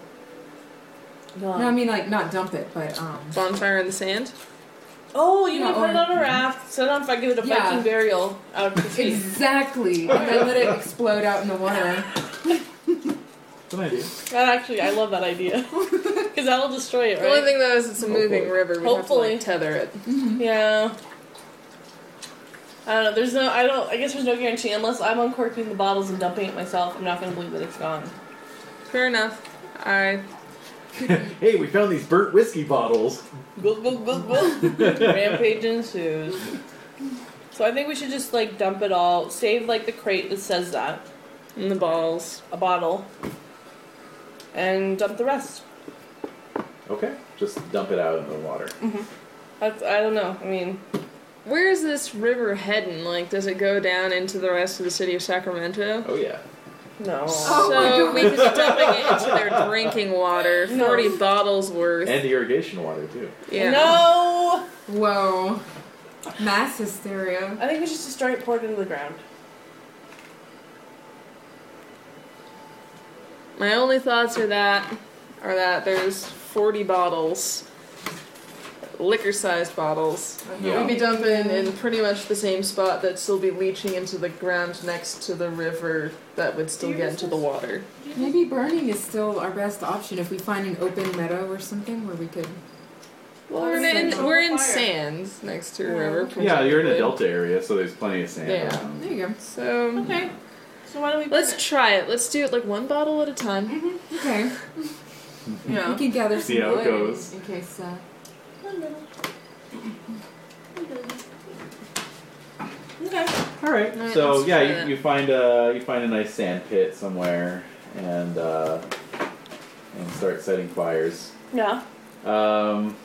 S2: Gone.
S5: no, I mean like not dump it, but um,
S4: Bonfire in the sand.
S2: oh, you
S5: No,
S2: mean put it
S5: or-
S2: on a raft, set it on fire, give it a
S5: Yeah.
S2: Viking burial out of the
S5: exactly, and then let it explode out in the water.
S3: Good idea.
S2: That actually, I love that idea. Because that'll destroy it,
S4: The only
S2: right?
S4: thing though is it's a moving
S3: Hopefully.
S4: river. We
S2: Hopefully.
S4: have to like tether it.
S2: Yeah. I don't know. There's no. I don't. I guess there's no guarantee unless I'm uncorking the bottles and dumping it myself. I'm not gonna believe that it's gone.
S4: Fair enough. I
S3: hey, we found these burnt whiskey bottles.
S2: Go go go go! Rampage ensues. So I think we should just like dump it all. Save like the crate that says that
S4: and the balls.
S2: a bottle, and dump the rest.
S3: Okay, just dump it out in the water.
S2: That's, I don't know. I mean,
S4: Where is this river heading? Like, does it go down into the rest of the city of Sacramento?
S3: Oh yeah.
S2: no.
S4: so we just dumping it into their drinking water, forty bottles worth.
S3: And irrigation water too.
S4: yeah.
S2: No.
S5: Whoa, mass hysteria.
S2: I think we should just destroy it, pour it into the ground.
S4: My only thoughts are that are that there's 40 bottles, liquor-sized bottles,
S3: Yeah.
S4: that would be dumping in pretty much the same spot that'd still be leaching into the ground next to the river that would still get into the water.
S5: Maybe burning is still our best option if we find an open meadow or something where we could.
S4: Well, we're in
S5: Central
S4: we're
S2: fire.
S4: in sands next to a river.
S3: Yeah, you're in a
S4: presumably.
S3: delta area, so there's plenty of sand.
S4: Yeah.
S3: around.
S5: There you go.
S4: So
S2: Okay. So why don't we? burn it?
S4: let's try it. Let's do it like one bottle at a time.
S5: Okay, we
S4: Yeah.
S5: can gather some
S3: See how it
S5: wood
S3: goes.
S5: in case. Uh,
S2: Okay.
S3: All right.
S4: All right,
S3: so
S4: let's try
S3: yeah,
S4: that.
S3: you, you find a you find a nice sand pit somewhere, and uh, and start setting fires.
S2: Yeah.
S3: Um,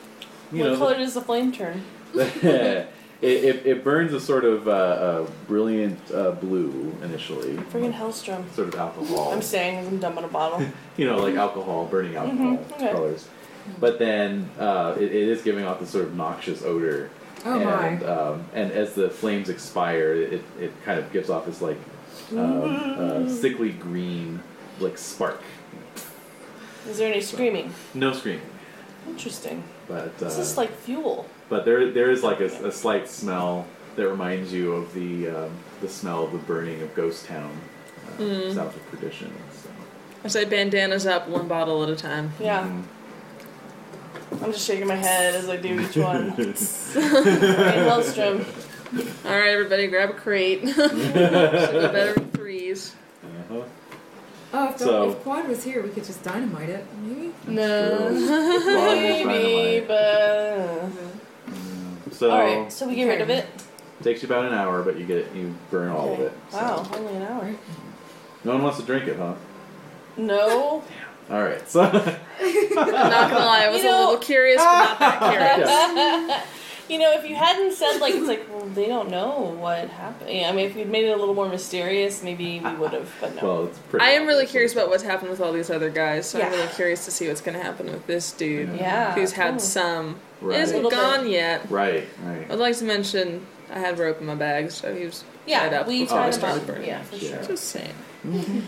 S3: you
S2: what
S3: know,
S2: color does the flame turn?
S3: it, it, it burns a sort of uh, uh, brilliant uh, blue initially,
S2: Friggin' Hellstrom.
S3: sort of alcohol.
S2: I'm saying 'cause I'm dumb on a bottle.
S3: you know, like alcohol, burning alcohol
S2: Mm-hmm. okay.
S3: colors. But then uh, it, it is giving off this sort of noxious odor.
S5: oh
S3: and,
S5: my!
S3: Um, and as the flames expire, it, it kind of gives off this like um, uh,
S2: Mm.
S3: sickly green like spark.
S2: Is there any screaming?
S3: No scream,
S2: Interesting.
S3: but
S2: This is
S3: uh,
S2: like fuel.
S3: but there there is like a, a slight smell that reminds you of the um, the smell of the burning of Ghost Town uh,
S2: Mm.
S3: south of Perdition. So.
S4: I say bandanas up, one bottle at a time.
S2: Yeah.
S3: Mhm.
S2: I'm just shaking my head as I do each one. Friggin' Hellstrom.
S4: All right, everybody, grab a crate. Should be better with threes.
S3: Uh-huh.
S5: Oh, if,
S3: so-
S5: if Quad was here, we could just dynamite it. Maybe.
S4: No.
S3: That's true. Log is
S2: Maybe,
S3: dynamite.
S2: but.
S3: So
S2: Alright, so we get rid of it.
S3: takes you about an hour, but you get you burn all of it. so.
S2: Wow, only an hour.
S3: No one wants to drink it, huh?
S2: No.
S3: All right. So
S4: I'm not gonna lie, I was
S2: You know-
S4: a little curious, but not that curious.
S2: You know, if you hadn't said, like, it's like, well, they don't know what happened. Yeah, I mean, if you'd made it a little more mysterious, maybe we would have, but no.
S3: Ah, well, it's pretty.
S4: I am really curious about what's happened with all these other guys, so
S2: Yeah.
S4: I'm really curious to see what's gonna happen with this dude
S2: yeah.
S4: who's had
S2: totally.
S4: some.
S3: Right.
S4: It isn't
S2: Little bit.
S4: gone yet.
S3: Right. Right.
S4: I'd like to mention I had rope in my bag, so he was tied
S2: Yeah,
S4: up.
S2: we tried
S4: before I
S3: always
S2: about
S4: started
S2: it.
S4: burning.
S2: Yeah, for
S3: Yeah.
S2: sure.
S4: Just saying.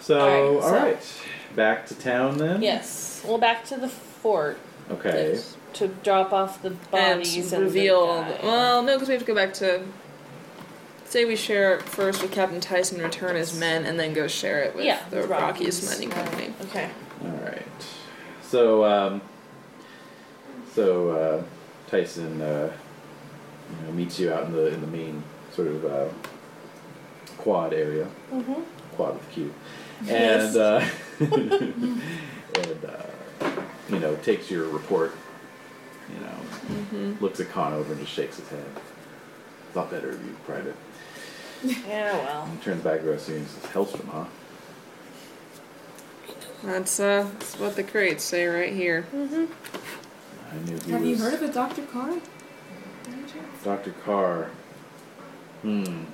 S3: So
S2: Alright,
S3: all
S2: so-
S3: right, back to town then.
S2: Yes. Well, back to the fort
S3: Okay.
S4: Yes.
S2: to drop off the bodies and,
S4: and reveal. all
S2: The
S4: the-
S2: guy.
S4: well, no, because we have to go back to. Say we share it first with Captain Tyson, return as men, and then go share it with
S2: Yeah,
S4: the
S2: with
S4: Rockies,
S2: Rockies,
S4: Mining Company.
S2: okay.
S3: All right. So um, so uh, Tyson uh, you know, meets you out in the in the main sort of uh, quad area.
S2: Mm-hmm.
S3: quad with Q.
S2: Yes.
S3: And, uh, and uh, you know, takes your report, you know,
S5: Mm-hmm.
S3: looks at Con over and just shakes his head. Thought better of you, Private.
S2: Yeah. Well.
S3: And turns back to us and says, Hellstrom, huh?
S4: That's uh, that's what the crates say right here.
S3: I knew he
S5: Have
S3: was
S5: you heard of a Dr. Carr?
S3: Dr. Carr. Hmm.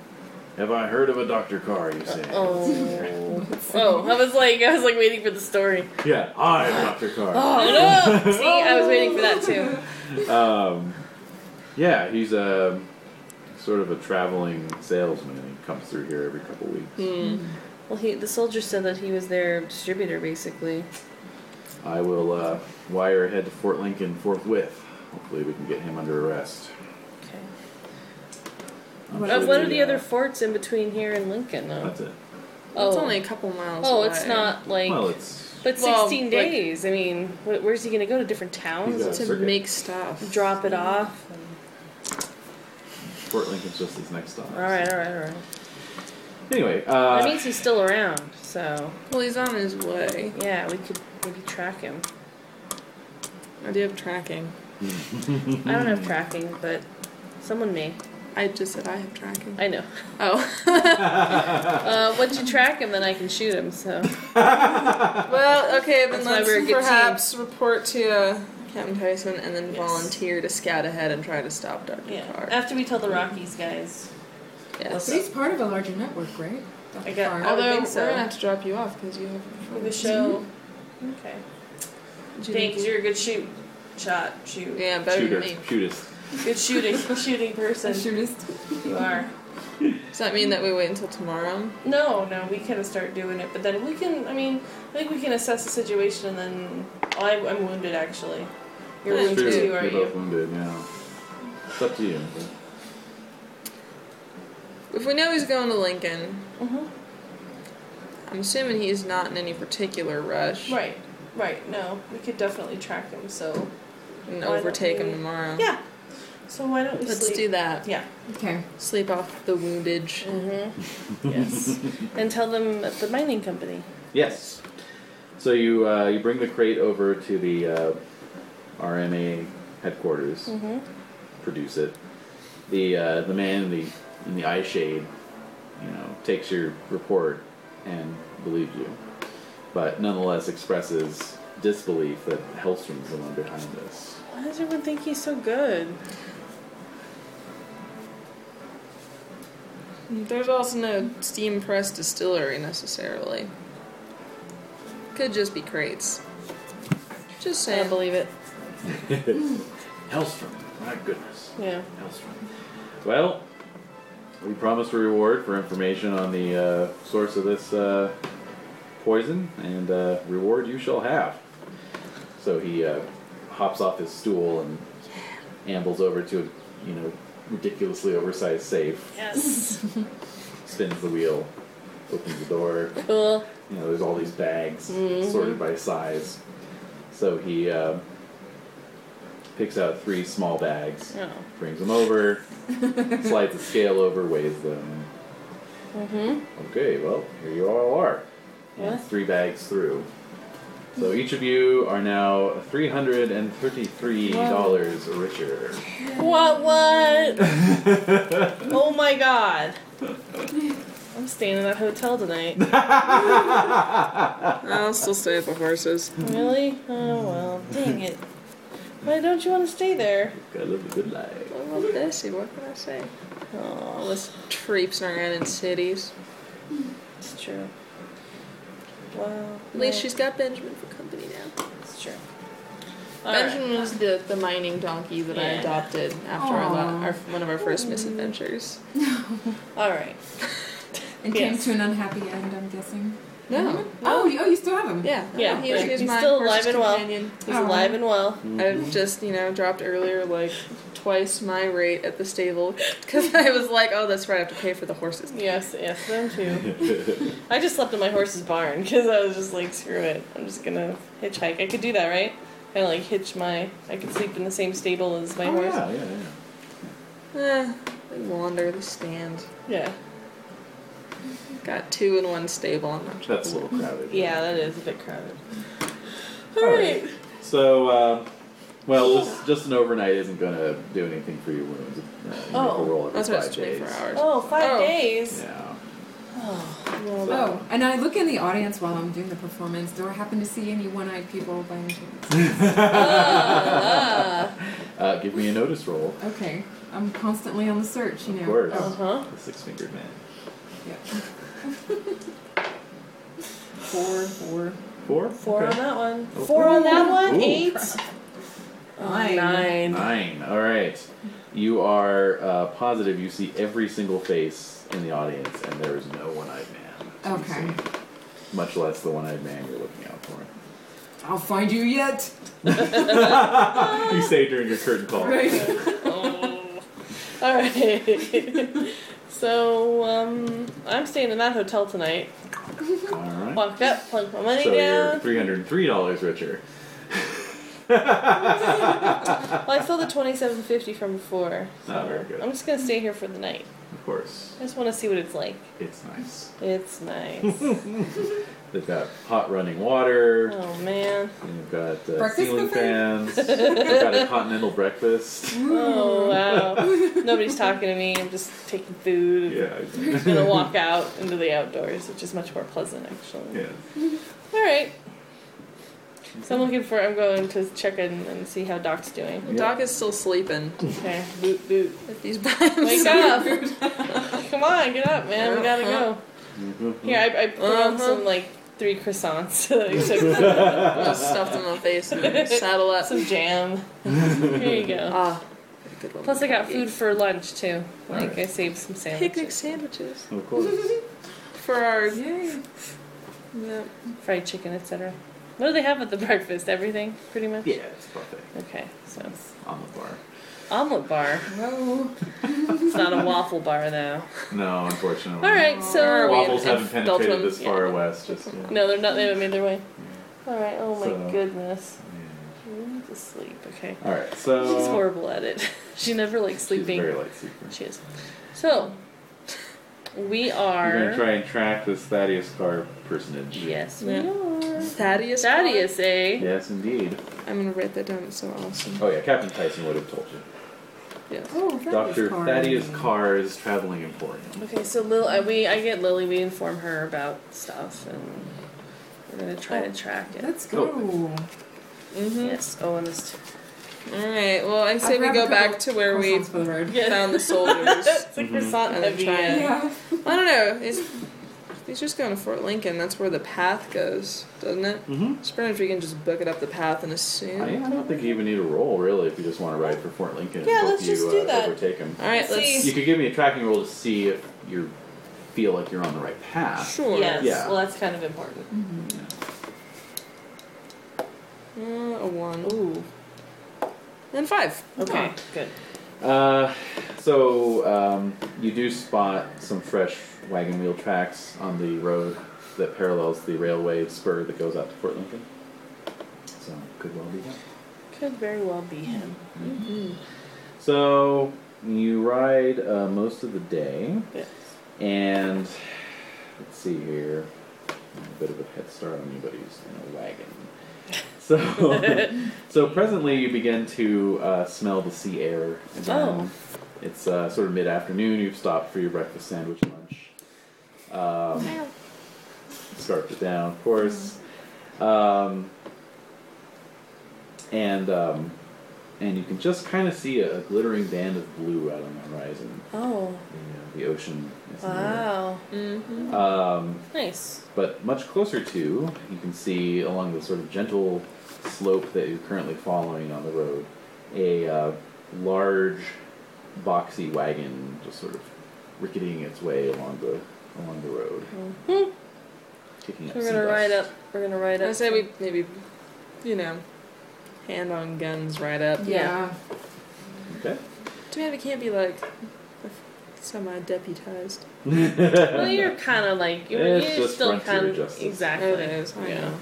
S3: Have I heard of a Dr. Carr, you say?
S2: Oh. oh, I was like, I was like waiting for the story.
S3: Yeah, I'm Dr. Carr.
S2: Oh no!
S4: See, I was waiting for that too.
S3: um, yeah, he's a sort of a traveling salesman. He comes through here every couple weeks.
S2: Well, he the soldier said that he was their distributor, basically. Hmm.
S3: I will uh, wire ahead to Fort Lincoln forthwith. Hopefully, we can get him under arrest.
S2: Okay.
S3: I'm
S5: What
S2: Uh,
S3: sure
S2: what
S3: the,
S2: are the
S3: uh,
S2: other forts in between here and Lincoln, though?
S3: That's it.
S2: oh,
S4: It's only a couple miles.
S2: oh, it's
S4: away.
S2: not like.
S3: Well, it's
S2: but
S4: well,
S2: 16
S4: like-
S2: days. I mean, wh- where's he gonna go to different towns?
S3: He's a
S4: to
S3: circuit.
S4: make stuff.
S2: Drop it off.
S3: Fort Lincoln's just his next stop.
S2: All right, all right, all right.
S3: Anyway, uh,
S2: that means he's still around. So
S4: Well, he's on his way.
S2: yeah, we could maybe track him.
S4: I do have tracking.
S2: I don't have tracking, but someone may.
S4: I just said I have tracking.
S2: I know.
S4: Oh.
S2: Uh, once you track him, then I can shoot him. So
S4: well, okay, then
S2: That's why
S4: let's
S2: we're a good team.
S4: perhaps report to uh, Captain Tyson and then volunteer to scout ahead and try to stop Dr. Carr.
S2: After we tell the Rockies guys.
S4: yes.
S5: But he's part of a larger network, right? Dr.
S2: I got-
S5: Carr.
S2: I would
S4: Although
S2: think so.
S4: we're gonna have to drop you off because you have
S2: The show. Okay.
S4: Judy-
S2: Thanks. You're a good shoot. Shot. Shoot.
S4: Yeah, better
S3: shooter,
S4: than me.
S3: shootist.
S2: Good shooting. shooting person. You are.
S4: Does that mean that we wait until tomorrow?
S2: No, no. We kind of start doing it, but then we can. I mean, I think we can assess the situation and then. Oh, I, I'm wounded actually. You're
S4: That's
S2: wounded
S4: true.
S2: too, are
S3: You're
S2: you?
S3: both wounded. Yeah. It's up to you.
S4: If we know he's going to Lincoln,
S2: Mhm.
S4: I'm assuming he's not in any particular rush.
S2: Right. Right. No, we could definitely track him. So.
S4: And
S2: Why don't
S4: overtake him
S2: we-
S4: tomorrow.
S2: Yeah. So why don't we
S4: Let's
S2: sleep?
S4: do that.
S2: Yeah.
S5: Okay.
S4: Sleep off the woundage.
S2: Mm-hmm. Yes. and tell them at the mining company.
S3: Yes. So you uh, you bring the crate over to the uh, RMA headquarters.
S2: Mm-hmm.
S3: produce it. The uh, the man in the in the eye shade, you know, takes your report and believes you, but nonetheless expresses disbelief that Hellstrom's the one behind this.
S2: Why does everyone think he's so good?
S4: There's also no steam press distillery necessarily. Could just be crates. Just
S2: I
S4: saying.
S2: believe it.
S3: Hellstrom, my goodness,
S2: Yeah.
S3: Hellstrom. Well, we promised a reward for information on the uh, source of this uh, poison, and uh, reward you shall have. So he uh, hops off his stool and ambles over to a you know ridiculously oversized safe,
S2: Yes.
S3: spins the wheel, opens the door.
S2: cool.
S3: You know, there's all these bags sorted by size. So he uh, picks out three small bags,
S2: Oh.
S3: brings them over, slides the scale over, weighs them. Mm-hmm. Okay, well, here you all are. And
S2: What?
S3: three bags through. So each of you are now $333 richer.
S2: What? What? oh my god. I'm staying in that hotel tonight.
S4: I'll still stay at the horses.
S2: really? Oh well. Dang it. Why don't you want to stay there?
S3: Gotta live a good life.
S4: Well, well, Bessie, what can I say?
S2: Oh,
S4: All this traipsing around in cities.
S2: that's true. Wow.
S4: At least she's got Benjamin for company now.
S2: That's true. Alright.
S4: Benjamin was the, the mining donkey that I
S2: Yeah.
S4: adopted after our, la-
S5: Aw.
S4: our one of our first misadventures.
S2: Alright.
S5: And
S2: Yes.
S5: came to an unhappy end, I'm guessing.
S4: No.
S5: Oh, you, oh, you still have him.
S4: Mm-hmm. Yeah.
S2: Yeah,
S4: He,
S2: like,
S4: he was
S2: he's
S4: my
S2: still
S4: horse's
S2: alive and well.
S4: companion.
S2: He's alive and well.
S4: I just, you know, dropped earlier like twice my rate at the stable because I was like, oh, that's right, I have to pay for the horses.
S2: Yes, yes, them too. I just slept in my horse's barn because I was just like, screw it. I'm just gonna hitchhike. I could do that, right? Kind of like hitch my. I could sleep in the same stable as my
S3: Oh,
S2: horse.
S3: yeah, yeah, yeah.
S4: Eh, they wander, they stand.
S2: Yeah.
S4: Got two in one stable. I'm not sure.
S3: That's a little crowded.
S2: Yeah, that is a bit crowded.
S3: All
S2: All right.
S3: So, uh, well, just, just an overnight isn't going to do anything for your wounds. Uh, you make a
S2: Oh,
S3: roll every
S4: That's what
S3: five
S4: it's 24
S3: days.
S4: hours.
S2: Oh, five
S4: Oh.
S2: days.
S3: Yeah.
S2: Well,
S3: So-
S5: Oh, and I look in the audience while I'm doing the performance. Do I happen to see any one-eyed people by any chance?
S3: Uh, give me a notice roll.
S5: Okay, I'm constantly on the search, you know.
S3: Of course.
S4: Uh-huh.
S2: Uh huh.
S3: The six fingered man.
S5: Four, four.
S3: Four?
S2: Four
S3: Okay.
S2: on
S3: Oh.
S2: that one. Four on that one.
S3: Ooh.
S2: Eight. Oh,
S5: Nine.
S2: nine.
S3: Nine. All right. You are uh, positive you see every single face in the audience, and there is no one-eyed man. to be
S5: Okay.
S3: seen, much less the one-eyed man you're looking out for.
S5: I'll find you yet.
S3: you say during your curtain call.
S5: Right.
S2: All right. so um, I'm staying in that hotel tonight.
S3: All right.
S2: Walked up, plunked my money
S3: So you're
S2: down.
S3: three hundred and three dollars richer.
S2: Well, I still the twenty-seven fifty from before.
S3: Not very good.
S2: I'm just gonna stay here for the night.
S3: Of course,
S2: I just want to see what it's like.
S3: it's nice.
S2: It's nice.
S3: They've got hot running water.
S2: oh man.
S3: And you've got uh,
S5: Breakfast
S3: ceiling
S5: buffet?
S3: fans. you've got a continental breakfast.
S2: Oh wow. Nobody's talking to me. I'm just taking food.
S3: Yeah.
S2: I'm just gonna walk out into the outdoors, which is much more pleasant actually.
S3: Yeah.
S2: All right. So I'm looking for. I'm going to check in and see how Doc's doing.
S4: Doc is still sleeping.
S2: Okay. Boot boot.
S4: If he's by himself.
S2: Wake up! Come on, get up, man. We gotta go. Here, I, I put on
S4: Uh-huh.
S2: some like three croissants. Except
S4: Just stuffed in my face and saddle up.
S2: some jam. Here you go.
S4: Ah, good one.
S2: Plus, I got food for lunch too. Like
S3: Alright.
S2: I saved some
S4: Picnic
S2: sandwiches,
S4: sandwiches
S3: Of course.
S4: for our.
S5: Yay.
S4: Yeah.
S2: fried chicken, etc. What do they have at the breakfast? Everything, pretty much.
S3: yeah, it's buffet
S2: Okay, so
S3: on the bar.
S2: omelet bar.
S5: Whoa.
S2: It's not a waffle bar though.
S3: No, unfortunately.
S2: All right,
S4: Where
S2: so
S4: are we?
S3: Waffles
S4: in- in
S3: haven't penetrated
S4: Feltram?
S3: this far west. Just yet.
S2: no, they're not. They haven't made their way. All right. Oh my
S3: So-
S2: goodness.
S3: Yeah.
S2: We need to sleep. Okay.
S3: All right, so
S2: She's horrible at it. she never likes
S3: Uh, she's a
S2: sleeping.
S3: very light sleeper.
S2: She is. So, we
S3: You're gonna
S2: are.
S3: try and track this Thaddeus Carr personage.
S2: Yes, we
S4: Yeah.
S2: are.
S4: Thaddeus.
S2: Thaddeus, eh?
S3: Yes, indeed.
S4: Clark? I'm gonna write that down. It's so awesome.
S3: Oh yeah, Captain Tyson would have told you.
S4: Yes.
S5: Oh, that
S3: Doctor
S5: is hard.
S3: Thaddeus Carr's traveling emporium.
S2: Okay, so Lil, I, we I get Lily. We inform her about stuff, and we're gonna try to track it.
S5: Let's go.
S4: Mm-hmm.
S2: Yes. Oh, and this. Too.
S4: All right. Well, I say
S5: I'll
S4: we
S5: grab a
S4: go
S5: couple
S4: back to where we
S5: croissants for the road.
S2: um,
S4: found the soldiers.
S2: It's a
S3: Mm-hmm.
S2: croissant
S4: And then
S2: heavy.
S4: try it.
S2: yeah.
S5: Yeah.
S4: I don't know. He's, he's just going to Fort Lincoln. That's where the path goes, doesn't it?
S3: Mm-hmm.
S4: Just wondering if we can just book it up the path and assume.
S3: I, I don't think you even need a roll really if you just want to ride for Fort Lincoln.
S2: Yeah,
S3: and help
S2: let's
S3: you,
S2: just
S3: uh,
S2: do that.
S3: Overtake him.
S4: All right, let's.
S3: You could give me a tracking roll to see if you feel like you're on the right path.
S4: Sure.
S2: Yes.
S3: Yeah.
S2: Well, that's kind of important.
S4: Uh, a one
S2: Ooh.
S4: and five.
S2: Okay. Good.
S3: Uh, so um, you do spot some fresh wagon wheel tracks on the road that parallels the railway spur that goes out to Fort Lincoln. So could well be that.
S2: Could very well be him.
S3: So you ride uh, most of the day,
S2: Yes.
S3: and let's see here. I'm A bit of a head start on anybody who's in a wagon. So, so presently you begin to uh, smell the sea air.
S2: Oh.
S3: It's uh, sort of mid-afternoon. You've stopped for your breakfast sandwich, lunch. Um, scarfed it down, of course. Um, and um, and you can just kind of see a, a glittering band of blue out on the horizon.
S2: Oh.
S3: You know, the ocean is near.
S2: Wow.
S4: Mm-hmm.
S3: Um,
S2: Nice.
S3: but much closer to, you can see along the sort of gentle slope that you're currently following on the road, a uh, large, boxy wagon just sort of ricketing its way along the along the road, kicking up
S2: Mm-hmm. We're
S3: some
S2: gonna
S3: dust.
S2: ride up. We're gonna ride up.
S4: I say we maybe, you know, hand on guns right up.
S5: Yeah.
S3: Okay.
S4: Too bad we can't be like semi deputized.
S2: Well, you're kind of like you're,
S3: It's
S2: you're
S3: just
S2: still
S3: frontier
S2: kind of
S3: justice.
S2: exactly.
S4: It is. I
S2: Yeah.
S4: know.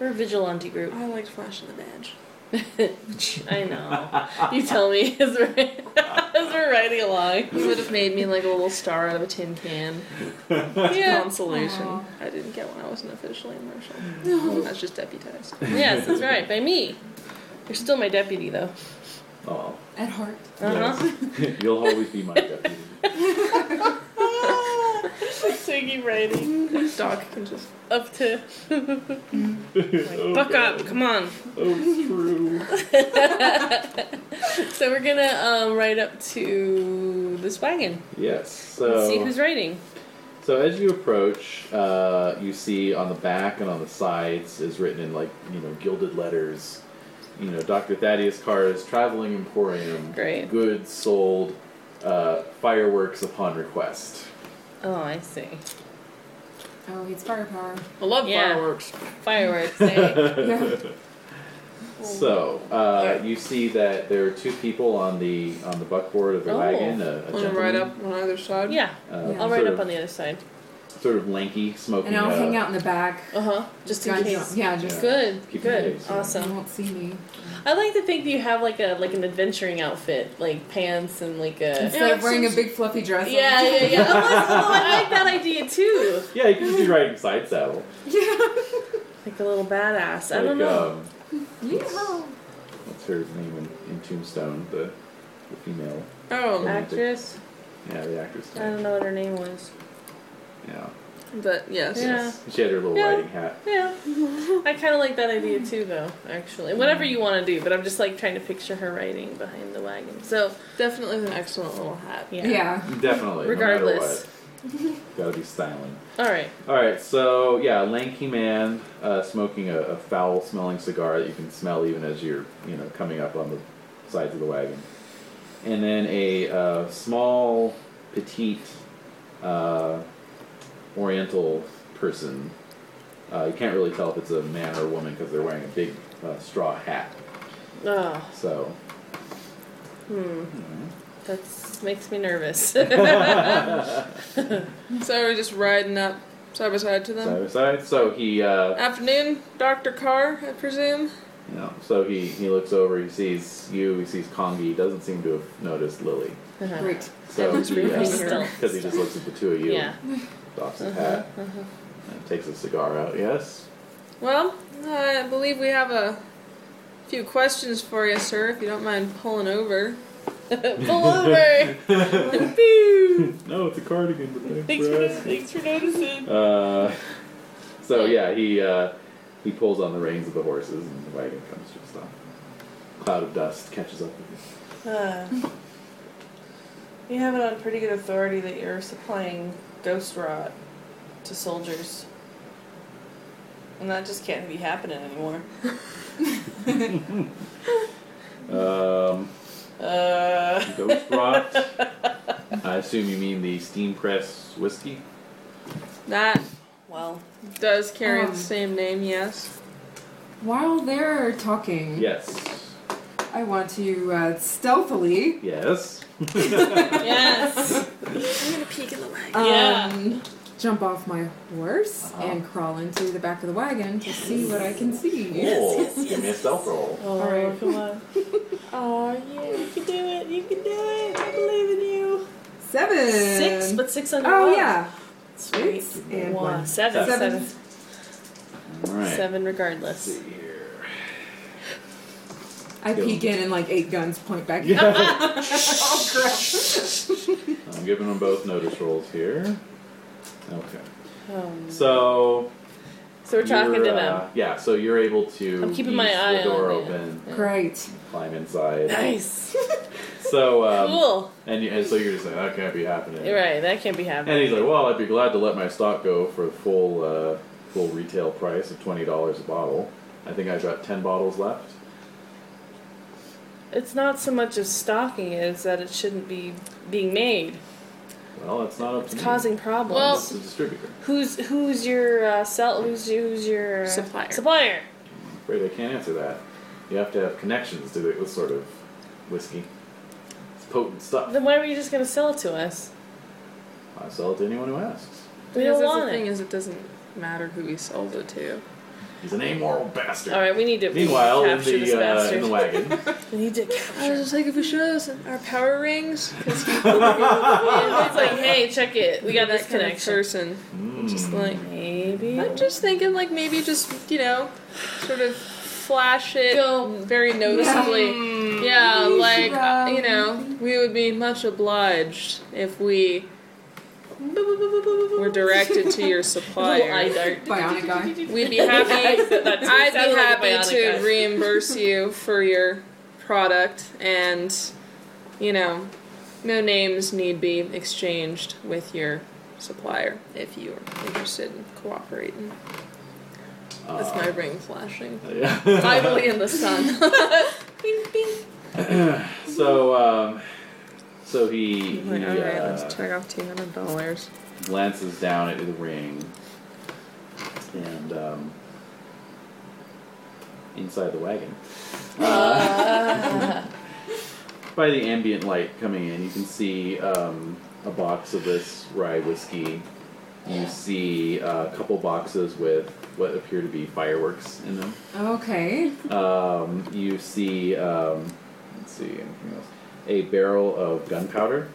S2: We're a vigilante group.
S4: I liked flashing the badge.
S2: I know. You tell me as we're as we're riding along.
S4: You would have made me like a little star out of a tin can.
S2: Yeah.
S4: Consolation.
S5: Aw.
S4: I didn't get one. I wasn't officially a marshal. I was just deputized.
S2: Yes, that's right. By me. You're still my deputy though.
S3: Oh,
S5: At heart.
S2: Uh huh.
S3: yes. you'll always be my deputy.
S2: so you keep riding
S4: Doc can just.
S2: up to. like, buck up! Come on.
S3: oh, true.
S2: So we're gonna um, ride up to this wagon.
S3: Yes. So
S2: See who's riding.
S3: So as you approach, uh, you see on the back and on the sides is written in like you know gilded letters, you know Dr. Thaddeus Carr's Traveling Emporium,
S2: Great.
S3: goods sold, uh, fireworks upon request.
S2: Oh, I see.
S5: Oh, it's firepower.
S4: I love
S2: Yeah.
S4: fireworks.
S2: Fireworks. Eh?
S5: Yeah.
S3: So uh, you see that there are two people on the on the buckboard of the
S2: Oh.
S3: wagon, a, a
S4: Want to ride
S3: gentleman,
S4: up on either side?
S2: yeah.
S3: uh,
S5: Yeah.
S2: I'll
S3: sort
S2: ride
S3: of-
S2: up on the other side.
S3: sort of lanky, smoking.
S5: And I'll
S3: uh,
S5: hang out in the back.
S2: Uh huh. Just in
S5: Guys don't-
S2: case.
S5: Yeah, just
S2: Good.
S3: Keep your
S2: Good.
S3: face, yeah.
S5: so they
S2: Awesome.
S5: won't see me.
S2: I like to think that you have like a like an adventuring outfit, like pants and like a.
S5: Instead of wearing a big fluffy dress. on.
S2: Yeah, yeah, yeah. Oh, that's- oh, I like that idea too.
S3: Yeah, you could just be riding side saddle.
S2: Like a little badass. I
S3: like,
S2: don't know.
S3: Um, what's her name in, in Tombstone? The, the female.
S4: Oh,
S3: Yeah.
S2: Actress.
S3: Yeah, the actress.
S2: I don't know what her name was.
S3: Yeah.
S4: but yes.
S2: Oh. Yeah.
S3: She had her little
S2: Yeah.
S3: riding hat.
S2: Yeah. I kind of like that idea too, though, actually. Whatever you want to do, but I'm just like trying to picture her riding behind the wagon. So,
S4: Definitely an excellent little hat.
S2: yeah.
S5: Yeah.
S3: Definitely.
S2: Regardless.
S3: No matter what. Gotta be styling.
S2: All right.
S3: Alright, so yeah, lanky man uh, smoking a, a foul smelling cigar that you can smell even as you're, you know, coming up on the sides of the wagon. And then a uh, small, petite, uh, oriental person. Uh, you can't really tell if it's a man or a woman because they're wearing a big uh, straw hat.
S2: Oh,
S3: So,
S2: that makes me nervous.
S4: So we're just riding up side by side to them.
S3: side by side. So he, uh,
S4: Afternoon, Dr. Carr, I presume.
S3: you know, so he, he looks over, he sees you, he sees Kongi, he doesn't seem to have noticed Lily.
S5: Great.
S3: So
S2: That was
S3: he,
S2: really
S3: uh,
S2: still.
S3: because he just looks at the two of you,
S2: yeah. Uh-huh,
S3: doffs his hat, and takes his cigar out. Yes,
S4: Well, I believe we have a few questions for you, sir, if you don't mind pulling over.
S2: Pull over.
S3: no, it's a cardigan. But
S2: Thanks for, thanks for noticing.
S3: Uh, so yeah, he uh, he pulls on the reins of the horses, and the wagon comes to a stop. Cloud of dust catches up with
S11: Uh,
S3: you.
S11: you have it on pretty good authority that you're supplying ghost rot to soldiers. And that just can't be happening anymore.
S3: Um,
S11: Uh,
S3: ghost rot. I assume you mean the steam press whiskey.
S4: That
S11: well,
S4: does carry
S5: Um.
S4: the same name, yes.
S5: While they're
S2: Mm-hmm.
S5: talking,
S3: Yes.
S5: I want to uh, stealthily.
S3: Yes.
S2: Yes.
S5: Um,
S2: Yeah. Uh-huh.
S5: Jump off my horse and crawl into the back of the wagon to see what I can see.
S3: Cool. Give me a stealth roll.
S2: Oh,
S5: right.
S2: come on. Oh, yeah. You can do it. You can do it. I believe in you.
S5: Seven.
S2: Six, but six under
S5: oh
S2: one.
S5: yeah,
S2: Sweet.
S5: Six and
S2: One.
S5: one.
S2: Seven.
S3: Seven.
S2: Seven.
S3: All right.
S2: Seven
S3: Let's
S2: regardless.
S3: see here.
S5: I
S3: Go.
S5: peek in and like eight guns point back.
S3: oh, I'm giving them both notice rolls here. Okay.
S2: Um,
S3: So
S2: so we're talking to
S3: you're,
S2: them.
S3: uh, yeah, so you're able to
S2: I'm keeping my
S3: ease
S2: eye
S3: the door
S2: on it.
S3: open,
S5: Great.
S3: climb inside.
S2: Nice.
S3: So um,
S2: cool.
S3: and, you- and so you're just like that can't be happening.
S2: You're right. That can't be happening.
S3: And he's like, well, I'd be glad to let my stock go for the full uh, full retail price of twenty dollars a bottle. I think I've got ten bottles left.
S2: It's not so much of stalking as that it shouldn't be being made.
S3: Well, it's not up to
S2: It's
S3: me.
S2: causing problems.
S4: Well-
S3: it's the distributor.
S2: who's who's your uh, sell? Who's your, who's your
S4: Supplier.
S2: Supplier.
S3: I'm afraid I can't answer that. You have to have connections to this sort of whiskey. It's potent stuff.
S2: Then why were you just gonna sell it to us?
S3: I sell it to anyone who asks.
S2: We
S4: Because
S2: don't
S4: that's
S2: want
S4: the
S2: it.
S4: thing is, it doesn't matter who he sold it to.
S3: He's an amoral bastard.
S2: All right, we need to. we need to
S3: Meanwhile, in
S2: capture this
S3: the uh,
S2: bastard.
S3: in the wagon,
S2: we need to.
S4: I was just like, if we show us our power rings, because he's
S2: it's like, hey, check it. We got this connection.
S4: person. Just like,
S2: Maybe.
S4: I'm just thinking, like maybe just you know, sort of flash it
S2: Go.
S4: very noticeably. Yeah,
S5: Maybe you
S4: like
S5: should, uh,
S4: Mm. you know, we would be much obliged if we were directed to
S2: Little
S4: your
S2: eye
S4: supplier.
S2: dart.
S5: Bionic guy.
S4: We'd be happy.
S2: That too.
S4: I'd
S2: Sounded like
S4: be
S2: a
S4: happy
S2: bionic
S4: to
S2: guy.
S4: reimburse you for your product, and you know, no names need be exchanged with your supplier if you are interested in cooperating. That's
S3: Uh,
S4: my ring flashing idly in the sun. bing, bing.
S3: So, um, so he, he
S4: Like, all right, let's
S3: uh,
S4: check off two hundred dollars.
S3: glances down at the ring, and um, inside the wagon. Uh, by the ambient light coming in, you can see um, a box of this rye whiskey. You see uh, a couple boxes with what appear to be fireworks in them.
S5: Okay.
S3: Um, you see, um, let's see, anything else? A barrel of gunpowder,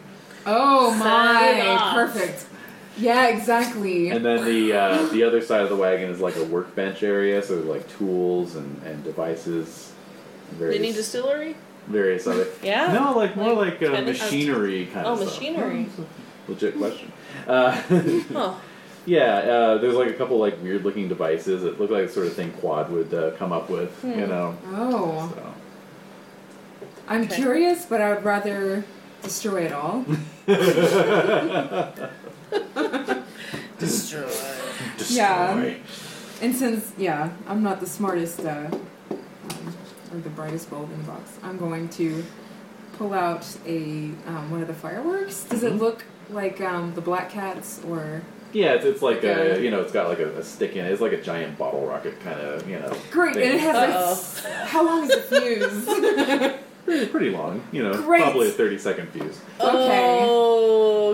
S5: Oh
S2: Set it
S5: my.
S2: off.
S5: Perfect. Yeah, exactly.
S3: and then the uh, the other side of the wagon is like a workbench area, so there's like tools and, and devices, and various
S4: Mini distillery.
S3: various other.
S2: Yeah.
S3: No, like more like,
S2: Like,
S3: uh,
S2: kind of-
S3: machinery kind
S2: Oh,
S3: of stuff.
S2: machinery.
S4: Hmm.
S3: Legit question. Uh,
S2: Huh.
S3: Yeah, uh, there's like a couple like weird looking devices that look like the sort of thing Quad would uh, come up with,
S2: Hmm.
S3: you know.
S5: Oh,
S3: So.
S5: I'm
S2: Okay.
S5: curious, but I would rather destroy it all.
S2: Destroy.
S5: Yeah. And since yeah, I'm not the smartest uh, um, or the brightest bulb in the box, I'm going to pull out a um, one of the fireworks. Does it look like um, the black cats or
S3: Yeah, it's, it's like a
S5: Okay.
S3: you know it's got like a, a stick in it. It's like a giant bottle rocket kind of you know.
S5: great? And
S3: thing.
S5: it has like, s- how long is the fuse?
S3: pretty, pretty long, you know,
S5: Great.
S3: probably a thirty second fuse.
S5: okay.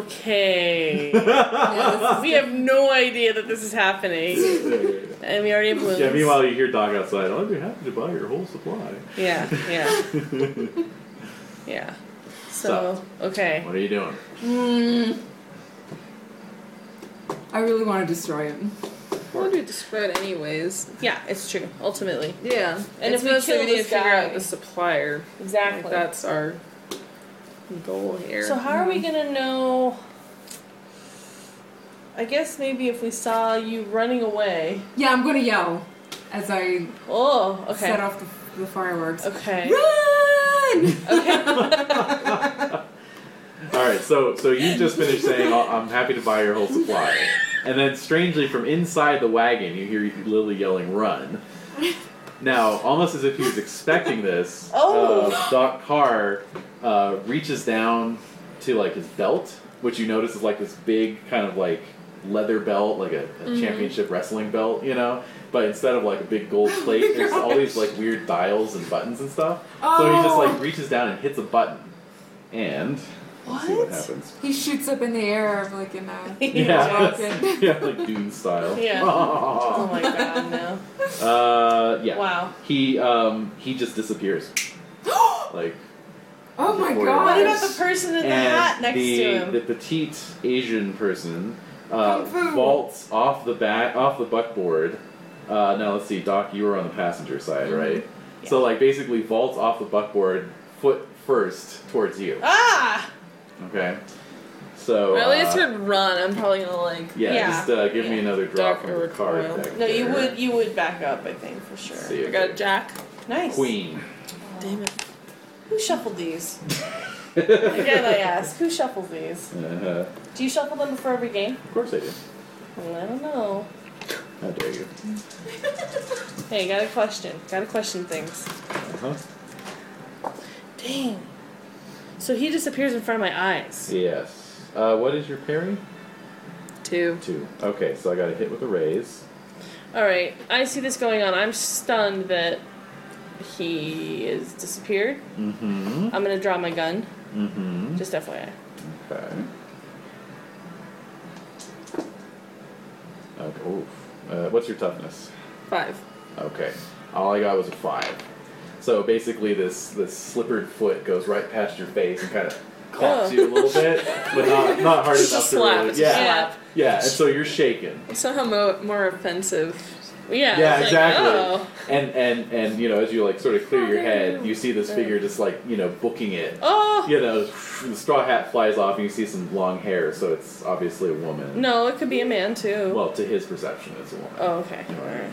S2: Okay.
S5: Yeah,
S2: we have no idea that this is happening.
S3: yeah,
S2: And we already have balloons.
S3: meanwhile you hear Doc outside. "Oh, I'd be happy to buy your whole supply.
S2: Yeah, yeah. yeah. So, okay.
S3: What are you doing?
S5: Mm. I really want to destroy it.
S4: I wonder destroyed anyways.
S2: Yeah, it's true, ultimately.
S4: Yeah,
S2: And
S4: It's
S2: if we
S4: mostly
S2: kill
S4: need to
S2: this
S4: figure
S2: guy-
S4: out the supplier.
S2: Exactly.
S4: Like that's our goal here.
S12: So how are
S2: Mm-hmm.
S12: we gonna know? I guess maybe if we saw you running away.
S5: Yeah, I'm gonna yell as I
S12: Oh, okay.
S5: set off the, the fireworks.
S12: Okay.
S5: Run!
S3: All right, so so you just finished saying "Oh, I'm happy to buy your whole supply, and then strangely from inside the wagon you hear Lily yelling "Run!" Now, almost as if he was expecting this,
S12: Oh.
S3: uh, Doc Carr uh, reaches down to like his belt, which you notice is like this big kind of like leather belt, like a, a championship wrestling belt, you know. But instead of like a big gold plate, there's all these like weird dials and buttons and stuff. So he just
S5: Oh.
S3: like reaches down and hits a button, and let's see what happens.
S5: He shoots up in the air like in a
S3: Yeah.
S5: rocket.
S3: yeah, like Dune style.
S12: Yeah. Oh my god, no.
S3: uh, yeah.
S12: Wow.
S3: He um he just disappears. like
S5: Oh my
S3: Before
S12: What
S3: your
S5: god!
S12: about the person in the
S3: and
S12: hat next
S3: the,
S12: to him?
S3: the petite Asian person uh,
S5: Kung fu.
S3: vaults off the back off the buckboard. Uh, now let's see, Doc, you were on the passenger side,
S12: Mm-hmm.
S3: right? So like basically vaults off the buckboard foot first towards you.
S12: ah!
S3: Okay. So
S4: Well, at least
S3: uh,
S4: we'd run. I'm probably gonna like.
S3: yeah,
S12: Yeah.
S3: just uh, give me another drop
S4: Dark
S3: from your
S4: recoil.
S3: card. deck
S12: No, you
S3: there.
S12: would you would back up, I think, for sure.
S3: See
S4: I
S3: if
S4: got
S3: it-
S4: Jack.
S12: Nice.
S3: Queen.
S4: Damn it.
S12: Who shuffled these? Again, I ask, who shuffled these?
S3: Uh,
S12: Do you shuffle them before every game?
S3: of course I do.
S12: Well, I don't know.
S3: How dare you?
S12: Hey, got a question. Got to question things.
S3: Uh-huh.
S2: Dang. So he disappears in front of my eyes.
S3: Yes. Uh, what is your parry?
S4: Two.
S3: Two. Okay, so I got a hit with a raise.
S2: Alright, I see this going on. I'm stunned that he is disappeared.
S3: Mm-hmm.
S2: I'm gonna draw my gun.
S3: Mm-hmm.
S2: Just FYI.
S3: Okay. Okay. Oof. Uh, what's your toughness?
S4: Five.
S3: Okay. All I got was a five. So basically, this this slippered foot goes right past your face and kind of claps
S2: Oh.
S3: you a little bit, but not not hard
S4: It's a
S3: enough
S4: slap,
S3: to
S4: it's
S3: really.
S4: a
S3: Yeah.
S2: slap.
S3: Yeah. And so you're shaken.
S4: Somehow mo- more offensive.
S2: Yeah.
S3: yeah,
S2: it's like,
S3: exactly.
S2: oh.
S3: And and and you know, as you like sort of clear your head, you see this figure just like you know booking it.
S2: Oh.
S3: You know, the straw hat flies off, and you see some long hair, so it's obviously a woman.
S2: No, it could be a man too.
S3: Well, to his perception, it's a woman.
S2: oh, okay. Alright.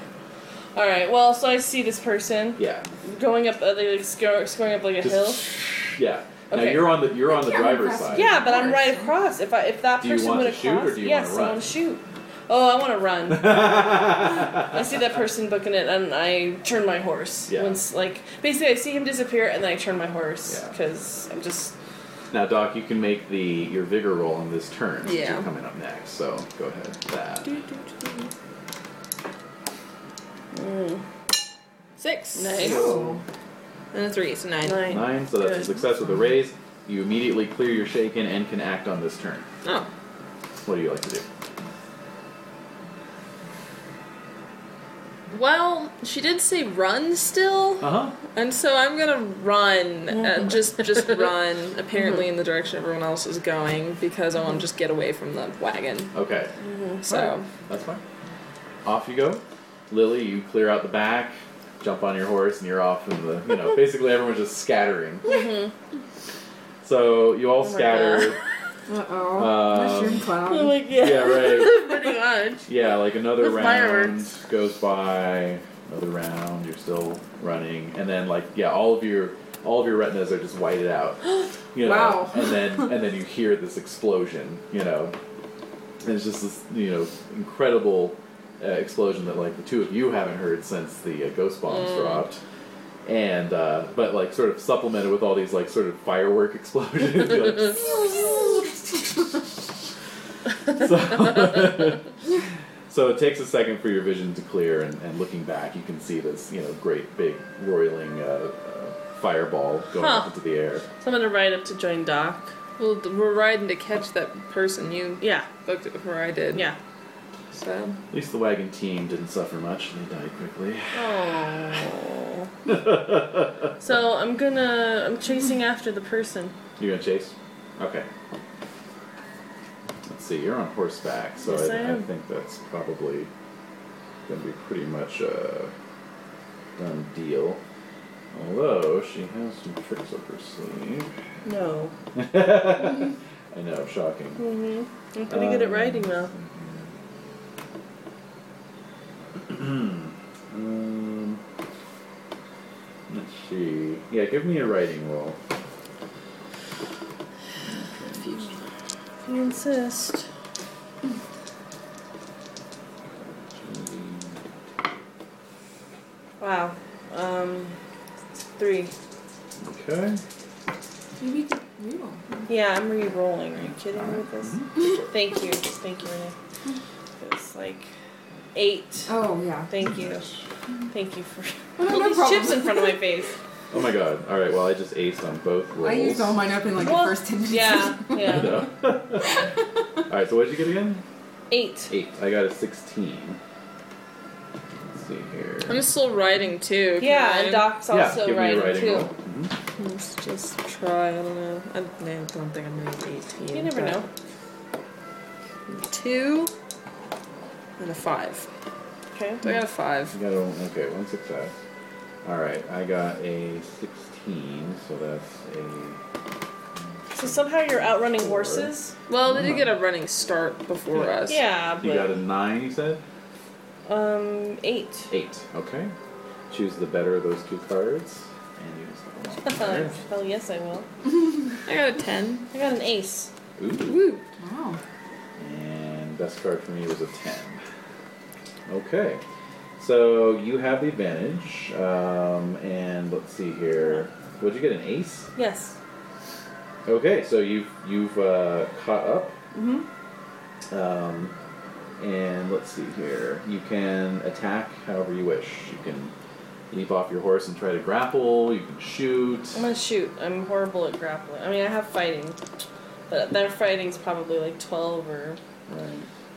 S2: Alright, well, so I see this person
S3: Yeah,
S2: going up, uh, like, sco- scoring up like a hill.
S3: yeah.
S13: Okay.
S3: Now you're on the you're on the
S5: can't
S3: driver's
S5: pass
S3: side.
S13: yeah, but I'm right across. If I if that
S3: Do you
S13: person
S3: want
S13: would
S3: to
S13: have
S3: shoot or
S13: crossed,
S3: do you
S13: yes,
S3: wanna run?
S13: I want to shoot. Oh, I want to run. I see that person booking it, and I turn my horse.
S3: Yeah.
S13: Once, like basically, I see him disappear, and then I turn my horse
S3: Yeah.
S13: because I'm just
S3: now, Doc, you can make the your vigor roll on this turn. which is
S4: Yeah.
S3: coming up next, so go ahead. That.
S13: six.
S4: Nice. And a Uh, three, so nine.
S13: Nine.
S3: Nine, so that's a
S13: Good.
S3: success with a raise. You immediately clear your shaken and can act on this turn.
S4: Oh.
S3: What do you like to do?
S4: Well, she did say run still,
S3: Uh huh.
S4: and so I'm gonna run, uh, just just run, apparently in the direction everyone else is going because I want to just get away from the wagon.
S3: Okay.
S4: So
S3: That's fine. Off you go. Lily, you clear out the back, jump on your horse, and you're off in the, you know, basically everyone's just scattering. So you all scatter.
S5: Uh oh.
S3: Um,
S5: Mushroom
S2: Oh
S5: cloud.
S2: my god.
S3: Yeah, right.
S4: pretty much.
S3: Yeah, like another
S2: With
S3: round
S2: fireworks.
S3: goes by, another round, you're still running, and then like yeah, all of your all of your retinas are just whited out. You know,
S5: Wow.
S3: and then and then you hear this explosion, you know. And it's just this, you know, incredible uh, explosion that like the two of you haven't heard since the uh, ghost bombs dropped. And uh, but like sort of supplemented with all these like sort of firework explosions. You're like, so, so it takes a second for your vision to clear, and, and looking back, you can see this, you know, great big roiling uh, uh, fireball going up
S2: Huh.
S3: into the air.
S2: So I'm gonna ride up to join Doc.
S4: Well, th- we're riding to catch that person. You
S2: Yeah.
S4: booked it before I did.
S2: Yeah.
S4: So
S3: At least the wagon team didn't suffer much; they died quickly.
S2: Oh. so I'm gonna. I'm chasing after the person.
S3: You're gonna chase? Okay. Let's see. You're on horseback, so
S2: Yes,
S3: I,
S2: I am.
S3: think that's probably gonna be pretty much a done deal. Although she has some tricks up her sleeve.
S2: No.
S3: I know, shocking.
S2: I'm pretty good at
S3: Um,
S2: riding though.
S3: Um, let's see. Yeah, give me a writing roll.
S2: If you insist. Wow. Um. Three.
S3: Okay.
S5: You beat the real.
S2: Yeah, I'm re-rolling. Are you kidding me with this?
S5: Mm-hmm.
S2: Thank you, thank you, Renee. It was like eight.
S5: Oh yeah.
S2: Thank you, thank you for
S5: Oh, no,
S2: all
S5: no
S2: these
S5: problem.
S2: chips in front of my face.
S3: Oh my god. Alright, well, I just aced on both rolls.
S5: I used all mine up in like
S2: Well,
S5: the first ten minutes.
S2: Yeah,
S3: I
S2: yeah.
S3: know. Alright, so what did you get again?
S2: Eight.
S3: Eight. I got a 16. Let's see here.
S4: I'm still riding too.
S2: Yeah,
S4: can
S2: and
S4: I?
S2: Doc's
S3: yeah,
S2: also
S3: give me a
S2: riding
S3: writing
S2: too.
S3: roll. Mhm.
S4: Let's just try. I don't know. I no, I don't think I'm gonna be 18.
S2: You never
S4: but-
S2: know.
S4: Two and a five.
S2: Okay.
S4: So I got a five.
S3: You got a, okay, one success. Alright, I got a 16, so that's a.
S2: So somehow you're outrunning horses.
S4: Well, they did get a running start before
S3: Yeah.
S4: us.
S2: Yeah,
S3: You got
S2: but
S3: a 9, you said?
S2: um eight.
S3: Eight. Okay. Choose the better of those two cards. And use the one card.
S2: Hell Uh, oh, yes, I will.
S4: I got a ten.
S2: I got an ace.
S3: Ooh.
S4: Woo.
S5: Wow.
S3: And best card for me was a 10. Okay. So you have the advantage. Um, and let's see here. Would you get an ace?
S2: Yes.
S3: Okay, so you've you've uh, caught up. Mm-hmm. Um, and let's see here. You can attack however you wish. You can leap off your horse and try to grapple. You can shoot.
S2: I'm gonna shoot. I'm horrible at grappling. I mean, I have fighting, but their fighting's probably like twelve or
S3: Right.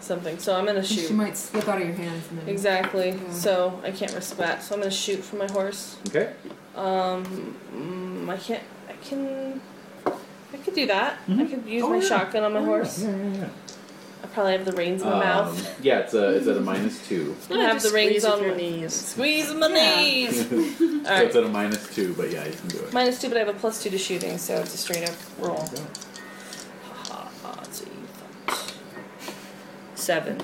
S2: something. So I'm gonna
S5: She
S2: shoot.
S5: might slip out of your hands and then.
S2: Exactly.
S5: Yeah.
S2: So I can't risk that. So I'm gonna shoot from my horse.
S3: Okay.
S2: Um, mm, I can't. I can. I could do that. I could use my
S3: Mm-hmm. Oh, yeah.
S2: shotgun on my horse.
S3: Yeah, yeah, yeah.
S2: I probably have the reins in my mouth.
S3: Um, yeah, it's a it's at a minus two.
S2: I have the reins on
S4: your
S2: my
S4: knees.
S2: Squeeze my knees.
S3: so
S2: All right.
S3: it's at a minus two, but yeah, you can do it.
S2: Minus two, but I have a plus two to shooting, so it's a straight up roll.
S3: Okay.
S2: Ha, ha, it's a Seven.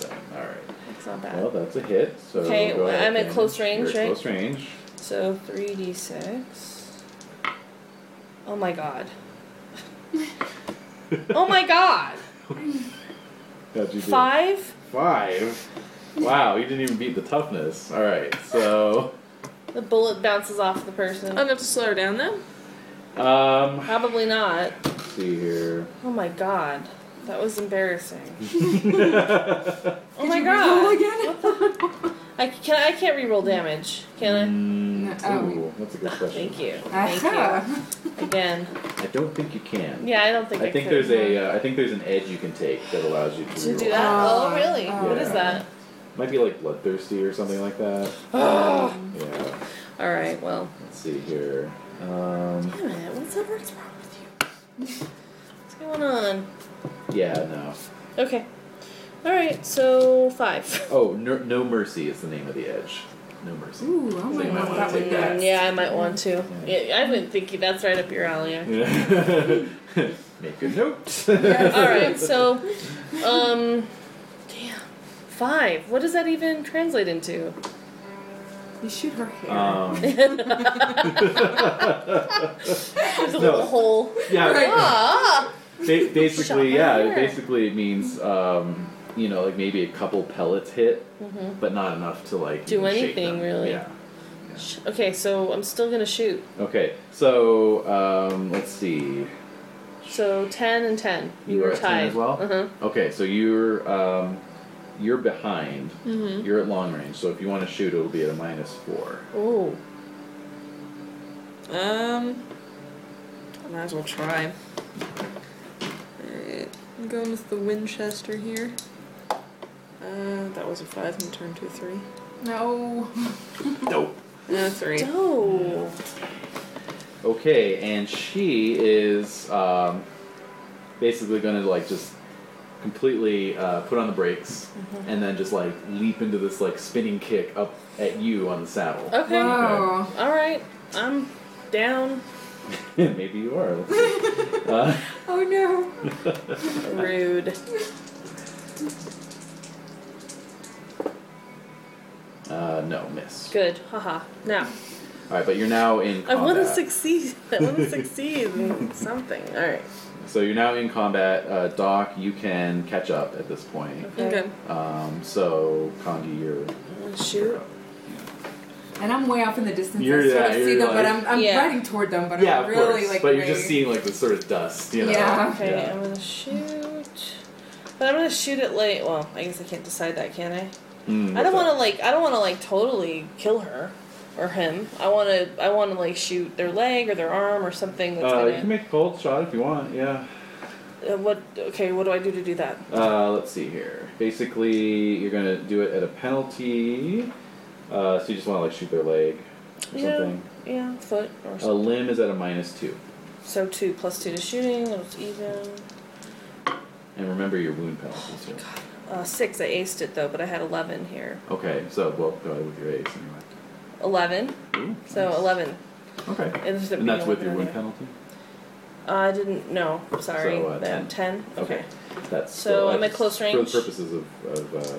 S3: So, all right.
S2: That's not bad.
S3: Well, that's a hit. So
S2: Okay,
S3: go ahead
S2: I'm at
S3: and-
S2: close range,
S3: you're at
S2: right?
S3: Close range.
S2: So 3d6. Oh my god. oh my god.
S3: How'd you do?
S2: Five?
S3: Five. Wow, you didn't even beat the toughness. All right, so
S2: The bullet bounces off the person.
S5: Oh,
S4: Enough to slow her down, though.
S3: um,
S2: Probably not.
S3: let's see here.
S2: Oh my god. That was embarrassing. oh my
S5: Did you
S2: god.
S5: re-roll again?
S2: I can I can't reroll damage, can
S3: Mm,
S5: Oh.
S3: ooh, that's a good
S2: I?
S3: question.
S2: Thank you. Thank you.
S5: Aha.
S2: Again.
S3: I don't think you can.
S2: Yeah, I don't think I,
S3: I think
S2: could.
S3: there's a uh, I think there's an edge you can take that allows you to,
S2: to do
S3: reroll.
S2: that.
S5: Uh,
S2: oh really?
S5: uh,
S2: What is that?
S3: Might be like bloodthirsty or something like that.
S2: Ugh.
S3: Yeah.
S2: All right. Well.
S3: Let's see here. Um,
S2: Damn it! What's up? What's wrong with you? What's going on?
S3: yeah, no.
S2: Okay. All right. So five.
S3: Oh, no, no mercy is the name of the edge. No mercy.
S5: Ooh, I
S3: So you
S5: might
S3: might
S5: want
S3: wanna
S5: that
S3: take
S5: one
S3: that.
S5: next.
S2: Yeah, I might want to.
S3: Yeah.
S2: Yeah, I've been thinking that's right up your alley. actually.
S3: Make a note.
S2: All right. So, um, damn, five. What does that even translate into?
S5: You shoot her hair.
S3: Um,
S2: There's a
S3: No.
S2: little hole.
S3: yeah,
S2: Ah!
S3: ba- basically,
S2: Shot
S3: yeah.
S2: my hair.
S3: Basically, it means um, you know, like maybe a couple pellets hit, but not enough to like
S2: Mm-hmm. Do
S3: even shake
S2: anything,
S3: them.
S2: really.
S3: Yeah.
S2: Sh- Okay, so I'm still gonna shoot.
S3: Okay. So um, let's see.
S2: So ten and ten. You,
S3: You
S2: were
S3: are at 10
S2: tied
S3: as well?
S2: Uh-huh.
S3: Okay, so you're um, you're behind.
S2: Mm-hmm.
S3: You're at long range, so if you want to shoot, it'll be at a minus four.
S2: Oh.
S4: Um, I might as well try. Alright, I'm going with the Winchester here. Uh, that was a five and turned to a three.
S5: no.
S3: Nope.
S4: No, three.
S2: Oh.
S3: Okay, and she is um, basically going to like just completely uh, put on the brakes
S2: Mm-hmm.
S3: and then just like leap into this like spinning kick up at you on the saddle.
S2: Okay.
S5: Whoa.
S2: All right. I'm down.
S3: Maybe you are. Let's see. uh,
S5: Oh no.
S2: Rude.
S3: uh, no, miss.
S2: Good. Haha. Now
S3: All right, but you're now in.
S2: I
S3: Combat.
S2: want to succeed. I want to succeed in something. All right.
S3: So you're now in combat, uh, Doc. You can catch up at this point.
S4: Okay.
S3: Um, so Condi, you're
S2: Shoot.
S5: And I'm way off in the distance.
S3: You're-
S5: I sort
S3: yeah,
S5: of see
S3: you're
S5: them, but
S3: like-
S5: I'm, I'm
S2: Yeah.
S5: riding toward them, but
S3: yeah,
S5: I'm
S3: of
S5: really
S3: course.
S5: like.
S3: but you're just
S5: way-
S3: seeing like the sort of dust, you know.
S5: Yeah.
S2: Okay,
S3: Yeah.
S2: I'm gonna shoot. But I'm gonna shoot it like well, I guess I can't decide that, can I?
S3: Mm,
S2: I don't
S3: what's
S2: wanna
S3: up?
S2: like I don't wanna like totally kill her or him. I wanna I wanna like shoot their leg or their arm or something that's
S3: Uh, you can
S2: gonna
S3: make a cold shot if you want. Yeah.
S2: uh, what okay, what do I do to do that?
S3: Uh, let's see here. Basically, you're gonna do it at a penalty. Uh, so you just want to like shoot their leg or
S2: Yeah.
S3: something. Oh.
S2: Yeah, foot or
S3: A
S2: something.
S3: limb is at a minus two,
S2: So two plus two to shooting, it's even.
S3: and remember your wound penalty too.
S2: Uh, six, I aced it though, but I had eleven here.
S3: Okay, so well, go ahead with your ace anyway.
S2: Eleven.
S3: Ooh,
S2: So
S3: nice.
S2: eleven.
S3: Okay.
S2: And, this is
S3: And that's with your
S2: one
S3: wound penalty.
S2: Uh, I didn't know. Sorry.
S3: So, uh,
S2: That-
S3: 10.
S2: ten.
S3: Okay. That's
S2: So,
S3: still-
S2: am I
S3: that's
S2: close
S3: For
S2: range?
S3: the purposes of, of uh,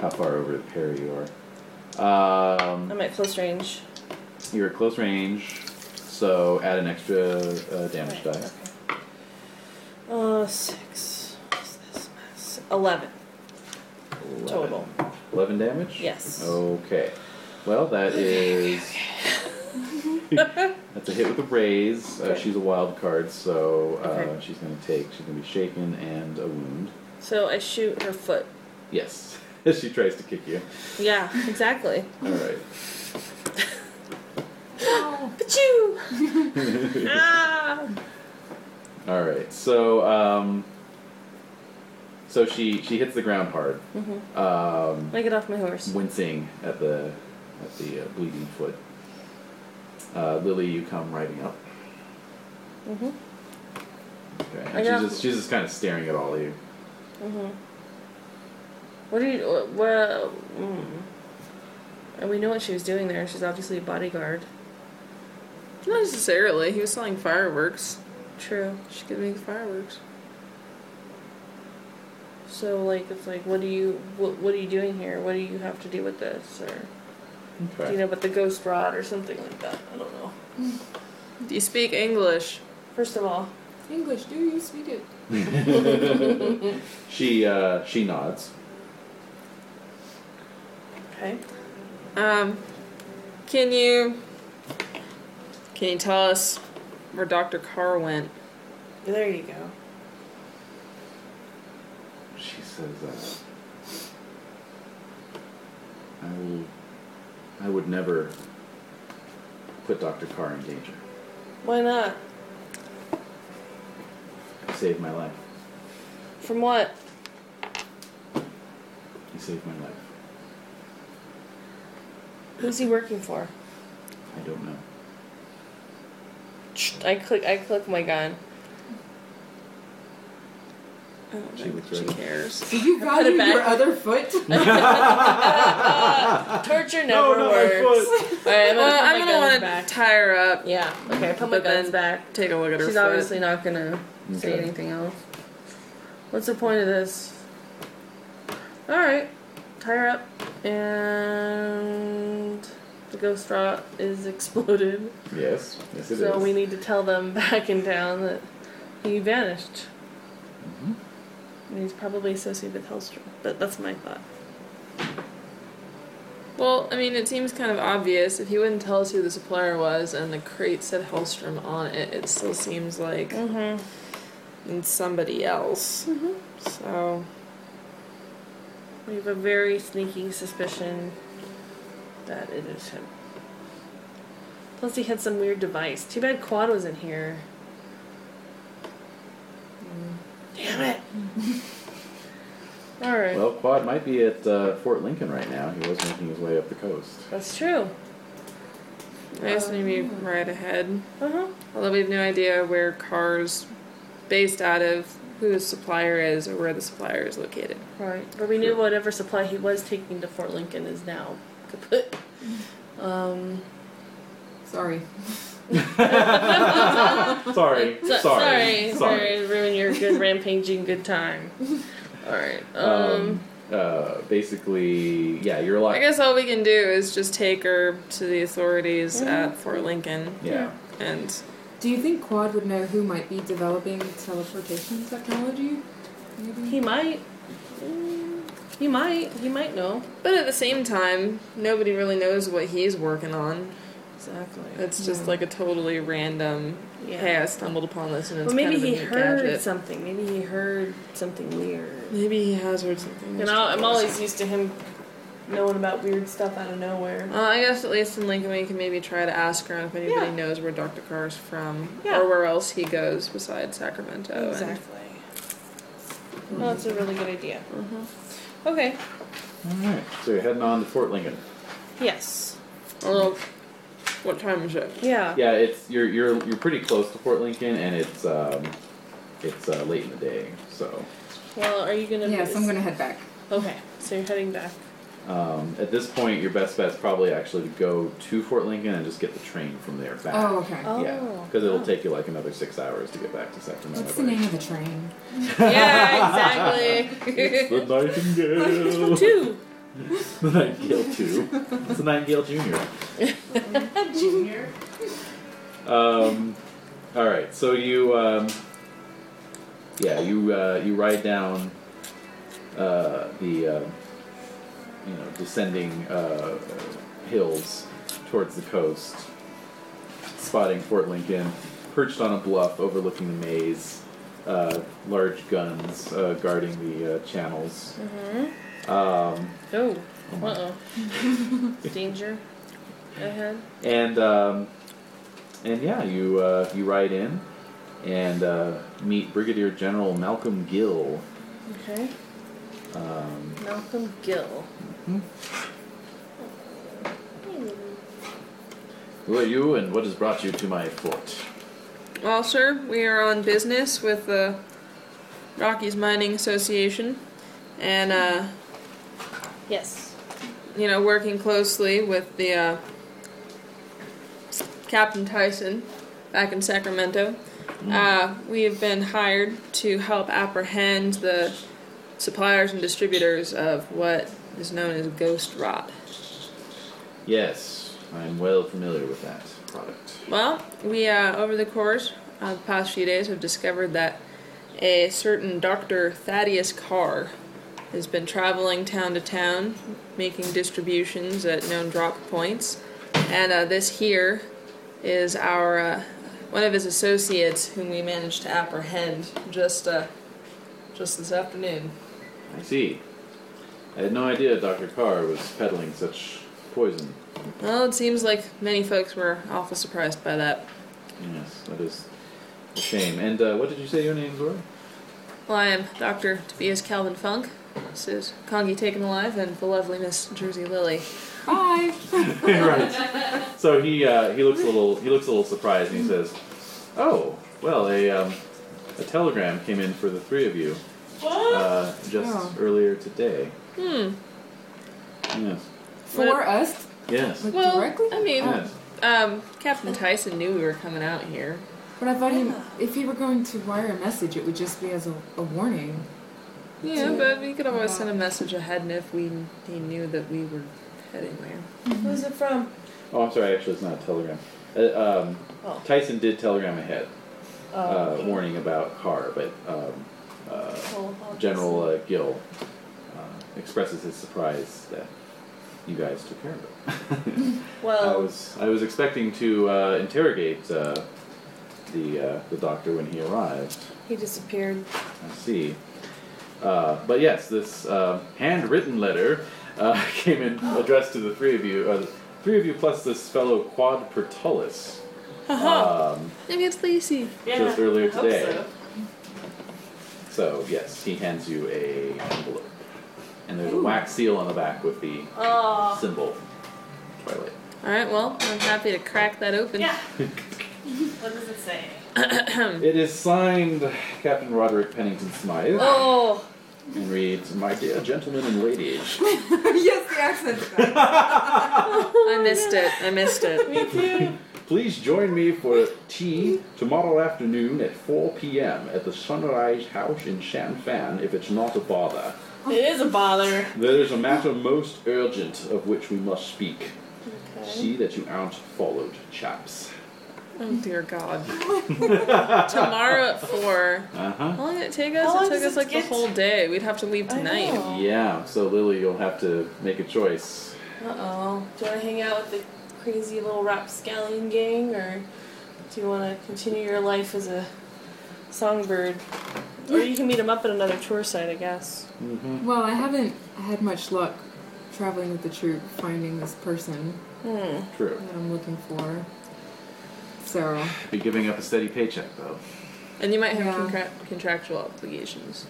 S3: how far over the parry you are. Um,
S2: I'm at close range.
S3: you're at close range, so add an extra uh, damage die.
S2: Uh, six. What's this mess? Eleven
S3: 11.
S2: total.
S3: 11 damage?
S2: Yes.
S3: Okay. Well, that is. that's a hit with a raise. Uh,
S2: Okay.
S3: she's a wild card, so uh,
S2: Okay.
S3: she's going to take. She's going to be shaken and a wound.
S2: So I shoot her foot.
S3: Yes. As she tries to kick you.
S2: Yeah, exactly.
S3: All right.
S2: Pachoo! ah!
S3: All right. So, um, so she she hits the ground hard, um,
S2: I get off my horse.
S3: wincing at the at the uh, bleeding foot. Uh, Lily, you come riding up.
S2: Mhm.
S3: Okay.
S2: I
S3: And she's
S2: got-
S3: just she's just kind of staring at all of you.
S2: What are you? wh- Where? Mm. And Uh, we know what she was doing there. She's obviously a bodyguard.
S4: Not necessarily. He was selling fireworks.
S2: True.
S4: She could make fireworks.
S2: So like, it's like, what do you? What, what are you doing here? What do you have to do with this? Or do
S3: Okay.
S2: you know about the ghost rod or something like that? I don't know.
S4: Do you speak English?
S2: First of all,
S5: English, do you speak it?
S3: She uh, she nods.
S2: okay.
S4: Um, can you can you tell us where Dr. Carr went?
S2: There you go.
S3: She says, uh, I, will, I would never put Dr. Carr in danger.
S2: Why not?
S3: He saved my life.
S2: From what?
S3: He saved my life.
S2: Who's he working for?
S3: I don't know.
S2: I click. I click my gun.
S4: I don't
S3: She
S4: think
S3: would
S4: she
S3: throw-
S4: cares.
S5: Did you value
S2: back.
S5: your other foot?
S2: Torture
S3: Oh,
S2: never works. All right, I'm gonna put my
S4: Well, I'm gonna
S2: guns
S4: want
S2: back.
S4: to tie her up.
S2: yeah. Okay. Put my
S4: but then
S2: guns back.
S4: Take a look at her
S2: She's
S4: foot.
S2: obviously not gonna say
S3: Okay.
S2: anything else. What's the point of this? All right. Tie her up, and the ghost rot is exploded.
S3: Yes, yes it is.
S2: So we need to tell them back in town that he vanished.
S3: Mm-hmm.
S2: And he's probably associated with Hellstrom. But that's my thought.
S4: Well, I mean, it seems kind of obvious. If he wouldn't tell us who the supplier was and the crate said Hellstrom on it, it still seems like
S2: Mm-hmm.
S4: it's somebody else. So,
S2: We have a very sneaking suspicion that it is him. Plus, he had some weird device. Too bad Quad was in here. Damn it! Alright.
S3: Well, Quad might be at uh, Fort Lincoln right now. He was making his way up the coast.
S2: That's true.
S4: I guess maybe right ahead.
S2: Uh huh.
S4: Although we have no idea where Carr's based out of, who his supplier is, or where the supplier is located.
S2: Right. But we knew whatever supply he was taking to Fort Lincoln is now kaput. Um,
S5: Sorry.
S3: Sorry,
S2: so-
S3: sorry,
S2: sorry, sorry, ruin your good rampaging good time. All right. Um,
S3: Um, uh, basically, yeah, you're locked.
S4: I guess all we can do is just take her to the authorities
S2: Mm-hmm.
S4: at Fort Lincoln
S3: yeah.
S4: and
S5: Do you think Quad would know who might be developing teleportation technology? Maybe?
S2: he might. Mm, He might. He might know.
S4: But at the same time, nobody really knows what he's working on.
S2: Exactly.
S4: It's just like a totally random.
S2: Yeah.
S4: Hey, I stumbled upon this, and it's
S2: Well, maybe
S4: kind of a
S2: he
S4: neat
S2: heard
S4: gadget."
S2: something. Maybe he heard something weird.
S4: Maybe he has heard something.
S2: And i I'm always used to him knowing about weird stuff out of nowhere.
S4: Well, Uh, I guess at least in Lincoln we can maybe try to ask around if anybody
S2: Yeah.
S4: knows where Dr. Carr is from
S2: Yeah.
S4: or where else he goes besides Sacramento.
S2: Oh,
S4: and-
S2: Exactly. Well, that's a really good idea. Okay.
S3: All right. So you're heading on to Fort Lincoln.
S2: Yes.
S4: although, what time is it?
S2: Yeah.
S3: Yeah, it's you're you're you're pretty close to Fort Lincoln, and it's um, it's uh, late in the day. So
S2: Well, are you gonna?
S5: Yes, I'm gonna head back.
S2: Okay, so you're heading back.
S3: um, at this point, your best bet is probably actually to go to Fort Lincoln and just get the train from there back.
S5: Oh, okay.
S2: Oh.
S3: Yeah, because it'll take you like another six hours to get back to Sacramento.
S5: What's the name of the train?
S2: yeah, exactly.
S3: The Nightingale.
S2: Two.
S3: the Nightingale Two. It's the Nightingale Junior.
S2: Junior.
S3: Um, all right, so you, um, yeah, you uh, you ride down uh, the uh, you know descending uh, hills towards the coast, spotting Fort Lincoln, perched on a bluff overlooking the maze. Uh, large guns uh, guarding the uh, channels. Um,
S2: Oh.
S3: oh
S2: Uh
S3: my
S2: oh. Danger. Ahead.
S3: and um, and yeah, you uh, you ride in and uh, meet Brigadier General Malcolm Gill.
S2: Okay.
S3: Um,
S2: Malcolm Gill.
S3: who are you, and what has brought you to my fort?
S4: Well, sir, we are on business with the Rockies Mining Association, and uh,
S2: Yes.
S4: you know, working closely with the uh, Captain Tyson back in Sacramento. Uh, we have been hired to help apprehend the suppliers and distributors of what is known as ghost rot.
S3: Yes, I am well familiar with that. product.
S4: Well, we uh, over the course of the past few days have discovered that a certain Dr. Thaddeus Carr has been traveling town to town, making distributions at known drop points, and uh, this here is our uh, one of his associates whom we managed to apprehend just uh, just this afternoon.
S3: I see. I had no idea Dr. Carr was peddling such poison.
S4: Well, it seems like many folks were awful surprised by that.
S3: Yes, that is a shame. And uh, what did you say your names were?
S4: Well, I am Dr. Tobias Calvin Funk. This is Congi Taken Alive and the lovely Miss Jersey Lily.
S5: Bye.
S3: right. So he uh, he looks a little he looks a little surprised and he says, "Oh, well, a um, a telegram came in for the three of you uh, just
S5: Oh.
S3: earlier today."
S4: Hmm.
S3: Yes.
S5: For us,
S3: Yes.
S5: like
S4: Well,
S5: directly.
S4: I mean,
S3: Yes.
S4: um, Captain Tyson knew we were coming out here.
S5: But I thought he, if he were going to wire a message, it would just be as a, a warning.
S4: Yeah,
S5: Yeah.
S4: but we could always
S5: Yeah.
S4: send a message ahead, and if we he knew that we were heading there.
S8: Who's it from?
S3: Oh, I'm sorry. Actually, it's not a telegram. Uh, um,
S8: Oh.
S3: Tyson did telegram ahead,
S8: Oh,
S3: uh, warning about Carr, but um, uh,
S8: well, I'll just-
S3: General uh, Gill uh, expresses his surprise that you guys took care of it. I
S8: Well,
S3: was I was expecting to uh, interrogate uh, the uh, the doctor when he arrived.
S8: he disappeared.
S3: I see. Uh, but yes, this uh, handwritten letter uh, came in addressed to the three of you, uh, the three of you plus this fellow Quad Pertullus, um,
S4: Maybe it's Lacey.
S3: just earlier
S8: I hope
S3: today. So. yes, he hands you a envelope, and there's a wax seal on the back with the
S8: Oh.
S3: symbol Twilight.
S4: All right, well, I'm happy to crack that open.
S8: Yeah. what does it say?
S3: It is signed Captain Roderick Pennington Smythe.
S8: Oh.
S3: and reads, "My dear gentlemen and ladies."
S5: yes, the accent's back.
S4: I missed it. I missed it.
S3: Please join me for tea tomorrow afternoon at 4 p.m. at the Sunrise House in Shan Fan, if it's not a bother.
S8: It is a bother.
S3: There is a matter most urgent of which we must speak. See that you aren't followed, chaps.
S4: Oh dear God. Tomorrow at four.
S3: Uh huh.
S4: How long did it take
S8: How
S4: us?
S8: long
S4: It took
S8: does
S4: us
S8: it
S4: like the
S8: get?
S4: whole day. We'd have to leave tonight.
S3: Yeah, so Lily, you'll have to make a choice.
S8: Uh oh. Do you want to hang out with the crazy little rapscallion gang, or do you want to continue your life as a songbird? Or you can meet him up at another tour site, I guess.
S5: well, I haven't had much luck traveling with the troop finding this person
S8: Hmm.
S3: True.
S5: that I'm looking for. So,
S3: Be giving up a steady paycheck, though.
S4: And you might have
S5: Yeah.
S4: contra- contractual obligations.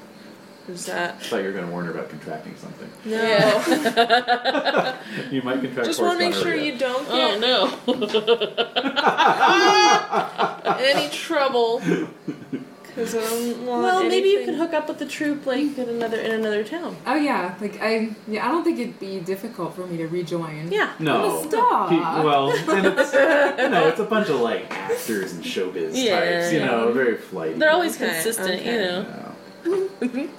S4: Is that?
S3: I thought you were going to warn her about contracting something.
S4: No.
S3: You might contract
S4: Just want to make sure you don't get
S2: Oh no.
S4: in any trouble. Because I don't want
S8: Well, maybe you
S4: anything-
S8: could hook up with the troop, like at another in another town.
S5: oh yeah, like I, yeah, I don't think it'd be difficult for me to rejoin.
S8: Yeah.
S3: No.
S5: Stop.
S3: He- well, and it's, you know, it's a bunch of like actors and showbiz
S2: Yeah.
S3: types, you know, very flighty.
S2: They're always
S4: Okay,
S2: consistent,
S4: okay.
S2: you
S3: you
S2: know.
S3: know.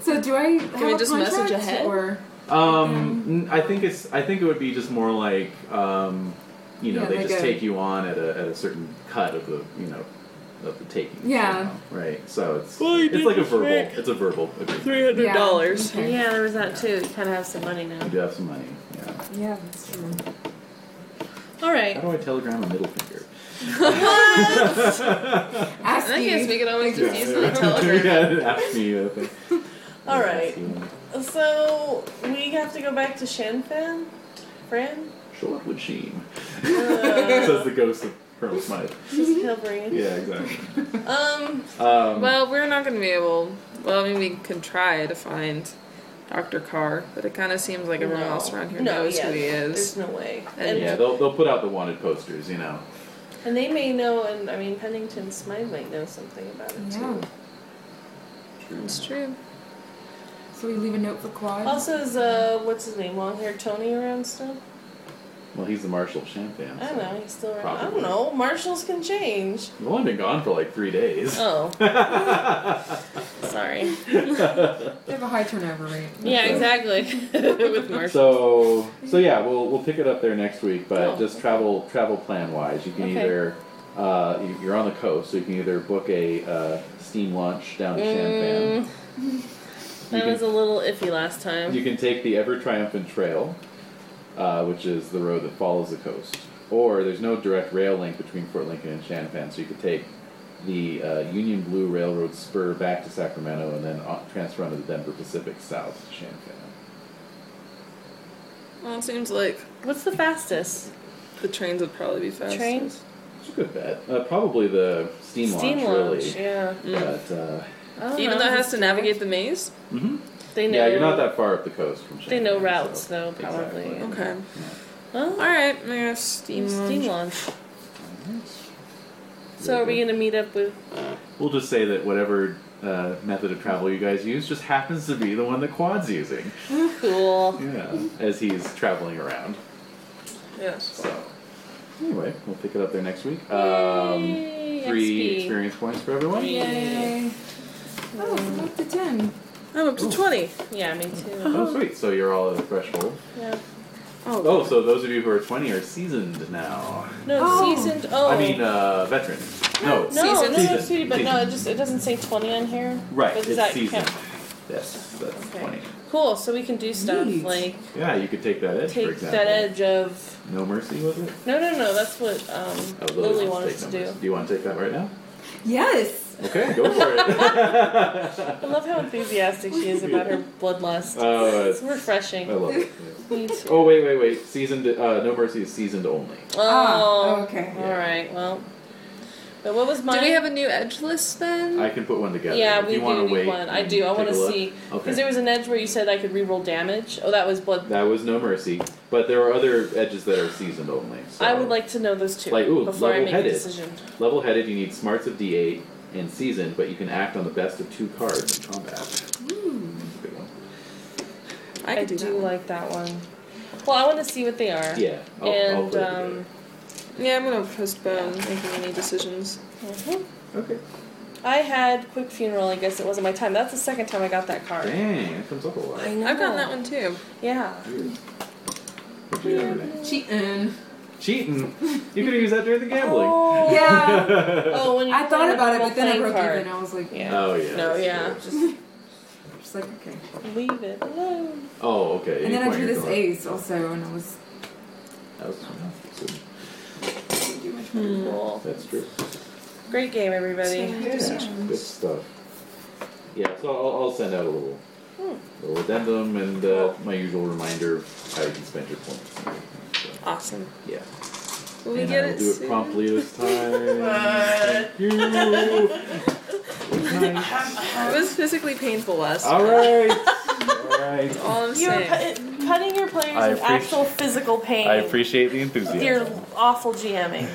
S5: So do I? Have
S4: we
S5: a
S4: just
S5: contract,
S4: message ahead?
S5: Or
S3: Um, n- I think it's. I think it would be just more like, um, you know,
S5: Yeah,
S3: they
S5: like
S3: just
S5: a-
S3: take you on at a, at a certain cut of the, you know, of the taking.
S5: Yeah.
S3: you know, right. So it's
S2: Well, you
S3: it's
S2: did
S3: like a
S2: this
S3: verbal.
S2: trick.
S3: It's a verbal agreement.
S2: Three hundred
S5: Yeah.
S2: dollars.
S5: Okay.
S8: Yeah, there was that too. You kind of have some money now.
S3: You do have some money. Yeah.
S5: Yeah, that's true.
S2: All
S3: How
S2: right.
S3: do I telegram a middle finger?
S5: Ask
S4: In that case, we
S5: you.
S4: could always just use the
S3: Yeah.
S4: telegram.
S3: yeah, ask me. uh, if I-
S8: All right.
S3: if I-
S8: So we have to go back to Shanfan, Fran.
S3: Short would sheen.
S8: Uh,
S3: Says the ghost of Colonel Smythe.
S8: just
S4: Mm-hmm.
S8: Hilbrin.
S3: Yeah, exactly.
S8: Um.
S3: Um,
S4: Well, we're not going to be able. Well, I mean, we can try to find Dr. Carr, but it kind of seems like everyone
S8: no.
S4: else around here
S8: no,
S4: knows
S8: yeah,
S4: who he
S8: There's
S4: is.
S8: no way.
S4: And-
S8: And,
S3: yeah, they'll, they'll put out the wanted posters, you know.
S8: and they may know, and I mean, Pennington Smythe might know something about it
S5: Yeah.
S8: too.
S4: It's true.
S5: So we leave a note for Quad.
S8: Also, is uh, what's his name, long haired Tony around still?
S3: Well, he's the Marshal of Champagne.
S8: I don't know. He's still around. I
S3: Probably.
S8: don't know. Marshals can change.
S2: Oh,
S3: We've only been gone for like three days.
S8: Oh. Sorry.
S5: They have a high turnover rate.
S2: Yeah, exactly. With Marshall.
S3: So so yeah, we'll we'll pick it up there next week. But
S2: Oh.
S3: just travel travel plan wise, you can
S2: Okay.
S3: either uh, you- you're on the coast, so you can either book a uh, steam lunch down to Champaign.
S2: Mm, that
S3: You
S2: was a little iffy last
S3: can,
S2: time.
S3: you can take the ever triumphant trail, uh, which is the road that follows the coast. Or there's no direct rail link between Fort Lincoln and Champaign, so you could take the uh, Union Blue Railroad spur back to Sacramento and then uh, transfer onto the Denver Pacific south to Champaign.
S4: Well, it seems like
S2: What's the fastest?
S4: the trains would probably be fastest.
S14: Trains?
S3: It's a good bet. Uh, probably the steam,
S2: Steam
S3: launch,
S2: launch,
S3: really.
S14: Yeah.
S3: But uh,
S2: I don't
S4: Even
S2: know.
S4: though it has to navigate the maze.
S2: they know.
S3: yeah, you're not that far up the coast from.
S2: They know
S3: Champaign,
S2: routes, though,
S3: so-
S2: probably.
S3: Exactly.
S4: Okay.
S2: Well,
S4: All right. I guess steam.
S2: steam
S4: launch.
S2: launch. So are we gonna meet up with?
S3: We'll just say that whatever uh, method of travel you guys use just happens to be the one that Quad's using.
S2: Cool.
S3: Yeah. As he's traveling around.
S4: Yes.
S3: So anyway, we'll pick it up there next week. Um,
S2: Yay,
S3: three
S2: XP.
S3: experience points for everyone.
S5: Yay. Oh, it's up to 10.
S4: I'm up to twenty.
S2: Yeah, me too.
S3: Oh, sweet. So you're all at the threshold.
S2: Yeah.
S3: Oh, so those of you who are 20 are seasoned now.
S2: No,
S5: Oh.
S2: seasoned. Oh,
S3: I mean, uh, veterans.
S2: no,
S3: No,
S2: no,
S4: seasoned.
S2: no,
S3: Seasoned.
S2: sweetie, but no,
S3: Seasoned.
S2: it just it doesn't say twenty on here.
S3: Right,
S2: But does
S3: it's
S2: that
S3: seasoned.
S2: count?
S3: Yes, that's
S2: Okay.
S3: 20.
S2: Cool. So we can do stuff
S5: Neat.
S2: like
S3: Yeah, you could take that edge, for
S2: take
S3: example.
S2: that edge of.
S3: No mercy, was it?
S2: No, no, no. That's what um,
S3: Oh,
S2: Lily
S3: wants
S2: wanted
S3: to
S2: to
S3: take
S2: do.
S3: numbers. Do you want to take that right now?
S5: Yes.
S3: Okay, go for it.
S2: I love how enthusiastic she is about her bloodlust.
S3: Oh,
S2: it's refreshing.
S3: I love it.
S2: Me too.
S3: Oh wait, wait, wait. Seasoned. Uh, no mercy is seasoned only.
S5: Ah,
S2: Oh,
S5: okay.
S2: All right. Well, but what was my?
S4: Do we have a new edge list then?
S3: I can put one together.
S2: Yeah,
S3: if
S2: we
S3: you want
S2: do
S3: to
S2: need
S3: wait.
S2: one. I
S3: and
S2: do. I
S3: take
S2: want
S3: a
S2: to
S3: look.
S2: see because
S3: Okay.
S2: there was an edge where you said I could reroll damage. Oh, that was blood.
S3: That was no mercy, but there are other edges that are seasoned only. So
S2: I would like to know those two
S3: Like, ooh,
S2: before I make a
S3: level-headed.
S2: decision.
S3: level-headed. You need smarts of D8 and seasoned, but you can act on the best of two cards in combat. Good one.
S4: I
S2: I
S4: could
S2: do,
S4: do, that.
S2: like that one. Well, I want to see what they are.
S3: Yeah. I'll, I'll
S2: and
S3: put it
S2: um,
S4: Yeah, I'm gonna postpone making any decisions.
S2: mhm.
S3: together. Okay.
S2: I had quick funeral. I guess it wasn't my time. That's the second time I got that card.
S3: Dang, that comes up a lot.
S2: I know.
S4: I've gotten that one too.
S2: Yeah.
S3: Weird. What'd you do over there?
S5: Cheating.
S3: Cheating. You could have used that during the gambling.
S2: Oh.
S5: Yeah.
S2: Oh, when you
S5: I thought
S2: play
S5: about it,
S2: role
S5: but then I
S2: playing
S5: broke
S2: card.
S5: even. I was like,
S2: Yeah.
S3: Oh yeah.
S4: No,
S3: that's
S4: yeah.
S3: true.
S5: just, just like, okay.
S2: Leave it alone.
S3: Oh okay.
S5: And
S3: you
S5: then I
S3: point
S5: drew
S3: your
S5: this
S3: door.
S5: ace also, and I was
S3: That was so
S2: Cool.
S3: That's true.
S2: Great game, everybody.
S3: Good stuff. Yeah, so I'll, I'll send out a little,
S5: Hmm.
S3: little addendum and uh, my usual reminder of how you can spend your points. and everything, So,
S4: Awesome.
S3: yeah.
S4: Will we
S3: and
S4: get
S3: I'll
S4: it
S3: do
S4: soon?
S3: it promptly this time. Thank you. Nice.
S4: It was physically painful last.
S3: All right. All right.
S4: All I'm
S2: You were
S4: saying.
S2: pu- putting your players
S3: I
S2: in
S3: appreci-
S2: actual physical pain.
S3: I appreciate the enthusiasm.
S2: You're awful GMing.